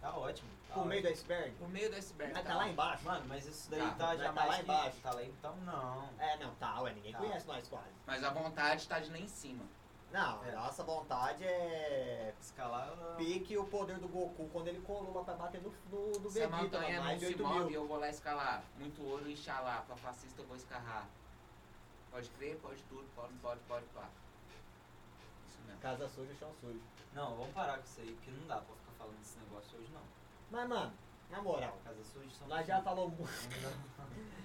Speaker 4: Tá ótimo. Tá
Speaker 1: Por meio do
Speaker 4: ótimo.
Speaker 1: iceberg.
Speaker 3: Pro meio do iceberg.
Speaker 1: Mas tá lá embaixo.
Speaker 4: Mano, mas isso daí
Speaker 3: Tá,
Speaker 4: tá,
Speaker 1: mas
Speaker 4: já
Speaker 1: tá
Speaker 4: mais
Speaker 1: lá
Speaker 4: que-
Speaker 1: embaixo.
Speaker 4: Tá lá então não.
Speaker 1: É, não, tá, ué, ninguém
Speaker 4: Tá.
Speaker 1: conhece nós quase.
Speaker 3: Mas a vontade tá de lá em cima.
Speaker 1: Não,
Speaker 4: É.
Speaker 1: nossa vontade é
Speaker 4: Escalar não.
Speaker 1: pique o poder do Goku quando ele colou lá pra bater no, no, no
Speaker 3: Se a
Speaker 1: Vegeta,
Speaker 4: tá
Speaker 1: lá,
Speaker 3: montanha não
Speaker 1: mais de
Speaker 3: se
Speaker 1: 8
Speaker 3: move,
Speaker 1: mil.
Speaker 3: eu vou lá escalar. Muito ouro e xalá, pra fascista eu vou escarrar. Pode crer, pode tudo, pode, pode, pode, pode. Isso mesmo.
Speaker 1: Casa suja, chão sujo.
Speaker 4: Não, vamos parar com isso aí, porque não dá pra ficar falando desse negócio hoje não.
Speaker 1: Mas, mano, na moral,
Speaker 4: Casa suja são
Speaker 1: nós já tá. falou, mu-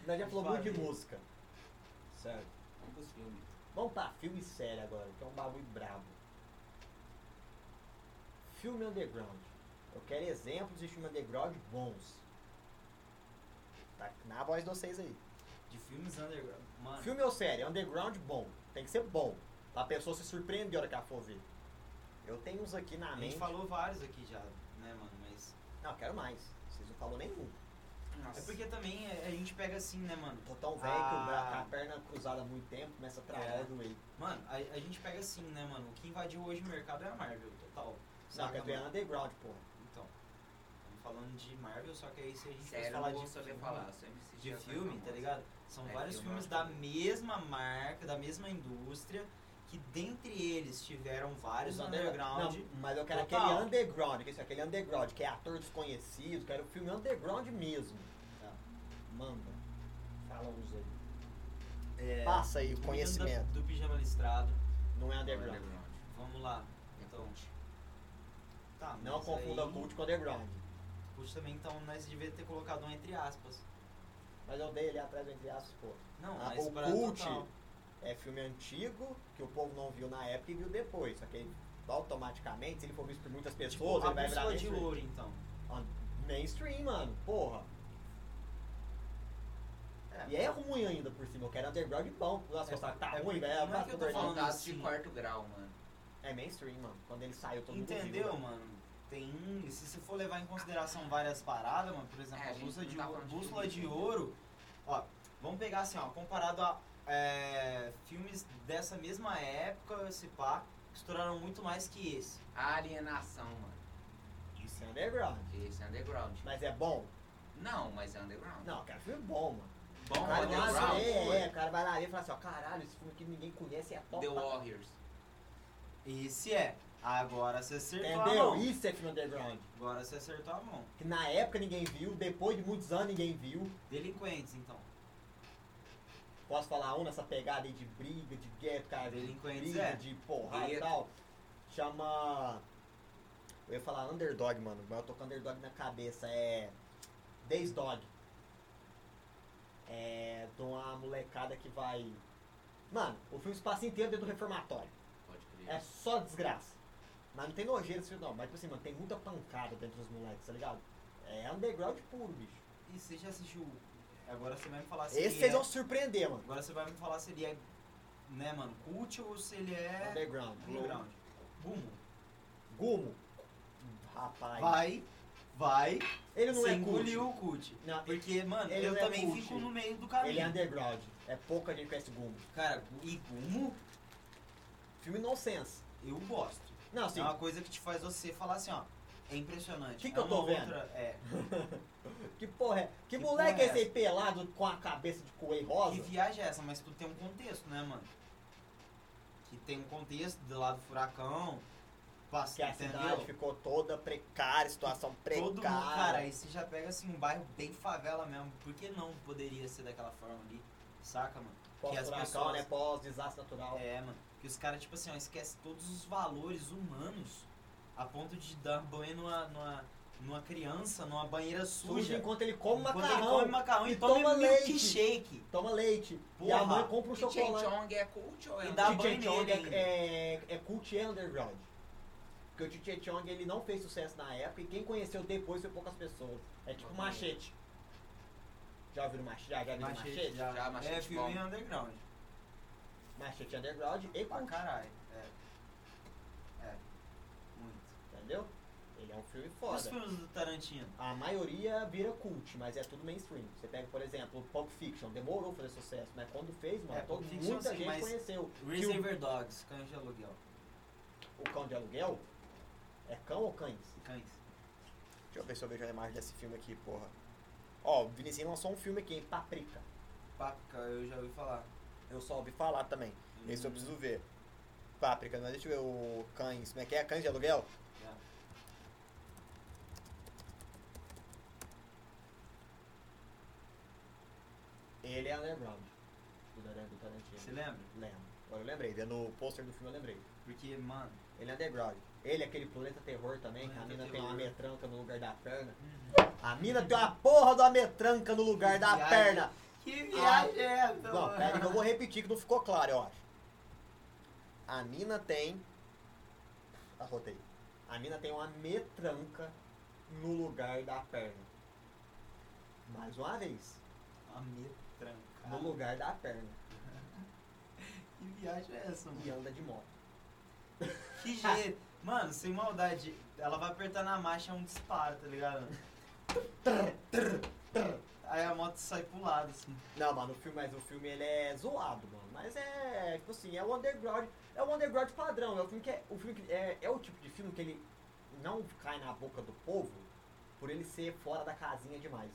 Speaker 1: nós já falou muito de
Speaker 4: Valeu.
Speaker 1: música. Certo.
Speaker 3: Vamos pros filmes.
Speaker 1: Vamos pra filme sério agora, que é um bagulho brabo. Filme underground. Eu quero exemplos de filme underground bons. Tá na voz de vocês aí.
Speaker 4: De filmes underground. Mano,
Speaker 1: Filme ou série? Underground bom. Tem que ser bom. Pra pessoa se surpreender a hora que ela for ver. Eu tenho uns aqui na
Speaker 4: a gente
Speaker 1: mente.
Speaker 4: falou vários aqui já, né, mano? Mas.
Speaker 1: Não, eu quero mais. Vocês não falaram nenhum.
Speaker 3: Nossa.
Speaker 4: É porque também é, a gente pega assim, né, mano?
Speaker 1: Tô tão velho que o bra-
Speaker 4: Ah.
Speaker 1: a perna cruzada há muito tempo, começa a travar
Speaker 4: É.
Speaker 1: o joelho.
Speaker 4: Mano, a, a gente pega assim, né, mano? O que invadiu hoje o mercado é a Marvel, total.
Speaker 1: Saca, tu é
Speaker 4: mano?
Speaker 1: underground, porra.
Speaker 4: Então. Vamos falando de Marvel, só que aí se a gente
Speaker 3: Sério,
Speaker 4: fosse
Speaker 3: eu
Speaker 4: falar
Speaker 3: não
Speaker 4: de
Speaker 3: vou saber
Speaker 4: filme,
Speaker 3: falar. Eu sempre né, assisti
Speaker 4: de
Speaker 3: as mais
Speaker 4: filme, tá
Speaker 3: famosas.
Speaker 4: ligado? São
Speaker 3: É,
Speaker 4: vários
Speaker 3: filme eu
Speaker 4: filmes
Speaker 3: acho
Speaker 4: da
Speaker 3: que-
Speaker 4: mesma marca, da mesma indústria, que dentre eles tiveram vários
Speaker 1: Os
Speaker 4: underground.
Speaker 1: Não, mas eu quero
Speaker 4: Total.
Speaker 1: aquele underground, que isso é aquele underground, que é ator desconhecido, quero filme underground mesmo.
Speaker 4: Tá.
Speaker 1: Manda. Fala uns aí.
Speaker 4: É,
Speaker 1: Passa aí o
Speaker 4: Menino
Speaker 1: conhecimento.
Speaker 4: da- Do pijama listrado.
Speaker 1: Não é
Speaker 3: Não, é
Speaker 1: underground.
Speaker 3: underground.
Speaker 4: Vamos lá.
Speaker 3: É
Speaker 4: Então,
Speaker 3: cult.
Speaker 4: Tá,
Speaker 1: Não
Speaker 4: mas
Speaker 1: confunda
Speaker 4: aí, é.
Speaker 1: cult com underground.
Speaker 4: cult também, então nós devíamos ter colocado um entre aspas.
Speaker 1: Mas eu dei ele atrás do entre aspas, pô.
Speaker 4: Não,
Speaker 1: Ah,
Speaker 4: mas
Speaker 1: o
Speaker 4: pra
Speaker 1: cult
Speaker 4: total.
Speaker 1: É filme antigo, que o povo não viu na época e viu depois. Só que ele, automaticamente, se ele for visto por muitas pessoas,
Speaker 4: Tipo, a
Speaker 1: ele vai virar
Speaker 4: bússola de
Speaker 1: mainstream.
Speaker 4: ouro, então.
Speaker 1: Ah, Mainstream, mano. Porra.
Speaker 4: É,
Speaker 1: E é ruim ainda por cima. Eu quero underground bom. Nossa,
Speaker 4: É,
Speaker 1: eu falo, tá
Speaker 4: é
Speaker 1: ruim,
Speaker 4: porque-
Speaker 1: velho.
Speaker 4: não é que eu tô
Speaker 1: Underground.
Speaker 4: falando
Speaker 3: Soldado
Speaker 4: assim.
Speaker 3: de quarto grau, mano.
Speaker 1: É mainstream, mano. Quando ele saiu, todo mundo viu. né?
Speaker 4: Entendeu, mano? Tem. um, Se você for levar em consideração várias paradas, mano, por exemplo,
Speaker 3: É, a
Speaker 4: a
Speaker 3: gente
Speaker 4: bússola
Speaker 3: não
Speaker 4: de,
Speaker 3: tá
Speaker 4: ouro-
Speaker 3: falando de
Speaker 4: bússola
Speaker 3: tudo
Speaker 4: de
Speaker 3: isso, né?
Speaker 4: ouro. Ó, vamos pegar assim, ó, comparado a é, filmes dessa mesma época, esse pá, que estouraram muito mais que esse.
Speaker 3: Alienação, mano.
Speaker 1: Isso é underground.
Speaker 3: Esse é underground.
Speaker 1: Mas é bom?
Speaker 3: Não, mas é underground.
Speaker 1: Não, cara, filme bom, mano.
Speaker 3: Bom,
Speaker 1: o cara vai
Speaker 4: underground,
Speaker 1: lá ver,
Speaker 3: underground.
Speaker 1: é, o cara vai lá ver e fala assim, ó, caralho, esse filme que ninguém conhece é top.
Speaker 3: The
Speaker 1: pra
Speaker 3: Warriors.
Speaker 4: Esse é. Agora você acertou a
Speaker 1: Entendeu?
Speaker 4: mão.
Speaker 1: Isso é filme underground.
Speaker 4: Agora você acertou a mão.
Speaker 1: Que na época ninguém viu, depois de muitos anos ninguém viu.
Speaker 4: Delinquentes, então.
Speaker 1: Posso falar um nessa pegada aí de briga, de guerra, cara, de
Speaker 4: Delinquentes,
Speaker 1: briga,
Speaker 4: é.
Speaker 1: de porrada e
Speaker 3: Gueto.
Speaker 1: tal. Chama... Eu ia falar underdog, mano, mas eu tô com underdog na cabeça. É... Days Dog. É... De uma molecada que vai... Mano, o filme se passa inteiro dentro do reformatório.
Speaker 3: Pode crer.
Speaker 1: É só desgraça. Mas não tem nojeira esse filme, não. Mas, tipo assim, mano, tem muita pancada dentro dos moleques, tá ligado? É underground puro, bicho.
Speaker 4: E você já assistiu. Agora você vai me falar se
Speaker 1: Esse
Speaker 4: ele
Speaker 1: vocês
Speaker 4: é.
Speaker 1: vão se surpreender, mano.
Speaker 4: Agora você vai me falar se ele é. Né, mano, cult ou se ele é.
Speaker 1: Underground.
Speaker 4: Underground. Bumo.
Speaker 1: Gumo. Rapaz.
Speaker 4: Vai, vai.
Speaker 1: Ele não
Speaker 4: Você
Speaker 1: é
Speaker 4: engoliu
Speaker 1: cult.
Speaker 4: o cult.
Speaker 1: Não,
Speaker 4: Porque, mano,
Speaker 1: Ele
Speaker 4: eu
Speaker 1: não é
Speaker 4: também
Speaker 1: cult.
Speaker 4: fico no meio do
Speaker 1: ele é
Speaker 4: caminho.
Speaker 1: underground. É pouca gente que conhece Gumo.
Speaker 4: Cara, e Gumo,
Speaker 1: Filme nonsense.
Speaker 4: eu gosto.
Speaker 1: Não, assim,
Speaker 4: É uma coisa que te faz você falar assim, ó. É impressionante.
Speaker 1: Que que
Speaker 4: é
Speaker 1: eu tô
Speaker 4: uma
Speaker 1: vendo?
Speaker 4: outra- É.
Speaker 1: que porra é? Que,
Speaker 4: Que
Speaker 1: moleque
Speaker 4: porra
Speaker 1: é
Speaker 4: é
Speaker 1: esse aí pelado com a cabeça de coelho rosa?
Speaker 4: Que viagem é essa? Mas tudo tem um contexto, né, mano? Que tem um contexto do lado do furacão.
Speaker 1: Que é
Speaker 4: Passa,
Speaker 1: a
Speaker 4: entendeu?
Speaker 1: cidade ficou toda precária, situação precária.
Speaker 4: Todo mundo, cara, aí você já pega assim um bairro bem favela mesmo. Por que não poderia ser daquela forma ali? Saca, mano? que as
Speaker 1: Pós-furacão,
Speaker 4: pessoas-
Speaker 1: né? Pós-desastre natural.
Speaker 4: É, mano. Que os caras, tipo assim, ó, esquecem todos os valores humanos a ponto de dar banho numa, numa, numa criança, numa banheira
Speaker 1: Suja
Speaker 4: suja.
Speaker 1: enquanto ele come
Speaker 4: Enquanto ele
Speaker 1: macarrão.
Speaker 4: come macarrão
Speaker 1: e
Speaker 4: e toma,
Speaker 1: toma leite.
Speaker 4: milkshake.
Speaker 1: Toma leite. E
Speaker 4: Porra.
Speaker 1: a mãe compra um
Speaker 3: E Chen
Speaker 1: chocolate.
Speaker 3: Chong é cult ou é
Speaker 4: E dá
Speaker 1: Chi
Speaker 3: underground?
Speaker 1: Chen
Speaker 4: banho
Speaker 1: Chong
Speaker 4: nele ainda.
Speaker 1: é, é, é cult e underground. Porque o Chi Chen Chong ele não fez sucesso na época e quem conheceu depois foi poucas pessoas. É tipo
Speaker 3: Bacana.
Speaker 1: machete. Já ouviram machete? Já, já viram machete? Machete,
Speaker 4: já.
Speaker 3: Já, machete
Speaker 4: é filme
Speaker 3: bom.
Speaker 4: underground.
Speaker 1: underground e
Speaker 4: Pra
Speaker 1: cult.
Speaker 4: caralho. É. É. Muito.
Speaker 1: Entendeu? Ele é um filme
Speaker 4: Os
Speaker 1: foda.
Speaker 4: filmes do Tarantino.
Speaker 1: A maioria vira cult, mas é tudo mainstream. Você pega, por exemplo, Pulp Fiction, demorou pra fazer sucesso, mas quando fez, mano,
Speaker 4: É,
Speaker 1: todo,
Speaker 4: Pulp Fiction,
Speaker 1: muita
Speaker 4: sim,
Speaker 1: gente
Speaker 4: mas-
Speaker 1: conheceu. Que o,
Speaker 4: Reservoir Dogs, cães de aluguel.
Speaker 1: o cão de aluguel é cão ou cães?
Speaker 4: Cães.
Speaker 1: Deixa eu ver se eu vejo a imagem desse filme aqui, porra. Ó, o Vinicius lançou um filme aqui, hein? Paprika.
Speaker 4: Paca, eu já ouvi falar.
Speaker 1: Eu só ouvi falar também. Esse eu preciso ver. Páprica, mas deixa eu ver o cães. Como é que é? Cães de aluguel?
Speaker 4: Yeah.
Speaker 1: Ele é underground. Do Dar- do Tarantino.
Speaker 4: Você lembra?
Speaker 1: Lembro. Agora eu lembrei. Vendo o pôster do filme eu lembrei.
Speaker 4: Porque, mano.
Speaker 1: Ele é underground. Ele é aquele planeta terror também, que a
Speaker 4: Planeta
Speaker 1: mina tem
Speaker 4: Terror.
Speaker 1: uma metranca no lugar da perna.
Speaker 4: Uhum.
Speaker 1: A mina tem uma porra de uma metranca no lugar da
Speaker 4: Viagem.
Speaker 1: perna.
Speaker 4: Que
Speaker 1: viagem
Speaker 4: é essa?
Speaker 1: Não, pera aí que eu vou repetir que não ficou claro, eu acho. A mina tem. Arrotei. A mina tem uma metranca no lugar da perna. Mais uma vez.
Speaker 4: A metranca.
Speaker 1: No lugar da perna.
Speaker 4: Que viagem é essa,
Speaker 1: E
Speaker 4: mano?
Speaker 1: anda de moto.
Speaker 4: Que jeito. Mano, sem maldade, ela vai apertar na marcha, é um disparo, tá ligado? Aí a moto sai pro lado, assim.
Speaker 1: Não, mano, o filme, mas o filme ele é zoado, mano. Mas é, tipo assim, é o underground. É o underground padrão. É o filme que é. O filme que é, é o tipo de filme que ele não cai na boca do povo, por ele ser fora da casinha demais.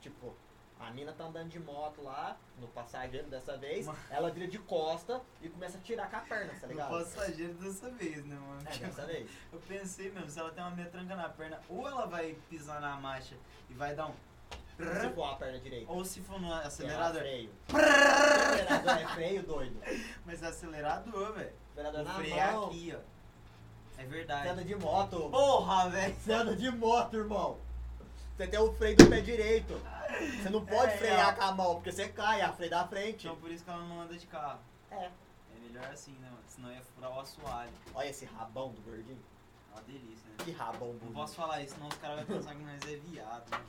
Speaker 1: Tipo, a mina tá andando de moto lá, no passageiro dessa vez, ela vira de costa e começa a tirar com a perna, tá
Speaker 4: No
Speaker 1: ligado?
Speaker 4: passageiro dessa vez, né, mano?
Speaker 1: É, dessa vez.
Speaker 4: Eu pensei mesmo, se ela tem uma metranca na perna, ou ela vai pisar na marcha e vai dar um.
Speaker 1: Se for a perna direita.
Speaker 4: Ou se for no
Speaker 1: É
Speaker 4: acelerador.
Speaker 1: freio. acelerador é freio, doido.
Speaker 4: Mas é acelerador, velho.
Speaker 1: Acelerador
Speaker 4: O
Speaker 1: na
Speaker 4: freio é
Speaker 1: mão.
Speaker 4: aqui, ó. É
Speaker 1: Você anda
Speaker 4: verdade.
Speaker 1: de moto.
Speaker 4: Porra, velho.
Speaker 1: Você anda de moto, irmão. Você tem o freio do pé direito. Você não pode
Speaker 4: É,
Speaker 1: frear
Speaker 4: é.
Speaker 1: com a mão, porque você cai, a freio da frente.
Speaker 4: Então por isso que ela não anda de carro.
Speaker 1: É.
Speaker 4: É melhor assim, né, mano? Senão ia furar o assoalho.
Speaker 1: Olha esse rabão do gordinho.
Speaker 4: É uma delícia, né?
Speaker 1: Que rabão
Speaker 4: Não
Speaker 1: bonito.
Speaker 4: posso falar isso, senão os caras vão pensar que nós é viado. Né?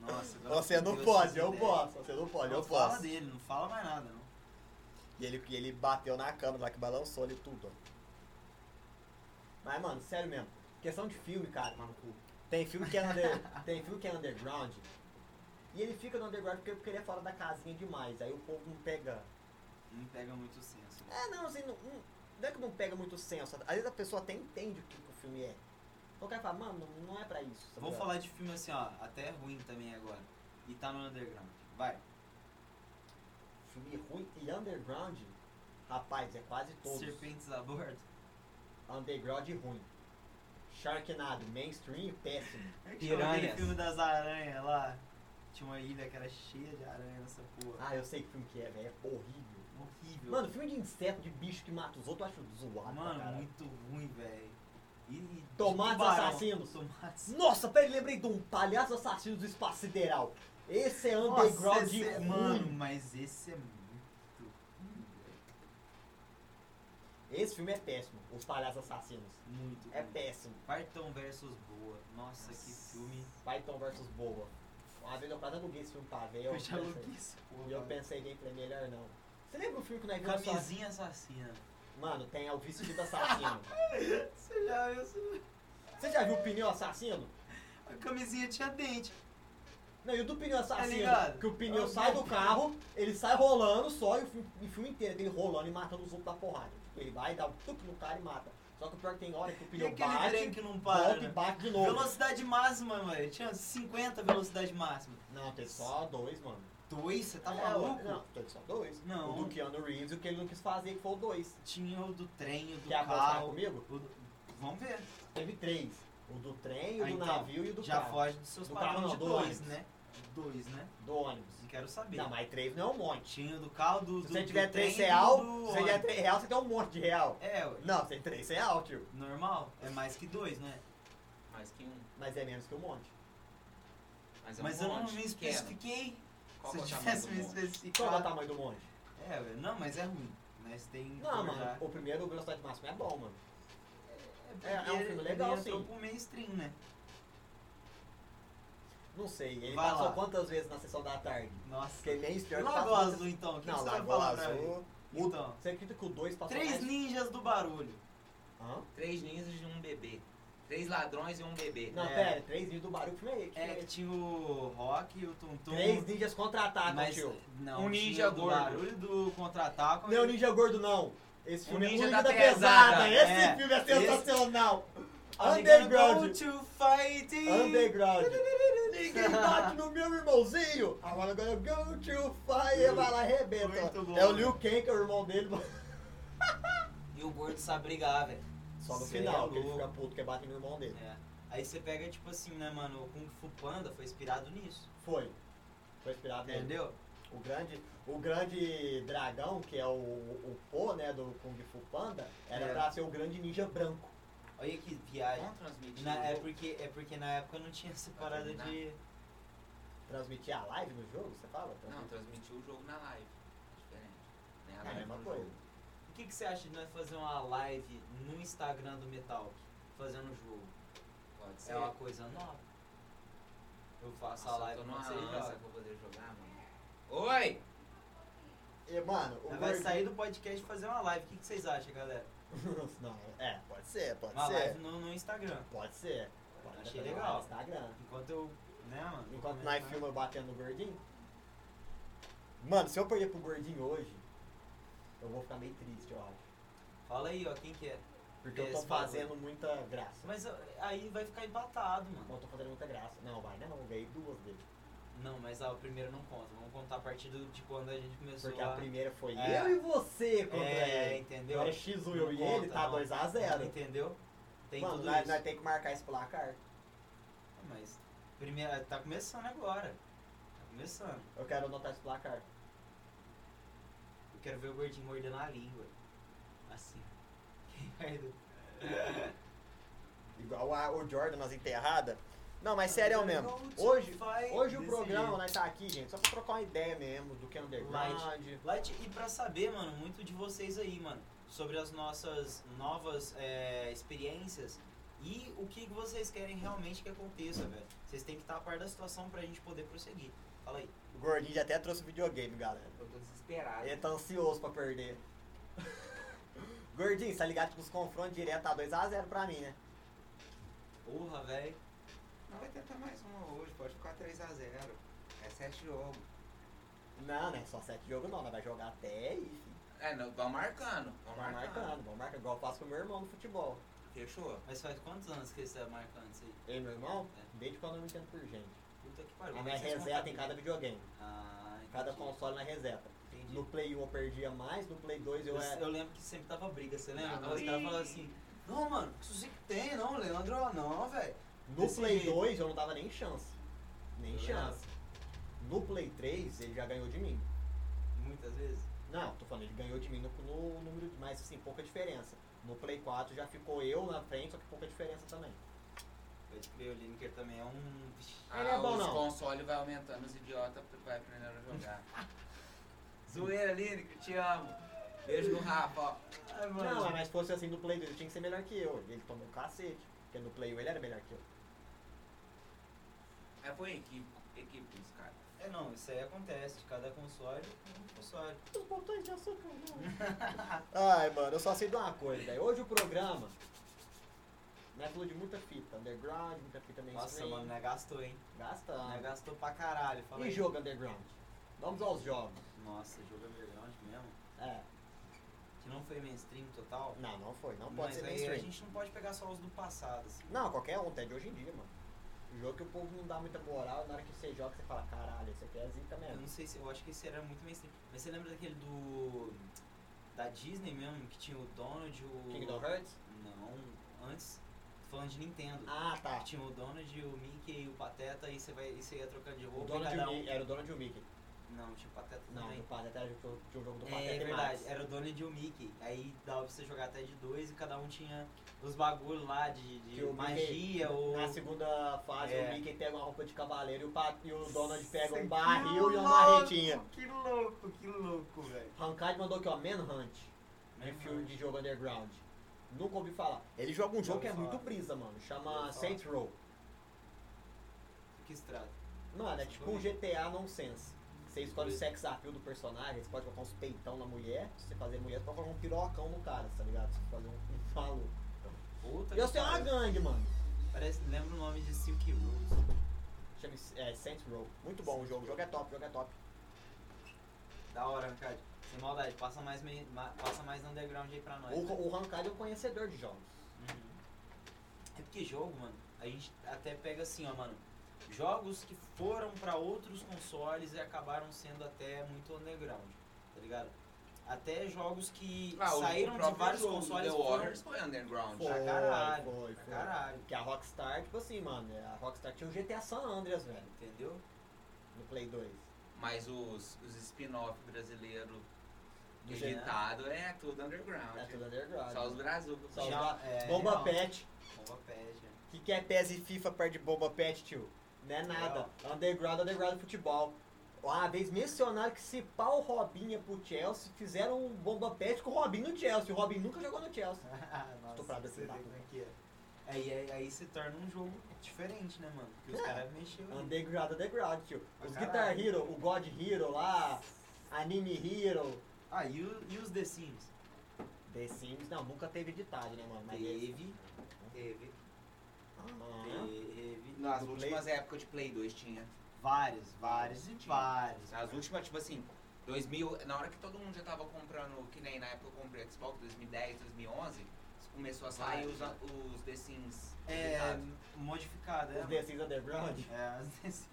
Speaker 4: Nossa, agora
Speaker 1: Você não
Speaker 4: fudeu
Speaker 1: pode,
Speaker 4: essas
Speaker 1: eu
Speaker 4: ideias.
Speaker 1: posso. Você não pode, eu
Speaker 4: Não fala
Speaker 1: posso.
Speaker 4: dele, não fala mais nada, não.
Speaker 1: E ele, e ele bateu na câmera lá que balançou ali tudo. ó. Mas, mano, sério mesmo. Questão de filme, cara. Mano, tem filme que é, under, tem filme que é underground. E ele fica no underground porque, porque ele é fora da casinha demais. Aí o povo não pega.
Speaker 4: Não pega muito senso. né?
Speaker 1: É, não, assim, não, não- não é que não pega muito senso. Às vezes a pessoa até entende o que, que o filme é. Então o cara fala, mano, não é pra isso. tá
Speaker 4: Vamos
Speaker 1: ligado?
Speaker 4: falar de filme assim, ó, até é ruim também agora. E tá no underground. Vai.
Speaker 1: Filme ruim e underground, rapaz, é quase todos.
Speaker 4: Serpentes a bordo.
Speaker 1: Underground ruim. Sharknado, mainstream, péssimo.
Speaker 4: É que chama Aquele
Speaker 3: Piranhas.
Speaker 4: filme das aranhas lá. Tinha uma ilha que era cheia de aranha nessa porra.
Speaker 1: Ah, eu sei que filme que é, velho. É horrível.
Speaker 4: Horrível.
Speaker 1: Mano, filme de inseto, de bicho que mata os outros, eu acho zoado.
Speaker 4: Mano,
Speaker 1: pra caralho.
Speaker 4: muito ruim, velho. E, e
Speaker 1: Tomates
Speaker 4: tubarão.
Speaker 1: assassinos.
Speaker 4: Tomates.
Speaker 1: Nossa, peraí, lembrei de um palhaço assassino do espaço sideral. Esse é underground
Speaker 4: Nossa, esse é-
Speaker 1: ruim.
Speaker 4: Mano, mas esse é muito ruim, velho.
Speaker 1: Esse filme é péssimo, Os Palhaços Assassinos.
Speaker 4: Muito
Speaker 1: É
Speaker 4: ruim.
Speaker 1: péssimo.
Speaker 4: Parton versus Boa. Nossa, que filme.
Speaker 1: Python vs Boa. Uma vez eu quase aluguei esse filme pra ver. Eu,
Speaker 4: Eu já
Speaker 1: pensei-
Speaker 4: aluguei esse
Speaker 1: E
Speaker 4: porra.
Speaker 1: eu pensei, gameplay melhor não. Você lembra o filme que nós vimos só- assim?
Speaker 4: Camisinha assassina.
Speaker 1: Mano, tem o vestido assassino.
Speaker 4: Você já viu isso?
Speaker 1: Você já viu o pneu assassino?
Speaker 4: A camisinha tinha dente.
Speaker 1: Não, e o do pneu assassino?
Speaker 4: Tá ligado?
Speaker 1: que o pneu
Speaker 4: Eu
Speaker 1: sai
Speaker 4: vi.
Speaker 1: do carro, ele sai rolando só e o filme, o filme inteiro ele rolando e matando os outros da porrada. Tipo, ele vai, dá um tuque no cara e mata. Só que o pior é que tem hora que o
Speaker 4: E
Speaker 1: pneu
Speaker 4: aquele trem
Speaker 1: bate,
Speaker 4: que não para?
Speaker 1: volta e
Speaker 4: né?
Speaker 1: bate de novo.
Speaker 4: Velocidade máxima, velho. Tinha 50 velocidade máxima.
Speaker 1: Não, tem só dois, mano.
Speaker 4: Dois? Você tá
Speaker 1: É,
Speaker 4: maluco?
Speaker 1: Não, tem só dois.
Speaker 4: Não.
Speaker 1: O do Keanu Reeves, o que ele não quis fazer, que foi o dois.
Speaker 4: Tinha o do trem, o do
Speaker 1: Quer apostar
Speaker 4: carro.
Speaker 1: tá comigo?
Speaker 4: o do- Vamos ver.
Speaker 1: Teve três. O do trem, o
Speaker 4: Ah,
Speaker 1: do
Speaker 4: então,
Speaker 1: navio e o do
Speaker 4: Já
Speaker 1: carro.
Speaker 4: foge dos seus
Speaker 1: Do carro
Speaker 4: padrões
Speaker 1: não,
Speaker 4: de
Speaker 1: do
Speaker 4: dois,
Speaker 1: ônibus.
Speaker 4: né? De Dois, né?
Speaker 1: Do ônibus.
Speaker 4: Não quero saber. né?
Speaker 1: Não, mas três não é um monte.
Speaker 4: Tinha o do carro, do.
Speaker 1: Se
Speaker 4: do-
Speaker 1: você
Speaker 4: do
Speaker 1: tiver três
Speaker 4: trem e
Speaker 1: real,
Speaker 4: do
Speaker 1: se você tiver
Speaker 4: ônibus.
Speaker 1: três real, você tem um monte de real.
Speaker 4: É, ué.
Speaker 1: Não, você tem três real, tio.
Speaker 4: Normal. É mais que dois, né?
Speaker 3: Mais que um.
Speaker 1: Mas é menos que um monte.
Speaker 3: Mas, é um
Speaker 4: Mas eu não
Speaker 3: monte.
Speaker 4: me
Speaker 3: Quero.
Speaker 4: especifiquei.
Speaker 3: Qual
Speaker 4: Se eu
Speaker 3: que é o
Speaker 4: tivesse
Speaker 3: tamanho
Speaker 4: me
Speaker 3: do monte?
Speaker 1: Qual é o
Speaker 4: especificado.
Speaker 1: tamanho do monte?
Speaker 4: É, velho. Não, mas é ruim. Mas tem. que
Speaker 1: Não,
Speaker 4: acordar.
Speaker 1: mano, o primeiro o velocidade máxima é bom, mano.
Speaker 4: É,
Speaker 1: É, é um
Speaker 4: porque
Speaker 1: filme
Speaker 4: ele
Speaker 1: legal,
Speaker 4: entrou
Speaker 1: sim.
Speaker 4: pro mainstream, né?
Speaker 1: Não sei, ele
Speaker 4: Vai
Speaker 1: passou
Speaker 4: lá.
Speaker 1: quantas vezes na sessão da tarde?
Speaker 4: Nossa.
Speaker 1: Porque nem isso, pior que
Speaker 4: Lagoa
Speaker 1: passou-
Speaker 4: Azul, então. O que, que
Speaker 1: Não,
Speaker 4: você vai
Speaker 1: Lagoa
Speaker 4: falar pra mim?
Speaker 1: Azul. O-
Speaker 4: Então.
Speaker 1: Você acredita que o 2 passou
Speaker 4: Três
Speaker 1: mais?
Speaker 4: ninjas do barulho.
Speaker 1: Hã?
Speaker 3: Três ninjas e um bebê. Três ladrões e um bebê.
Speaker 1: Não,
Speaker 4: É.
Speaker 1: pera, três ninjas do barulho, que filme é esse?
Speaker 4: É, que tinha o Rock, o Tum Tum.
Speaker 1: Três ninjas ah, contra-atacam,
Speaker 4: mas,
Speaker 1: tio.
Speaker 4: não,
Speaker 3: Um
Speaker 4: tinha
Speaker 3: ninja
Speaker 4: o do
Speaker 3: gordo.
Speaker 4: barulho do contra-ataque.
Speaker 1: Não é o Ninja Gordo, não. Esse filme é o
Speaker 3: Ninja
Speaker 1: Ninja da,
Speaker 3: da
Speaker 1: Pesada.
Speaker 3: Pesada.
Speaker 1: Esse
Speaker 4: É.
Speaker 1: filme é
Speaker 4: Esse-
Speaker 1: sensacional.
Speaker 4: Tá ligado? Go
Speaker 1: Underground.
Speaker 4: to fight!
Speaker 1: Underground. Ninguém bate no meu irmãozinho. Agora agora eu go to fire. Vai lá, arrebenta.
Speaker 4: Muito bom,
Speaker 1: É o
Speaker 4: né?
Speaker 1: Liu Kang, que é o irmão dele.
Speaker 4: E o gordo sabe brigar, velho.
Speaker 1: Só no
Speaker 4: Cê é
Speaker 1: final, que ele
Speaker 4: louco.
Speaker 1: fica puto, que bate no irmão dele.
Speaker 4: É. Aí você pega, tipo assim, né, mano, o Kung Fu Panda foi inspirado nisso,
Speaker 1: Foi. Foi inspirado
Speaker 3: É.
Speaker 1: nele.
Speaker 4: entendeu?
Speaker 1: O grande, o grande dragão, que é o, o Po, né, do Kung Fu Panda, era
Speaker 4: É.
Speaker 1: pra ser o grande ninja branco.
Speaker 4: Olha que viagem.
Speaker 3: Não transmitir.
Speaker 4: Na- é, porque, é porque na época não tinha essa parada de...
Speaker 1: Transmitir a live no jogo, você fala?
Speaker 3: Não, transmitir o jogo na live. Diferente.
Speaker 1: É
Speaker 4: tá
Speaker 3: Né? A
Speaker 1: a
Speaker 3: live
Speaker 1: mesma
Speaker 3: no
Speaker 1: coisa.
Speaker 3: jogo.
Speaker 4: O que, que você acha de nós fazer uma live no Instagram do Metal, fazendo o jogo?
Speaker 3: Pode ser.
Speaker 4: É uma coisa nova. Eu faço
Speaker 3: Nossa,
Speaker 4: a live
Speaker 3: eu tô
Speaker 4: não
Speaker 3: numa
Speaker 4: sei
Speaker 3: ânsia
Speaker 4: joga.
Speaker 3: pra poder jogar, mano. Oi!
Speaker 1: E, mano, o
Speaker 4: Mas Vai
Speaker 1: gordinho-
Speaker 4: sair do podcast e fazer uma live. O que, que vocês acham, galera?
Speaker 1: Não, é, pode ser, pode
Speaker 4: Uma
Speaker 1: ser.
Speaker 4: live no, no Instagram.
Speaker 1: Pode ser. Pode
Speaker 4: Achei
Speaker 1: fazer
Speaker 4: legal.
Speaker 1: No Instagram.
Speaker 4: Enquanto eu. Né, mano?
Speaker 1: Enquanto nós
Speaker 4: Vou comentar.
Speaker 1: filmamos eu batendo no gordinho. Mano, se eu perder pro gordinho hoje, eu vou ficar meio triste, eu acho.
Speaker 4: Fala aí, ó, quem que é?
Speaker 1: Porque eu tô
Speaker 4: Esse bagulho.
Speaker 1: fazendo muita graça.
Speaker 4: Mas ó, aí vai ficar empatado, mano.
Speaker 1: Não, eu tô fazendo muita graça. Não, vai, não, eu ganhei duas dele.
Speaker 4: Não, mas ah, o primeiro não conta. Vamos contar a partir do- de quando a gente começou
Speaker 1: Porque
Speaker 4: a...
Speaker 1: a primeira foi
Speaker 4: É.
Speaker 1: eu e você contra
Speaker 4: É,
Speaker 1: ele.
Speaker 4: entendeu?
Speaker 1: Agora é X1 eu
Speaker 4: Não
Speaker 1: e ele,
Speaker 4: conta,
Speaker 1: tá
Speaker 4: não.
Speaker 1: 2x0.
Speaker 4: Entendeu? Tem
Speaker 1: Mano,
Speaker 4: tudo
Speaker 1: nós,
Speaker 4: isso.
Speaker 1: nós tem que marcar esse placar.
Speaker 4: Mas primeiro, tá começando agora. Tá começando.
Speaker 1: Eu quero anotar esse placar.
Speaker 4: Eu quero ver o gordinho mordendo a língua. Assim. Quem vai do-
Speaker 1: Igual a- o Jordan nas enterradas. Não, mas sério é o mesmo. Hoje,
Speaker 4: Vai
Speaker 1: hoje o
Speaker 4: desse
Speaker 1: programa,
Speaker 4: jeito.
Speaker 1: nós tá aqui, gente, só pra trocar uma ideia mesmo do que é underground.
Speaker 4: Light, e pra saber, mano, muito de vocês aí, mano, sobre as nossas novas é, experiências e o que que vocês querem realmente que aconteça, velho. Vocês têm que estar a par da situação pra gente poder prosseguir. Fala aí.
Speaker 1: O Gordinho já até trouxe videogame, galera.
Speaker 3: Eu tô desesperado.
Speaker 4: É-
Speaker 1: Ele tá ansioso pra perder. Gordinho, você tá ligado que os confrontos direto tá 2x0 pra mim, né?
Speaker 4: Porra, velho.
Speaker 3: Não vai tentar mais uma hoje, pode ficar 3x0. É 7 jogo.
Speaker 1: Não, né? Só 7 jogos não, nós vai jogar até aí, filho.
Speaker 3: É, não, vão marcando. Vão
Speaker 1: Vamos
Speaker 3: marcando.
Speaker 1: marcando, vamos marcando. Igual eu faço com meu irmão no futebol.
Speaker 3: Fechou.
Speaker 4: Mas faz quantos anos que você é marcante aí?
Speaker 1: Eu e meu irmão,
Speaker 4: É.
Speaker 1: desde quando eu não entendo por gente.
Speaker 4: Puta que
Speaker 1: A
Speaker 4: pariu.
Speaker 1: minha
Speaker 4: Mas vocês
Speaker 1: reseta em É, cada
Speaker 4: contam-
Speaker 1: videogame.
Speaker 4: Ah, entendi.
Speaker 1: Cada console na reseta.
Speaker 4: Entendi.
Speaker 1: No Play 1 eu perdia mais, no Play 2 eu
Speaker 4: Eu,
Speaker 1: era.
Speaker 4: eu lembro que sempre tava briga, você lembra?
Speaker 3: Ah,
Speaker 4: Os caras
Speaker 3: ui.
Speaker 4: falavam assim, não, mano, isso que tem, não, Leandro, não, velho.
Speaker 1: No
Speaker 4: Desse
Speaker 1: Play
Speaker 4: jeito. é
Speaker 1: 2 eu não dava nem chance. Nem
Speaker 4: Eu
Speaker 1: chance. No Play 3 ele já ganhou de mim.
Speaker 4: Muitas vezes.
Speaker 1: Não, tô falando, ele ganhou de mim no, no número, mas assim, pouca diferença. No Play 4 já ficou eu na frente, só que pouca diferença também.
Speaker 4: Pode crer, o Lineker também é um... Vixe,
Speaker 1: Ah, não é bom,
Speaker 3: os
Speaker 1: não.
Speaker 3: consoles vai aumentando, os idiotas vai aprendendo a jogar. Zoeira, Lineker, te amo. Beijo no Rafa, ó.
Speaker 4: Ai,
Speaker 1: Não, mas se fosse assim no Play 2 ele tinha que ser melhor que eu. Ele tomou um cacete. Porque no Play 1 ele era melhor que eu.
Speaker 3: É, foi equipe, equipe dos caras.
Speaker 4: É, não, isso aí acontece. de Cada console, um console.
Speaker 2: Os botões de açúcar, né? não.
Speaker 1: Ai, mano, eu só sei de uma coisa, velho. Hoje o programa. Né, falou de muita fita. Underground, muita fita
Speaker 4: Nossa,
Speaker 1: mainstream.
Speaker 4: mano, né, gastou, hein? Né,
Speaker 1: Gastando.
Speaker 4: gastou pra caralho. Fala
Speaker 1: Ah. E
Speaker 4: aí.
Speaker 1: jogo underground? Vamos aos jogos.
Speaker 4: Nossa, jogo underground mesmo.
Speaker 1: É.
Speaker 4: Que não foi mainstream total.
Speaker 1: Não, não foi. Não pode
Speaker 4: mas
Speaker 1: ser
Speaker 4: aí
Speaker 1: mainstream.
Speaker 4: a gente não pode pegar só os do passado, assim.
Speaker 1: Não, qualquer um, até de hoje em dia, mano. O jogo que o povo não dá muita moral, na hora que você joga, você fala, caralho, esse aqui é zica
Speaker 4: Eu
Speaker 1: mesmo.
Speaker 4: não sei se, eu acho que esse era muito mainstream. Mas você lembra daquele do... Da Disney mesmo, que tinha o Donald, o...
Speaker 1: Kingdom Hearts?
Speaker 4: Não, antes, tô falando de Nintendo.
Speaker 1: Ah, tá.
Speaker 4: Que tinha o Donald, o Mickey e o Pateta, e você vai, e você ia trocando de
Speaker 1: O
Speaker 4: roupa e
Speaker 1: Donald e
Speaker 4: cada
Speaker 1: o
Speaker 4: um...
Speaker 1: Mickey, era o Donald e o Mickey.
Speaker 4: Não, tinha o Pateta
Speaker 1: Não,
Speaker 4: também.
Speaker 1: do Pateta era o jogo- tinha o jogo do Pateta
Speaker 4: É, é
Speaker 1: e
Speaker 4: verdade,
Speaker 1: Max.
Speaker 4: era o Donald e o Mickey. Aí dava pra você jogar até de dois e cada um tinha os bagulhos lá de, de
Speaker 1: Que o Mickey,
Speaker 4: É, magia ou.
Speaker 1: Na segunda fase,
Speaker 4: É.
Speaker 1: o Mickey pega uma roupa de cavaleiro e o, Pat- e o Donald pega um
Speaker 4: Que
Speaker 1: barril e uma
Speaker 4: louco,
Speaker 1: marretinha.
Speaker 4: Que louco, que louco, velho.
Speaker 1: Rancard mandou aqui, ó, Manhunt, de filme de jogo underground. Nunca ouvi falar. Ele joga um
Speaker 4: Já
Speaker 1: jogo
Speaker 4: ouvi
Speaker 1: que é
Speaker 4: falar.
Speaker 1: muito brisa, mano.
Speaker 4: Já
Speaker 1: Chama
Speaker 4: ouvi
Speaker 1: Saints Row.
Speaker 4: Que estrada.
Speaker 1: Mano, é tipo um GTA nonsense. Você escolhe o sex appeal do personagem, você pode colocar uns peitão na mulher, se você fazer mulher, você pode colocar um pirocão no cara, tá ligado? Se você fazer um, um falo.
Speaker 4: Puta
Speaker 1: E eu
Speaker 4: que
Speaker 1: sou uma
Speaker 4: pariu.
Speaker 1: gangue, mano.
Speaker 4: Parece, lembra o nome de Silk Rose.
Speaker 1: Chama é, Saints Row. Muito bom o jogo, o jogo é top, o jogo é top.
Speaker 4: Da hora, Ricardo. Sem maldade, passa mais, mei- ma- passa mais underground aí pra nós.
Speaker 1: O,
Speaker 4: né?
Speaker 1: o Rancard é um conhecedor de jogos.
Speaker 4: É porque jogo, mano, a gente até pega assim, ó, mano. Jogos que foram pra outros consoles e acabaram sendo até muito underground, tá ligado? Até jogos que
Speaker 3: Ah, o-
Speaker 4: saíram
Speaker 3: o
Speaker 4: de
Speaker 3: próprio
Speaker 4: vários
Speaker 3: jogo do
Speaker 4: consoles
Speaker 3: The
Speaker 4: e foram-
Speaker 3: Warriors foi underground.
Speaker 1: Foi,
Speaker 4: Pra caralho,
Speaker 1: foi,
Speaker 4: pra
Speaker 1: foi.
Speaker 4: caralho.
Speaker 1: Porque a Rockstar, tipo assim, mano, a Rockstar tinha o GTA San Andreas, velho,
Speaker 4: Entendeu?
Speaker 1: no Play 2.
Speaker 3: Mas os, os spin-off brasileiro
Speaker 4: Do
Speaker 3: editado é tudo underground.
Speaker 1: É tudo underground.
Speaker 3: Só os brazucas.
Speaker 1: Só os
Speaker 4: Já- é,
Speaker 1: Bomba
Speaker 4: real.
Speaker 1: Pet.
Speaker 4: Bomba Pet, né?
Speaker 1: O que, que é PES e FIFA perto de bomba pet, tio? Não é nada. Underground, underground é futebol. Uma vez mencionaram que se pau o Robinho ia pro Chelsea, fizeram um bomba pet com o Robinho no Chelsea. O Robinho nunca jogou no Chelsea.
Speaker 4: Nossa,
Speaker 1: Estuprado
Speaker 4: você
Speaker 1: esse
Speaker 4: vê
Speaker 1: papo.
Speaker 4: como é que é. Aí, aí, aí se torna um jogo diferente, né, mano? Porque os
Speaker 1: É.
Speaker 4: caras mexeram. ali.
Speaker 1: Underground, underground, tio. Os
Speaker 4: Pra
Speaker 1: Guitar
Speaker 4: caralho.
Speaker 1: Hero, o God Hero lá, Anime Hero,
Speaker 4: Ah, e, o- e os The Sims?
Speaker 1: The Sims. Não, nunca teve editado, né, mano? Mas
Speaker 4: Teve. Teve.
Speaker 1: Ah,
Speaker 4: Teve.
Speaker 3: Nas
Speaker 1: No
Speaker 3: últimas épocas de Play 2 tinha.
Speaker 4: Vários, vários e vários.
Speaker 3: Nas últimas, tipo assim, 2000, na hora que todo mundo já tava comprando, que nem na época eu comprei Xbox 2010, 2011, começou a sair
Speaker 4: Vai.
Speaker 3: os, a- os The Sims. tá
Speaker 4: É,
Speaker 3: editados.
Speaker 4: modificado, é.
Speaker 1: Os The Sims Underground.
Speaker 4: É, as The Sims.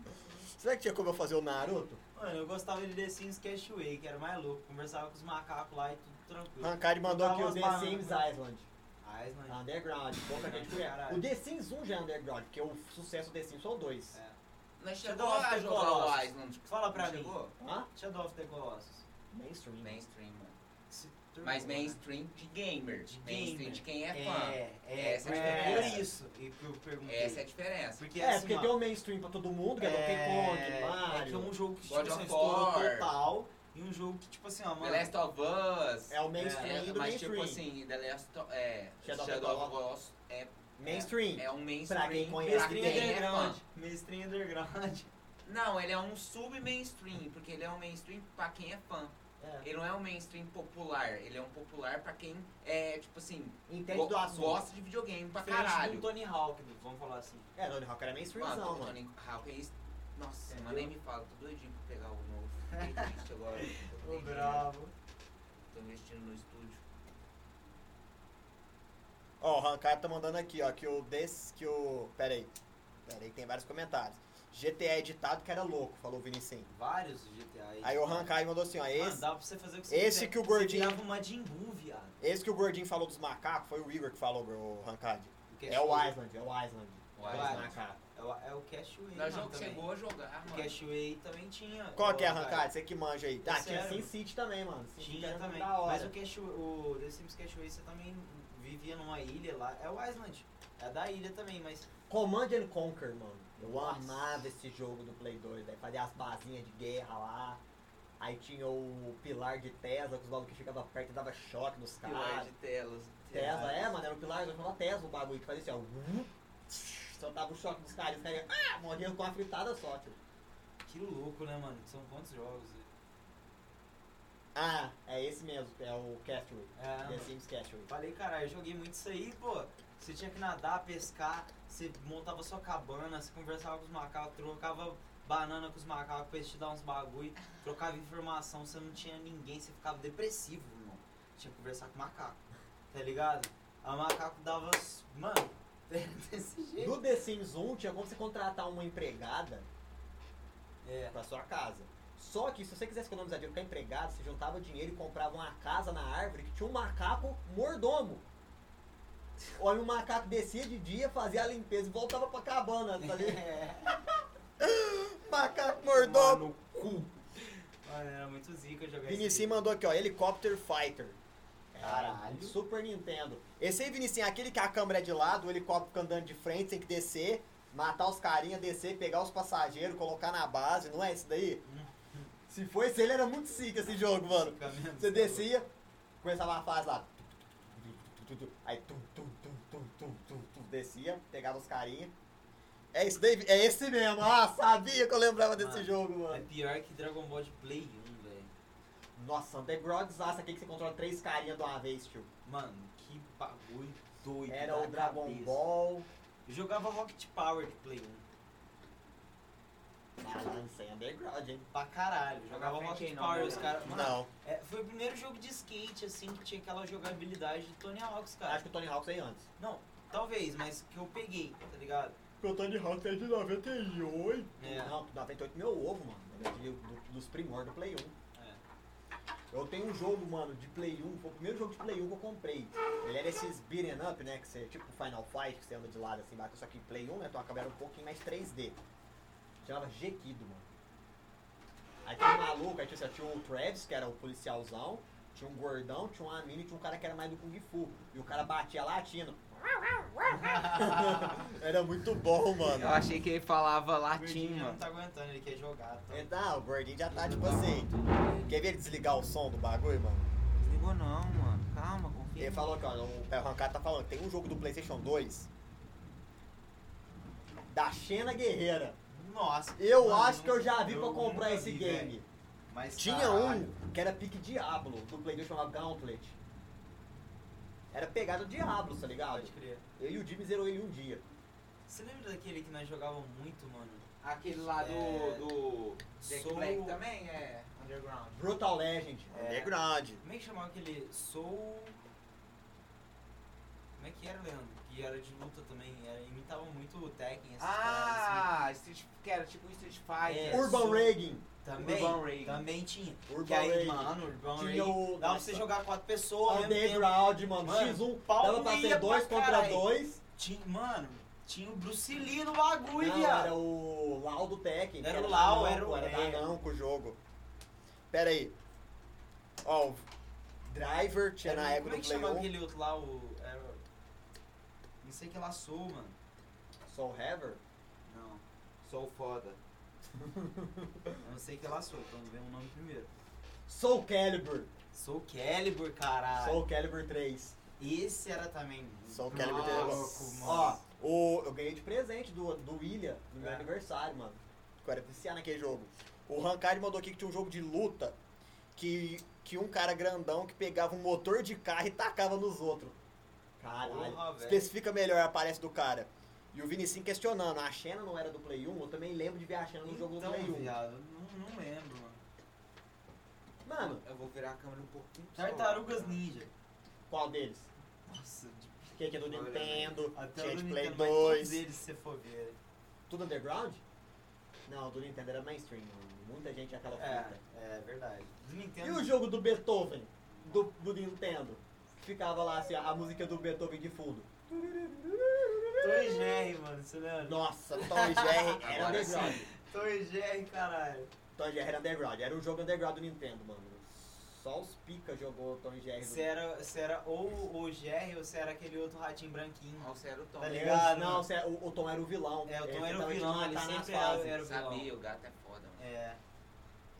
Speaker 1: Será que tinha como eu fazer o Naruto?
Speaker 4: Mano, eu gostava de The Sims Cashway, que era mais louco. Conversava com os macacos lá e tudo tranquilo.
Speaker 1: Rancard mandou aqui o
Speaker 4: Tava
Speaker 1: The
Speaker 4: Tá umas né?
Speaker 1: Sims
Speaker 4: bananas.
Speaker 1: Island.
Speaker 4: Ah, isso não é-
Speaker 1: Underground. Pouca gente conhece.
Speaker 4: Caralho.
Speaker 1: O The Sims 1 já é underground, porque o sucesso do The Sims são dois.
Speaker 4: É.
Speaker 3: Nós
Speaker 4: Shadow
Speaker 3: chegou
Speaker 4: of
Speaker 3: a
Speaker 4: the
Speaker 3: jogar o
Speaker 4: Colossus.
Speaker 3: Island.
Speaker 4: Fala pra
Speaker 3: Não
Speaker 4: mim.
Speaker 3: Chegou?
Speaker 1: Hã?
Speaker 4: Shadow of the Colossus.
Speaker 1: Mainstream.
Speaker 3: Mainstream, mano.
Speaker 4: Se
Speaker 3: Mas
Speaker 4: tornou, né?
Speaker 3: mainstream de gamer.
Speaker 4: De
Speaker 3: mainstream
Speaker 4: gamer.
Speaker 3: de quem é fã.
Speaker 4: É, é,
Speaker 3: Essa
Speaker 1: é a
Speaker 4: é,
Speaker 1: diferença.
Speaker 4: por isso que eu perguntei.
Speaker 3: Essa é a diferença.
Speaker 4: Porque
Speaker 1: É,
Speaker 4: assim,
Speaker 1: porque
Speaker 4: ó,
Speaker 1: deu um mainstream pra todo mundo, que é Donkey Kong,
Speaker 4: é que é
Speaker 1: Mario.
Speaker 4: um jogo que
Speaker 3: God
Speaker 4: tipo,
Speaker 3: of
Speaker 4: assim, estourou
Speaker 3: War.
Speaker 4: total e um jogo que, tipo assim, ó,
Speaker 3: The
Speaker 4: mano.
Speaker 3: Last of Us.
Speaker 1: É o mainstream
Speaker 3: É,
Speaker 1: do
Speaker 3: mas
Speaker 1: mainstream.
Speaker 3: tipo assim, The Last of, é,
Speaker 1: Shadow
Speaker 3: Shadow,
Speaker 1: of the
Speaker 3: of Us é,
Speaker 1: mainstream.
Speaker 3: é um mainstream
Speaker 1: Pra quem conhece,
Speaker 3: pra
Speaker 4: Mainstream
Speaker 1: Quem é
Speaker 4: underground.
Speaker 3: né, fã.
Speaker 4: Mainstream underground.
Speaker 3: Não, ele é um sub-mainstream, porque ele é um mainstream pra quem é fã.
Speaker 4: É.
Speaker 3: Ele não é um mainstream popular, ele é um popular pra quem é, tipo assim,
Speaker 1: Entende
Speaker 3: go-
Speaker 1: do assunto.
Speaker 3: gosta de videogame pra
Speaker 4: Diferente
Speaker 3: caralho.
Speaker 4: do Tony Hawk, do- vamos falar assim.
Speaker 1: É, Tony Hawk era mainstreamzão,
Speaker 3: Mano,
Speaker 1: mano.
Speaker 3: Tony Hawk é isso. Nossa,
Speaker 4: É,
Speaker 3: mano, nem
Speaker 4: viu?
Speaker 3: me fala, tô doidinho pra pegar o novo. Fiquei triste agora. Tô
Speaker 4: Ô,
Speaker 3: triste.
Speaker 4: bravo.
Speaker 3: Tô investindo no estúdio.
Speaker 1: Ó, o Hankai tá mandando aqui, ó, que o desse, que o... Pera aí. Pera aí, tem vários comentários. GTA é editado que era louco, falou o Vinicinho.
Speaker 4: Vários GTA aí.
Speaker 1: Aí o Hankai mandou assim, ó,
Speaker 4: Mano,
Speaker 1: esse,
Speaker 4: dá pra você fazer o que você
Speaker 1: esse
Speaker 4: quiser.
Speaker 1: que o
Speaker 4: Você
Speaker 1: gordinho-
Speaker 4: criava uma Majin Buu, viado.
Speaker 1: esse que o Gordinho falou dos macacos, foi o Igor que falou, o Hankai.
Speaker 4: Do
Speaker 1: É o
Speaker 4: Cashway.
Speaker 1: Island, é o Island.
Speaker 3: O
Speaker 1: É os
Speaker 4: Island.
Speaker 1: macacos.
Speaker 4: É o, é o Cashway,
Speaker 3: Nós
Speaker 4: mano,
Speaker 3: jogo
Speaker 4: também. é
Speaker 3: chegou a jogar,
Speaker 4: O
Speaker 3: mano.
Speaker 4: Cashway também tinha.
Speaker 1: Qual
Speaker 4: Ô,
Speaker 1: que é,
Speaker 4: cara,
Speaker 1: Hankai? Você que manja aí. Ah, tinha
Speaker 4: sério?
Speaker 1: SimCity também, mano. SimCity
Speaker 4: Tinha
Speaker 1: era
Speaker 4: também.
Speaker 1: é da hora.
Speaker 4: Mas o, Cash, o The Sims Cashway você também vivia numa ilha lá. É o Island. É da ilha também, mas.
Speaker 1: Command and Conquer, mano. Eu
Speaker 4: Nossa.
Speaker 1: amava esse jogo do Play 2, velho. Fazia as bazinhas de guerra lá. Aí tinha o Pilar de Tesla, que os malucos chegavam perto e dava choque nos
Speaker 3: Pilar
Speaker 1: caras.
Speaker 3: de telas.
Speaker 1: Tesla, é, mano, era o Pilar, eu chamava Tesla o bagulho, que fazia assim, ó. vum, Soltava o choque nos caras, e os caras iam, ah, morriam com uma fritada só, tipo. tio.
Speaker 4: Que louco, né, mano? São quantos jogos?
Speaker 1: Ah, é esse mesmo, é o Castaway.
Speaker 4: É,
Speaker 1: The
Speaker 4: mano.
Speaker 1: Sims Castaway.
Speaker 4: Falei, cara, eu joguei muito isso aí, pô. Você tinha que nadar, pescar, você montava sua cabana, você conversava com os macacos, trocava banana com os macacos pra eles te dar uns bagulho, trocava informação, você não tinha ninguém, você ficava depressivo, irmão. Tinha que conversar com o macaco, tá ligado? A macaco dava. s- Mano, era desse jeito.
Speaker 1: No The Sims 1 tinha como você contratar uma empregada
Speaker 4: É.
Speaker 1: pra sua casa. Só que se você quisesse economizar dinheiro com empregado, você juntava dinheiro e comprava uma casa na árvore que tinha um macaco mordomo. Olha, o macaco descia de dia, fazia a limpeza e voltava pra cabana, tá ligado? macaco
Speaker 4: Tomar
Speaker 1: mordomo.
Speaker 4: no cu. Mano, era muito zica jogar isso.
Speaker 1: Vinicinho
Speaker 4: aí.
Speaker 1: mandou aqui, ó, Helicopter Fighter.
Speaker 4: Caralho.
Speaker 1: Super Nintendo. Esse aí, Vinicinho, é aquele que a câmera é de lado, o helicóptero fica andando de frente, tem que descer, matar os carinha, descer, pegar os passageiros, colocar na base, não é esse daí?
Speaker 4: Uhum.
Speaker 1: Se foi esse, ele era muito zica esse jogo, mano.
Speaker 4: Fica mesmo,
Speaker 1: Você
Speaker 4: tá louco.
Speaker 1: descia, começava a fase lá. Aí tum, tum, tum, tum, tum, tum, tum, descia, pegava os carinha. É esse daí, é esse mesmo. Ah, sabia que eu lembrava desse
Speaker 4: Mano,
Speaker 1: jogo,
Speaker 4: É
Speaker 1: mano.
Speaker 4: pior que Dragon Ball de Play 1, velho.
Speaker 1: Nossa, Underground desastre aqui que você controla três carinha de uma vez, tio.
Speaker 4: Mano, que bagulho doido.
Speaker 1: Era
Speaker 4: da
Speaker 1: o Dragon
Speaker 4: cabeça.
Speaker 1: Ball.
Speaker 4: Eu jogava Rocket Power de Play né? 1.
Speaker 1: Caralho, isso aí é Underground, hein?
Speaker 4: Pra caralho. Jogava
Speaker 3: Jogava
Speaker 4: Rocket
Speaker 3: Tekken,
Speaker 4: Power
Speaker 3: não,
Speaker 4: os
Speaker 3: né?
Speaker 4: caras. Mano,
Speaker 1: Não,
Speaker 4: é, foi o primeiro jogo de skate, assim, que tinha aquela jogabilidade de Tony Hawk's, cara.
Speaker 1: acho que o Tony Hawk aí antes.
Speaker 4: Não, talvez, mas que eu peguei, tá ligado?
Speaker 1: Porque o Tony Hawk é de 98.
Speaker 4: É.
Speaker 1: Não, 98 meu ovo, mano. Ele é de- do- dos primórdios do Play 1.
Speaker 4: É.
Speaker 1: Eu tenho um jogo, mano, de Play 1, foi o primeiro jogo de Play 1 que eu comprei. Ele era esses beat'em up, né, que você, tipo Final Fight, que você anda de lado assim, bate, só que Play 1, né, então a câmera era um pouquinho mais 3D. Chamava Gekido, mano. Aí tinha um maluco, aí tinha, assim, ó, tinha o Travis, que era o policialzão, tinha um gordão, tinha uma mina e tinha um cara que era mais do Kung Fu. E o cara batia latino. era muito bom,
Speaker 4: é
Speaker 3: Eu
Speaker 1: mano.
Speaker 3: achei que ele falava
Speaker 1: Ah,
Speaker 4: O
Speaker 3: latim,
Speaker 4: Gordinho já não
Speaker 3: mano.
Speaker 4: tá aguentando, ele quer jogar. Tá?
Speaker 1: Não, o É gordinho já tá tipo assim. Quer ver ele desligar o som do bagulho, mano?
Speaker 3: Ligou não, mano. Calma, confia.
Speaker 4: É
Speaker 1: Ele falou aqui, ó, o Pé Rancado tá falando, tem um jogo do Playstation 2 da Xena Guerreira.
Speaker 4: Nossa.
Speaker 1: Eu
Speaker 4: mano,
Speaker 1: acho que eu já vi pra
Speaker 4: eu
Speaker 1: comprar
Speaker 4: nunca
Speaker 1: esse
Speaker 4: vi,
Speaker 1: game.
Speaker 4: velho. Mas tá,
Speaker 1: Tinha
Speaker 4: caralho.
Speaker 1: um que era pique Diablo, do Playstation chamava Gauntlet. Era pegado Diablo, tá ligado?
Speaker 4: Pode crer.
Speaker 1: Eu e o Jimmy zerou ele um dia.
Speaker 4: Você lembra daquele que nós jogávamos muito, mano?
Speaker 3: Aquele lá do.
Speaker 4: É.
Speaker 3: do. Jack
Speaker 4: Soul-
Speaker 3: Black também é underground.
Speaker 1: Brutal Legend,
Speaker 4: É.
Speaker 1: Underground.
Speaker 4: Como é que chamava aquele Soul. Como Como é que era, Leandro? Que era de luta também, era, imitava muito o Tekken, essas paradas assim.
Speaker 3: Ah, Street, que era tipo um Street Fighter.
Speaker 4: É,
Speaker 1: Urban
Speaker 4: sou-
Speaker 1: Reagan.
Speaker 4: assim. Também,
Speaker 3: Urban Raid.
Speaker 4: também tinha.
Speaker 1: Urban
Speaker 4: que aí,
Speaker 1: Raid.
Speaker 4: mano, Urban
Speaker 1: Tinha
Speaker 4: Raid,
Speaker 1: o-
Speaker 4: dava pra
Speaker 1: nossa.
Speaker 4: você jogar quatro pessoas ao mesmo tempo.
Speaker 1: Underground, mano.
Speaker 4: Mano, tá
Speaker 1: X1.
Speaker 4: pau
Speaker 1: Dava pra
Speaker 4: ia
Speaker 1: ser 2
Speaker 4: pra
Speaker 1: contra
Speaker 4: caralho.
Speaker 1: 2.
Speaker 4: Tinha, mano, tinha o Bruce Lee no bagulho,
Speaker 1: Não,
Speaker 4: viado.
Speaker 1: era o Lau do Tekken. que
Speaker 4: Era o Lau,
Speaker 1: da
Speaker 4: era o-
Speaker 1: Namco, Era
Speaker 4: é.
Speaker 1: da Namco o jogo. Pera aí. Ó, o Driver tinha
Speaker 4: Era
Speaker 1: na
Speaker 4: o-
Speaker 1: época
Speaker 4: Como é
Speaker 1: do
Speaker 4: que
Speaker 1: Play
Speaker 4: chama
Speaker 1: 1.
Speaker 4: aquele outro lá, o... Era, o- não sei que laçou, mano.
Speaker 1: Soul Haver?
Speaker 4: Não,
Speaker 3: Sou foda.
Speaker 4: eu não sei que laçou, então vem o nome primeiro.
Speaker 1: Soul Calibur.
Speaker 4: Sou Calibur, caralho.
Speaker 1: Soul Calibur 3.
Speaker 4: Esse era também... muito
Speaker 1: Soul Calibur 3.
Speaker 4: louco, mano.
Speaker 1: Ó, o, eu ganhei de presente do, do William no meu
Speaker 4: É.
Speaker 1: aniversário, mano. Eu era viciado naquele jogo. O Rancard mandou aqui que tinha um jogo de luta que, que um cara grandão que pegava um motor de carro e tacava nos outros. Caralho.
Speaker 4: Porra, velho. Então,
Speaker 1: Especifica melhor a aparência do cara. E o Vinicinho questionando, "Ah, a Xena não era do Play 1? Eu também lembro de ver a Xena no jogo do
Speaker 4: Então,
Speaker 1: Play 1.
Speaker 4: viado, eu não, não lembro, mano.
Speaker 1: Mano,
Speaker 3: Eu vou virar a câmera um pouquinho. pro
Speaker 4: Tartarugas
Speaker 3: celular.
Speaker 4: Ninja.
Speaker 1: qual deles?
Speaker 4: Nossa, de-
Speaker 1: Que que é do
Speaker 3: Olha,
Speaker 1: Nintendo,
Speaker 4: até
Speaker 1: tinha
Speaker 4: o
Speaker 1: de
Speaker 4: do
Speaker 1: Play
Speaker 4: Nintendo, é mas todos
Speaker 1: 2.
Speaker 4: eles, se você for ver. né?
Speaker 1: Tudo underground? Não, do Nintendo era mainstream, mano. Muita gente é aquela fita.
Speaker 4: É, um é verdade. Do Nintendo.
Speaker 1: E o jogo do Beethoven, do, do Nintendo? Ficava lá assim, a música do Beethoven de fundo.
Speaker 4: Tom e Jerry, mano, você lembra?
Speaker 1: Nossa, Tom e Jerry era
Speaker 3: Agora
Speaker 1: underground.
Speaker 4: Tom e Jerry, caralho.
Speaker 1: Tom e Jerry era underground. Era um jogo underground do Nintendo, mano. Só os pica jogou Tom e Jerry.
Speaker 4: É, Você era, você era ou o Jerry ou você era aquele outro ratinho branquinho.
Speaker 3: Nossa, era o Tom.
Speaker 4: Tá
Speaker 1: Não,
Speaker 4: ligado,
Speaker 1: Não,
Speaker 4: mano?
Speaker 1: cê- é, o, o Tom era o vilão.
Speaker 4: É, o
Speaker 1: Ele
Speaker 4: Tom era o
Speaker 1: tentava te
Speaker 4: vilão, ele
Speaker 1: matar nas
Speaker 4: sempre era,
Speaker 1: fases.
Speaker 4: era o vilão.
Speaker 3: Sabia, o gato é foda, mano.
Speaker 4: É.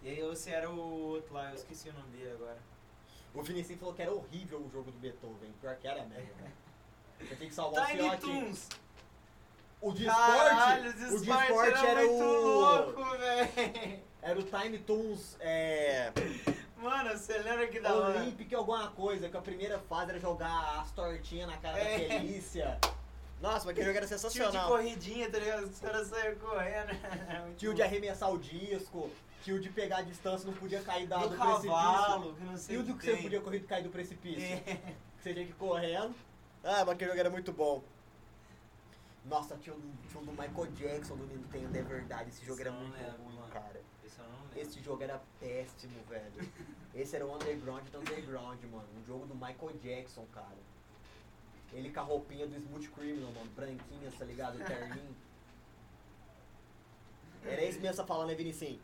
Speaker 4: E aí você era o outro lá, eu esqueci o nome dele agora.
Speaker 1: O Vinicius falou que era horrível o jogo do Beethoven. Pior que era mesmo. né? Você tem que salvar o
Speaker 4: Tiny
Speaker 1: fiote.
Speaker 4: Toons!
Speaker 1: O de
Speaker 4: Caralho,
Speaker 1: esporte,
Speaker 4: os
Speaker 1: o de
Speaker 4: esporte
Speaker 1: esporte era,
Speaker 4: muito
Speaker 1: o
Speaker 4: louco, velho.
Speaker 1: era o Tiny Toons é,
Speaker 4: Mano, você lembra que da hora?
Speaker 1: Olympic alguma coisa, que a primeira fase era jogar as tortinhas na cara
Speaker 4: É.
Speaker 1: da Felícia. Nossa, mas aquele jogo era
Speaker 4: Tio de corridinha, tá ligado? Os caras saíram correndo. Muito
Speaker 1: Tio de arremessar o disco, tio de pegar a distância, não podia cair da, Tá,
Speaker 4: do,
Speaker 1: do precipício.
Speaker 4: cavalo, que não sei
Speaker 1: E o
Speaker 4: o
Speaker 1: do que você
Speaker 4: tem.
Speaker 1: podia correr e cair do precipício.
Speaker 4: É.
Speaker 1: Que você tinha que ir correndo. Ah, mas aquele jogo era muito bom. Nossa, tinha o tinha o do Michael Jackson do Nintendo, é verdade. Esse jogo era
Speaker 4: Isso eu não
Speaker 1: muito
Speaker 4: lembro,
Speaker 1: ruim,
Speaker 4: é, mano.
Speaker 1: cara.
Speaker 4: Esse eu não lembro.
Speaker 1: Esse jogo era péssimo, velho. Esse era o underground do underground, mano. Um jogo do Michael Jackson, cara. Ele com a roupinha do Smooth Criminal, mano. Branquinha, tá ligado? Terninho. Era isso mesmo que você falando, né, Vinicius?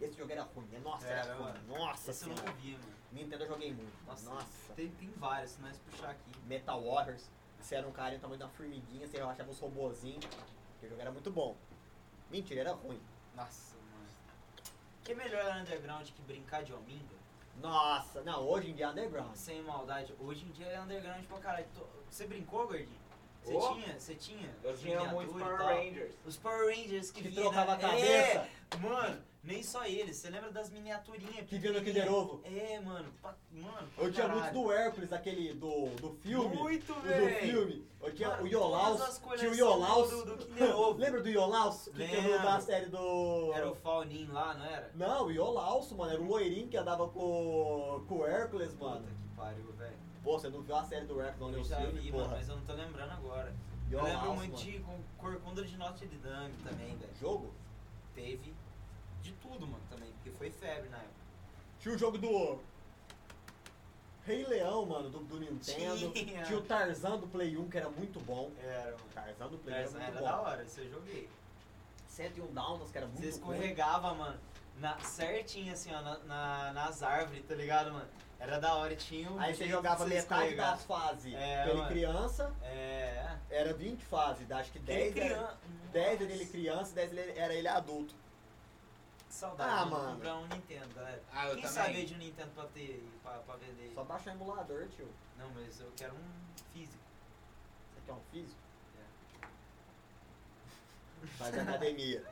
Speaker 1: Esse jogo era ruim, né? Nossa, era
Speaker 4: Era,
Speaker 1: ruim.
Speaker 4: mano.
Speaker 1: Nossa
Speaker 4: Esse eu não
Speaker 1: senhora.
Speaker 4: ouvi, mano.
Speaker 1: Nintendo eu joguei muito.
Speaker 4: Nossa.
Speaker 1: assim, Nossa.
Speaker 4: Tem, tem vários, se nós puxar aqui.
Speaker 1: Metal Warriors. Você era um cara do tamanho da formiguinha, você achava os robozinhos. Aquele jogo era muito bom. Mentira, era ruim.
Speaker 4: Nossa, mano. Que melhor era underground que brincar de hominga?
Speaker 1: Nossa, não, hoje em dia é underground.
Speaker 4: Sem maldade. Hoje em dia é underground pra caralho. Tô- Você brincou, gordinho? Você
Speaker 3: Oh.
Speaker 4: tinha? Você tinha?
Speaker 3: Eu tinha
Speaker 4: Miniatura
Speaker 3: muito
Speaker 4: e
Speaker 3: Power
Speaker 4: tal.
Speaker 3: Rangers.
Speaker 4: Os Power Rangers que,
Speaker 1: que
Speaker 4: vinha
Speaker 1: trocava a
Speaker 4: na-
Speaker 1: cabeça.
Speaker 4: É, mano, nem só eles. Você lembra das miniaturinhas?
Speaker 1: Que vinha no
Speaker 4: pequenininhas?
Speaker 1: Kinder Ovo.
Speaker 4: É, mano. pra- mano pra
Speaker 1: Eu tinha muito
Speaker 4: caralho.
Speaker 1: do Hércules, aquele do, do filme.
Speaker 4: Muito,
Speaker 1: o do
Speaker 4: velho.
Speaker 1: filme. Eu tinha
Speaker 4: Mano,
Speaker 1: o Iolaus.
Speaker 4: todas as coleções
Speaker 1: Tinha o Iolaus.
Speaker 4: do- do Kinder Ovo.
Speaker 1: Lembra do Iolaus? Que teve
Speaker 4: Lembro.
Speaker 1: da série do.
Speaker 4: Era o Faunin lá, não era?
Speaker 1: Não, o Iolaus, mano. Era o loirinho que andava com, com o Hércules,
Speaker 4: Puta
Speaker 1: mano.
Speaker 4: que pariu, velho.
Speaker 1: Pô, você não viu a série do Hércules, não leu
Speaker 4: Eu
Speaker 1: o
Speaker 4: já
Speaker 1: filme,
Speaker 4: vi, mano,
Speaker 1: porra.
Speaker 4: mas eu não tô lembrando agora. eu
Speaker 1: Iolaus,
Speaker 4: lembro muito
Speaker 1: mano. É
Speaker 4: de com- Corcunda de Notre Dame também, velho.
Speaker 1: Jogo?
Speaker 4: Teve de tudo, mano, também. Porque foi febre na época.
Speaker 1: Tinha o jogo do. Rei Leão, mano, do, do Nintendo.
Speaker 4: Tinha.
Speaker 1: o Tarzan do Play 1, que era muito bom.
Speaker 4: Era, mano.
Speaker 1: Tarzan do Play 1 era
Speaker 4: Mas
Speaker 1: muito
Speaker 4: era
Speaker 1: bom.
Speaker 4: da hora, isso eu joguei.
Speaker 1: 101 Downs, um que era muito
Speaker 4: Você
Speaker 1: ruim.
Speaker 4: escorregava, mano, na, certinho, assim, ó, na, na- nas árvores, tá ligado, mano? Era da hora, e tinha um
Speaker 1: Aí
Speaker 4: jeito
Speaker 1: você
Speaker 4: de
Speaker 1: jogava metade
Speaker 4: escorregar.
Speaker 1: das fases
Speaker 4: É,
Speaker 1: pela
Speaker 4: mano.
Speaker 1: criança,
Speaker 4: É,
Speaker 1: era 20 fases, dá, acho que 10 era,
Speaker 4: criança.
Speaker 1: 10 era ele criança, 10 ele- era ele adulto.
Speaker 4: Que saudade
Speaker 1: Ah,
Speaker 4: de
Speaker 1: mano.
Speaker 4: comprar um Nintendo, galera.
Speaker 3: Ah, eu
Speaker 4: Quem
Speaker 3: também.
Speaker 4: sabia de um Nintendo pra ter, pra, pra vender?
Speaker 1: Só baixa o emulador, tio.
Speaker 4: Não, mas eu quero um físico.
Speaker 1: Você quer um físico?
Speaker 4: É.
Speaker 1: Faz academia.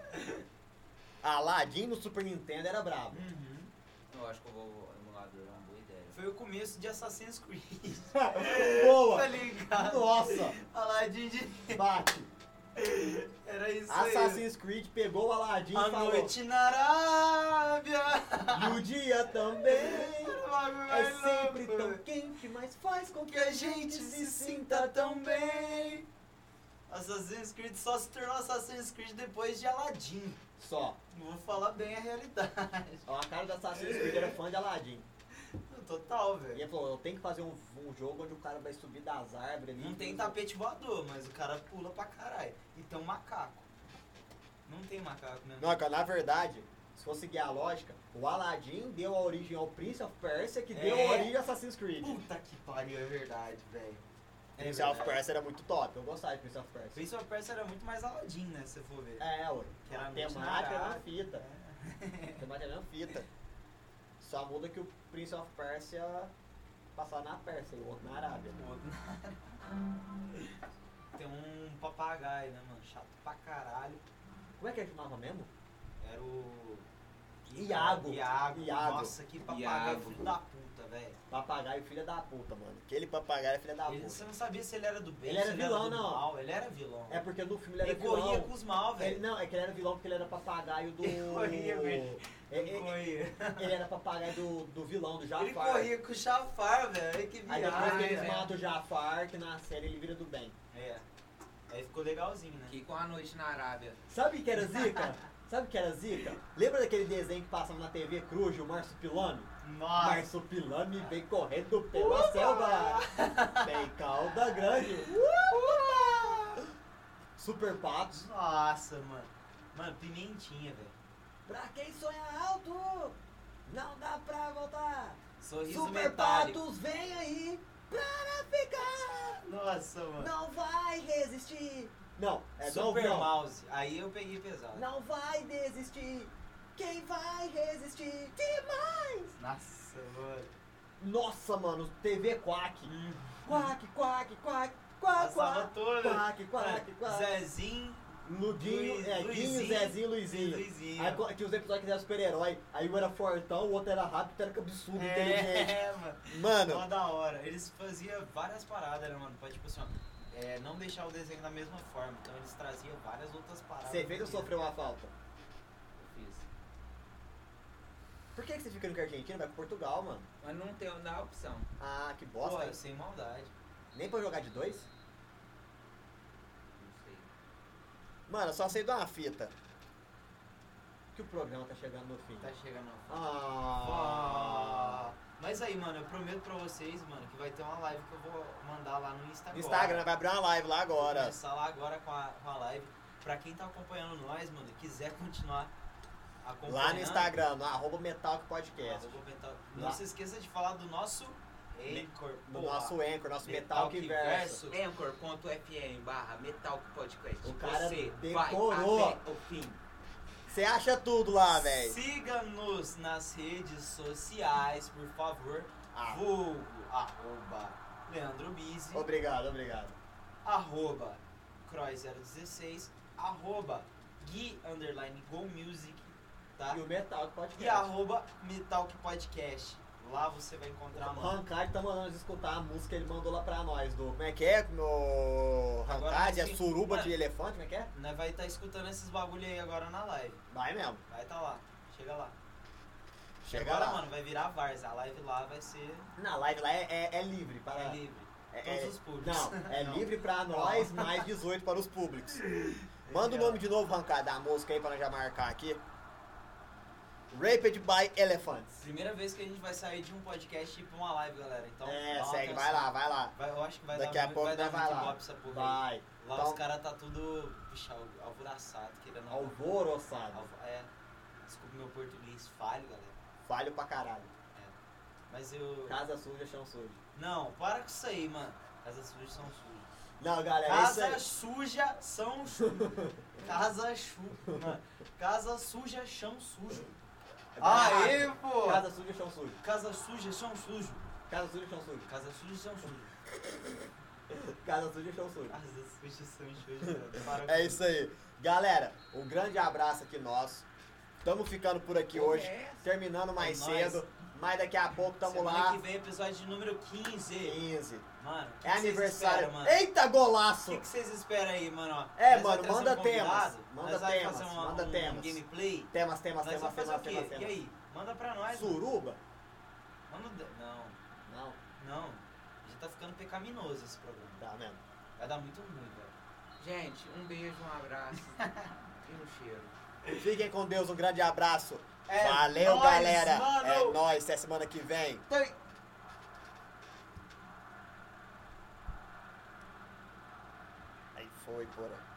Speaker 1: Ah, Aladdin no Super Nintendo era brabo.
Speaker 4: Uhum.
Speaker 3: Eu acho que eu vou emulador, é uma boa ideia.
Speaker 4: Foi o começo de Assassin's Creed.
Speaker 1: Boa!
Speaker 4: tá ligado?
Speaker 1: Nossa!
Speaker 4: Aladdin de.
Speaker 1: Bate!
Speaker 4: Era isso aí.
Speaker 1: Assassin's Creed pegou o Aladdin
Speaker 4: A
Speaker 1: e falou.
Speaker 4: noite na Arábia.
Speaker 1: E o dia também. É
Speaker 4: É
Speaker 1: sempre tão quente, mas faz com
Speaker 4: que a gente se sinta tão bem. Assassin's Creed só se tornou Assassin's Creed depois de Aladdin.
Speaker 1: Só.
Speaker 4: Vou falar bem a realidade.
Speaker 1: Ó, A cara do Assassin's Creed era fã de Aladdin.
Speaker 4: Total,
Speaker 1: E
Speaker 4: velho.
Speaker 1: ele falou, eu tenho que fazer um, um jogo onde o cara vai subir das árvores ali.
Speaker 4: Não tem tá- tapete voador, mas o cara pula pra caralho. E tem um macaco. Não tem macaco, né?
Speaker 1: Não, cara, na verdade, se for seguir a lógica, o Aladdin deu a origem ao Prince of Persia, que deu
Speaker 4: É.
Speaker 1: a origem ao Assassin's Creed.
Speaker 4: Puta que pariu, é verdade, velho. É
Speaker 1: Prince of
Speaker 4: verdade.
Speaker 1: Persia era muito top, eu gostava de Prince of Persia.
Speaker 4: Prince of Persia era muito mais Aladdin, né? Se você for ver.
Speaker 1: É, ué.
Speaker 4: Que
Speaker 1: A
Speaker 4: era muito
Speaker 1: temática era
Speaker 4: na
Speaker 1: na fita. A
Speaker 4: É.
Speaker 1: temática era na fita. Só muda que o Prince of Persia passava na Pérsia e o outro na Arábia.
Speaker 4: O É, outro- Tem um papagaio, né, mano? Chato pra caralho.
Speaker 1: Como é que ele chamava mesmo?
Speaker 4: Era o.
Speaker 1: Iago.
Speaker 4: Iago.
Speaker 1: Iago.
Speaker 4: Nossa, que papagaio
Speaker 3: Iago.
Speaker 4: filho da puta, velho.
Speaker 1: Papagaio filha da puta, mano. Aquele papagaio é filha da
Speaker 4: Ele-
Speaker 1: puta.
Speaker 4: Você não sabia se ele era do bem,
Speaker 1: Ele era
Speaker 4: se
Speaker 1: vilão,
Speaker 4: ele era do
Speaker 1: não.
Speaker 4: mal. Ele era vilão.
Speaker 1: É porque no filme ele era
Speaker 4: ele corria
Speaker 1: vilão.
Speaker 4: com os mal,
Speaker 1: Ele-
Speaker 4: velho.
Speaker 1: não, é que ele era vilão porque ele era papagaio do.
Speaker 4: Ele corria, velho.
Speaker 1: É, é, é,
Speaker 4: corria.
Speaker 1: ele era papagaio do, do vilão, do Jafar.
Speaker 4: Ele corria com o Chafar, velho. Aí que
Speaker 1: Aí
Speaker 4: viagem.
Speaker 1: depois que eles
Speaker 3: né?
Speaker 1: matam o Jafar, que na série ele vira do bem.
Speaker 4: É. Aí ficou legalzinho, né?
Speaker 3: Aqui com a noite na Arábia.
Speaker 1: Sabe o que era zica? Sabe o que era zica? Lembra daquele desenho que passava na TV Cruz, o Marsupilame?
Speaker 4: Nossa.
Speaker 1: Marsupilame vem correndo pela selva. Tem cauda grande. Super patos.
Speaker 4: Nossa, mano. Mano, pimentinha, velho.
Speaker 1: Pra quem sonha alto, não dá pra voltar.
Speaker 4: Sorriso
Speaker 1: Super
Speaker 4: metálico.
Speaker 1: patos, vem aí pra ficar.
Speaker 4: Nossa, mano.
Speaker 1: Não vai resistir. Não, é
Speaker 4: Super
Speaker 1: não, não.
Speaker 4: mouse. Aí eu peguei pesado.
Speaker 1: Não vai desistir. Quem vai resistir Tipo, demais?
Speaker 4: Nossa, mano.
Speaker 1: Nossa, mano, TV Quack. Quack, quack, quack, quack,
Speaker 4: Passava
Speaker 1: quack.
Speaker 4: toda.
Speaker 1: Quack, quack, quack.
Speaker 4: Zezinho,
Speaker 1: Ludinho,
Speaker 4: Luiz-
Speaker 1: é, Guinho,
Speaker 4: Luizinho.
Speaker 1: Zezinho, Luizinho.
Speaker 4: Luizinho.
Speaker 1: Aí co- tinha os episódios que era super-herói. Aí um era fortão, o outro era rápido, o outro era cabeçudo, inteligente.
Speaker 4: É, mano.
Speaker 1: Mano,
Speaker 4: Mó da hora. Eles faziam várias paradas, né, mano? Pra, tipo assim, ó, é, não deixar o desenho da mesma forma. Então eles traziam várias outras paradas.
Speaker 1: você fez ou sofreu uma falta?
Speaker 3: Eu fiz.
Speaker 1: Por que, que você fica no Argentina? Vai pro Portugal, mano.
Speaker 3: Mas não tem não dá opção.
Speaker 1: Ah, que bosta.
Speaker 4: Pô,
Speaker 1: hein?
Speaker 4: sem maldade.
Speaker 1: Nem pra jogar de dois?
Speaker 3: Não sei.
Speaker 1: Mano, eu só sei dar uma fita. Que o programa tá chegando no fim.
Speaker 4: Tá chegando uma
Speaker 1: Ah.
Speaker 4: Ah, Mas aí, mano, eu prometo pra vocês, mano, que vai ter uma live que eu vou mandar lá no Instagram.
Speaker 1: Instagram, vai abrir uma live lá
Speaker 4: Vou
Speaker 1: agora.
Speaker 4: começar lá agora com a, com a live. Pra quem tá acompanhando nós, mano, e quiser continuar acompanhando.
Speaker 1: Lá no Instagram, no arroba Metalk Podcast.
Speaker 4: arroba Metal-
Speaker 1: Lá.
Speaker 4: Não se esqueça de falar do nosso
Speaker 1: Me-
Speaker 4: Anchor.
Speaker 1: No
Speaker 4: porra.
Speaker 1: nosso Anchor, nosso Metalk
Speaker 4: Metalk
Speaker 1: Verso.
Speaker 4: Verso.
Speaker 3: Anchor.fm barra Metal Podcast.
Speaker 1: O cara
Speaker 3: Você
Speaker 1: decorou.
Speaker 3: vai até o fim.
Speaker 1: Você acha tudo lá, Ah, velho.
Speaker 4: Siga-nos nas redes sociais, por favor.
Speaker 1: Ah, Oh.
Speaker 4: Vulgo, arroba Leandro Bizzi,
Speaker 1: obrigado, obrigado.
Speaker 4: arroba Croy016, arroba Gui, underline, Go Music, tá?
Speaker 1: E o Metalk
Speaker 4: E
Speaker 1: Podcast.
Speaker 4: arroba Metalk Podcast. Lá você vai encontrar,
Speaker 1: O
Speaker 4: mano.
Speaker 1: Rancard tá mandando nós escutar a música que ele mandou lá pra nós. Do... Como é que é? No
Speaker 4: Agora
Speaker 1: Rancard? É
Speaker 4: sim.
Speaker 1: suruba
Speaker 4: Mano.
Speaker 1: de elefante? Como é que é?
Speaker 4: Nós vai estar escutando esses bagulho aí agora na live.
Speaker 1: Vai mesmo.
Speaker 4: Vai tá lá. Chega lá.
Speaker 1: Chega
Speaker 4: agora,
Speaker 1: lá.
Speaker 4: mano, vai virar Varza. A live lá vai ser
Speaker 1: Na live lá é, é- é livre. Para...
Speaker 4: é livre.
Speaker 1: é- é-
Speaker 4: Todos os públicos.
Speaker 1: Não, é livre pra nós, mais 18 para os públicos. Manda o nome de novo, Rancada, da música aí pra nós já marcar aqui. Raped by Elephants.
Speaker 4: Primeira vez que a gente vai sair de um podcast pra uma live, galera. Então, dá
Speaker 1: É,
Speaker 4: uma
Speaker 1: segue,
Speaker 4: atenção.
Speaker 1: vai lá, vai lá.
Speaker 4: Vai- eu acho que vai
Speaker 1: Daqui
Speaker 4: dar
Speaker 1: a
Speaker 4: muito-
Speaker 1: pouco
Speaker 4: vai dar
Speaker 1: nós vai
Speaker 4: muito
Speaker 1: lá.
Speaker 4: ibope essa porra aí.
Speaker 1: Vai.
Speaker 4: Lá
Speaker 1: Então-
Speaker 4: os caras tá tudo, bicho, al- alvoroçado, querendo...
Speaker 1: Alvoroçado.
Speaker 4: alvo- é, desculpa meu português falho, galera.
Speaker 1: Falho pra caralho.
Speaker 4: Mas eu...
Speaker 1: Casa suja, chão sujo.
Speaker 4: Não, para com isso aí, mano. Casas sujas são sujas.
Speaker 1: Não, galera, é isso
Speaker 4: Casa
Speaker 1: aí.
Speaker 4: suja são sujas. Casa chu... Mano, casa suja, chão sujo. Aê, pô! Casa,
Speaker 1: Casa suja, chão sujo.
Speaker 4: suja, é chão sujo.
Speaker 1: Casa suja, chão sujo.
Speaker 4: Casa suja, é chão sujo.
Speaker 1: Casa suja, chão sujo.
Speaker 4: Casa suja, é chão sujo. mano. Para com
Speaker 1: É isso aí. Galera, um grande abraço aqui nosso. Tamo ficando por aqui hoje. Terminando mais
Speaker 4: É nóis.
Speaker 1: cedo. Mas daqui a pouco tamo
Speaker 4: Semana
Speaker 1: lá.
Speaker 4: que vem, episódio de número 15.
Speaker 1: 15.
Speaker 4: Mano, o que
Speaker 1: É
Speaker 4: vocês
Speaker 1: aniversário.
Speaker 4: esperam, mano?
Speaker 1: Eita, golaço!
Speaker 4: O que que vocês esperam aí, mano? ó?
Speaker 1: É, mano,
Speaker 4: Nós vai trazer
Speaker 1: manda
Speaker 4: um convidado,
Speaker 1: temas, manda
Speaker 4: nós vai
Speaker 1: temas,
Speaker 4: fazer uma-
Speaker 1: manda
Speaker 4: um
Speaker 1: temas.
Speaker 4: gameplay.
Speaker 1: Temas, temas,
Speaker 4: nós
Speaker 1: temas,
Speaker 4: vamos fazer
Speaker 1: temas,
Speaker 4: o quê?
Speaker 1: temas,
Speaker 4: E
Speaker 1: temas.
Speaker 4: aí? Manda pra nós.
Speaker 1: Suruba?
Speaker 4: Mano. Manda- Não,
Speaker 1: Não,
Speaker 4: não. Já tá ficando pecaminoso esse programa.
Speaker 1: tá mesmo.
Speaker 4: Vai dar muito ruim, velho.
Speaker 3: Gente, um beijo, um abraço e um cheiro.
Speaker 1: Fiquem com Deus, um grande abraço.
Speaker 4: É
Speaker 1: Valeu,
Speaker 4: nóis,
Speaker 1: galera.
Speaker 4: mano.
Speaker 1: É nóis, até semana que vem. Aí foi, porra.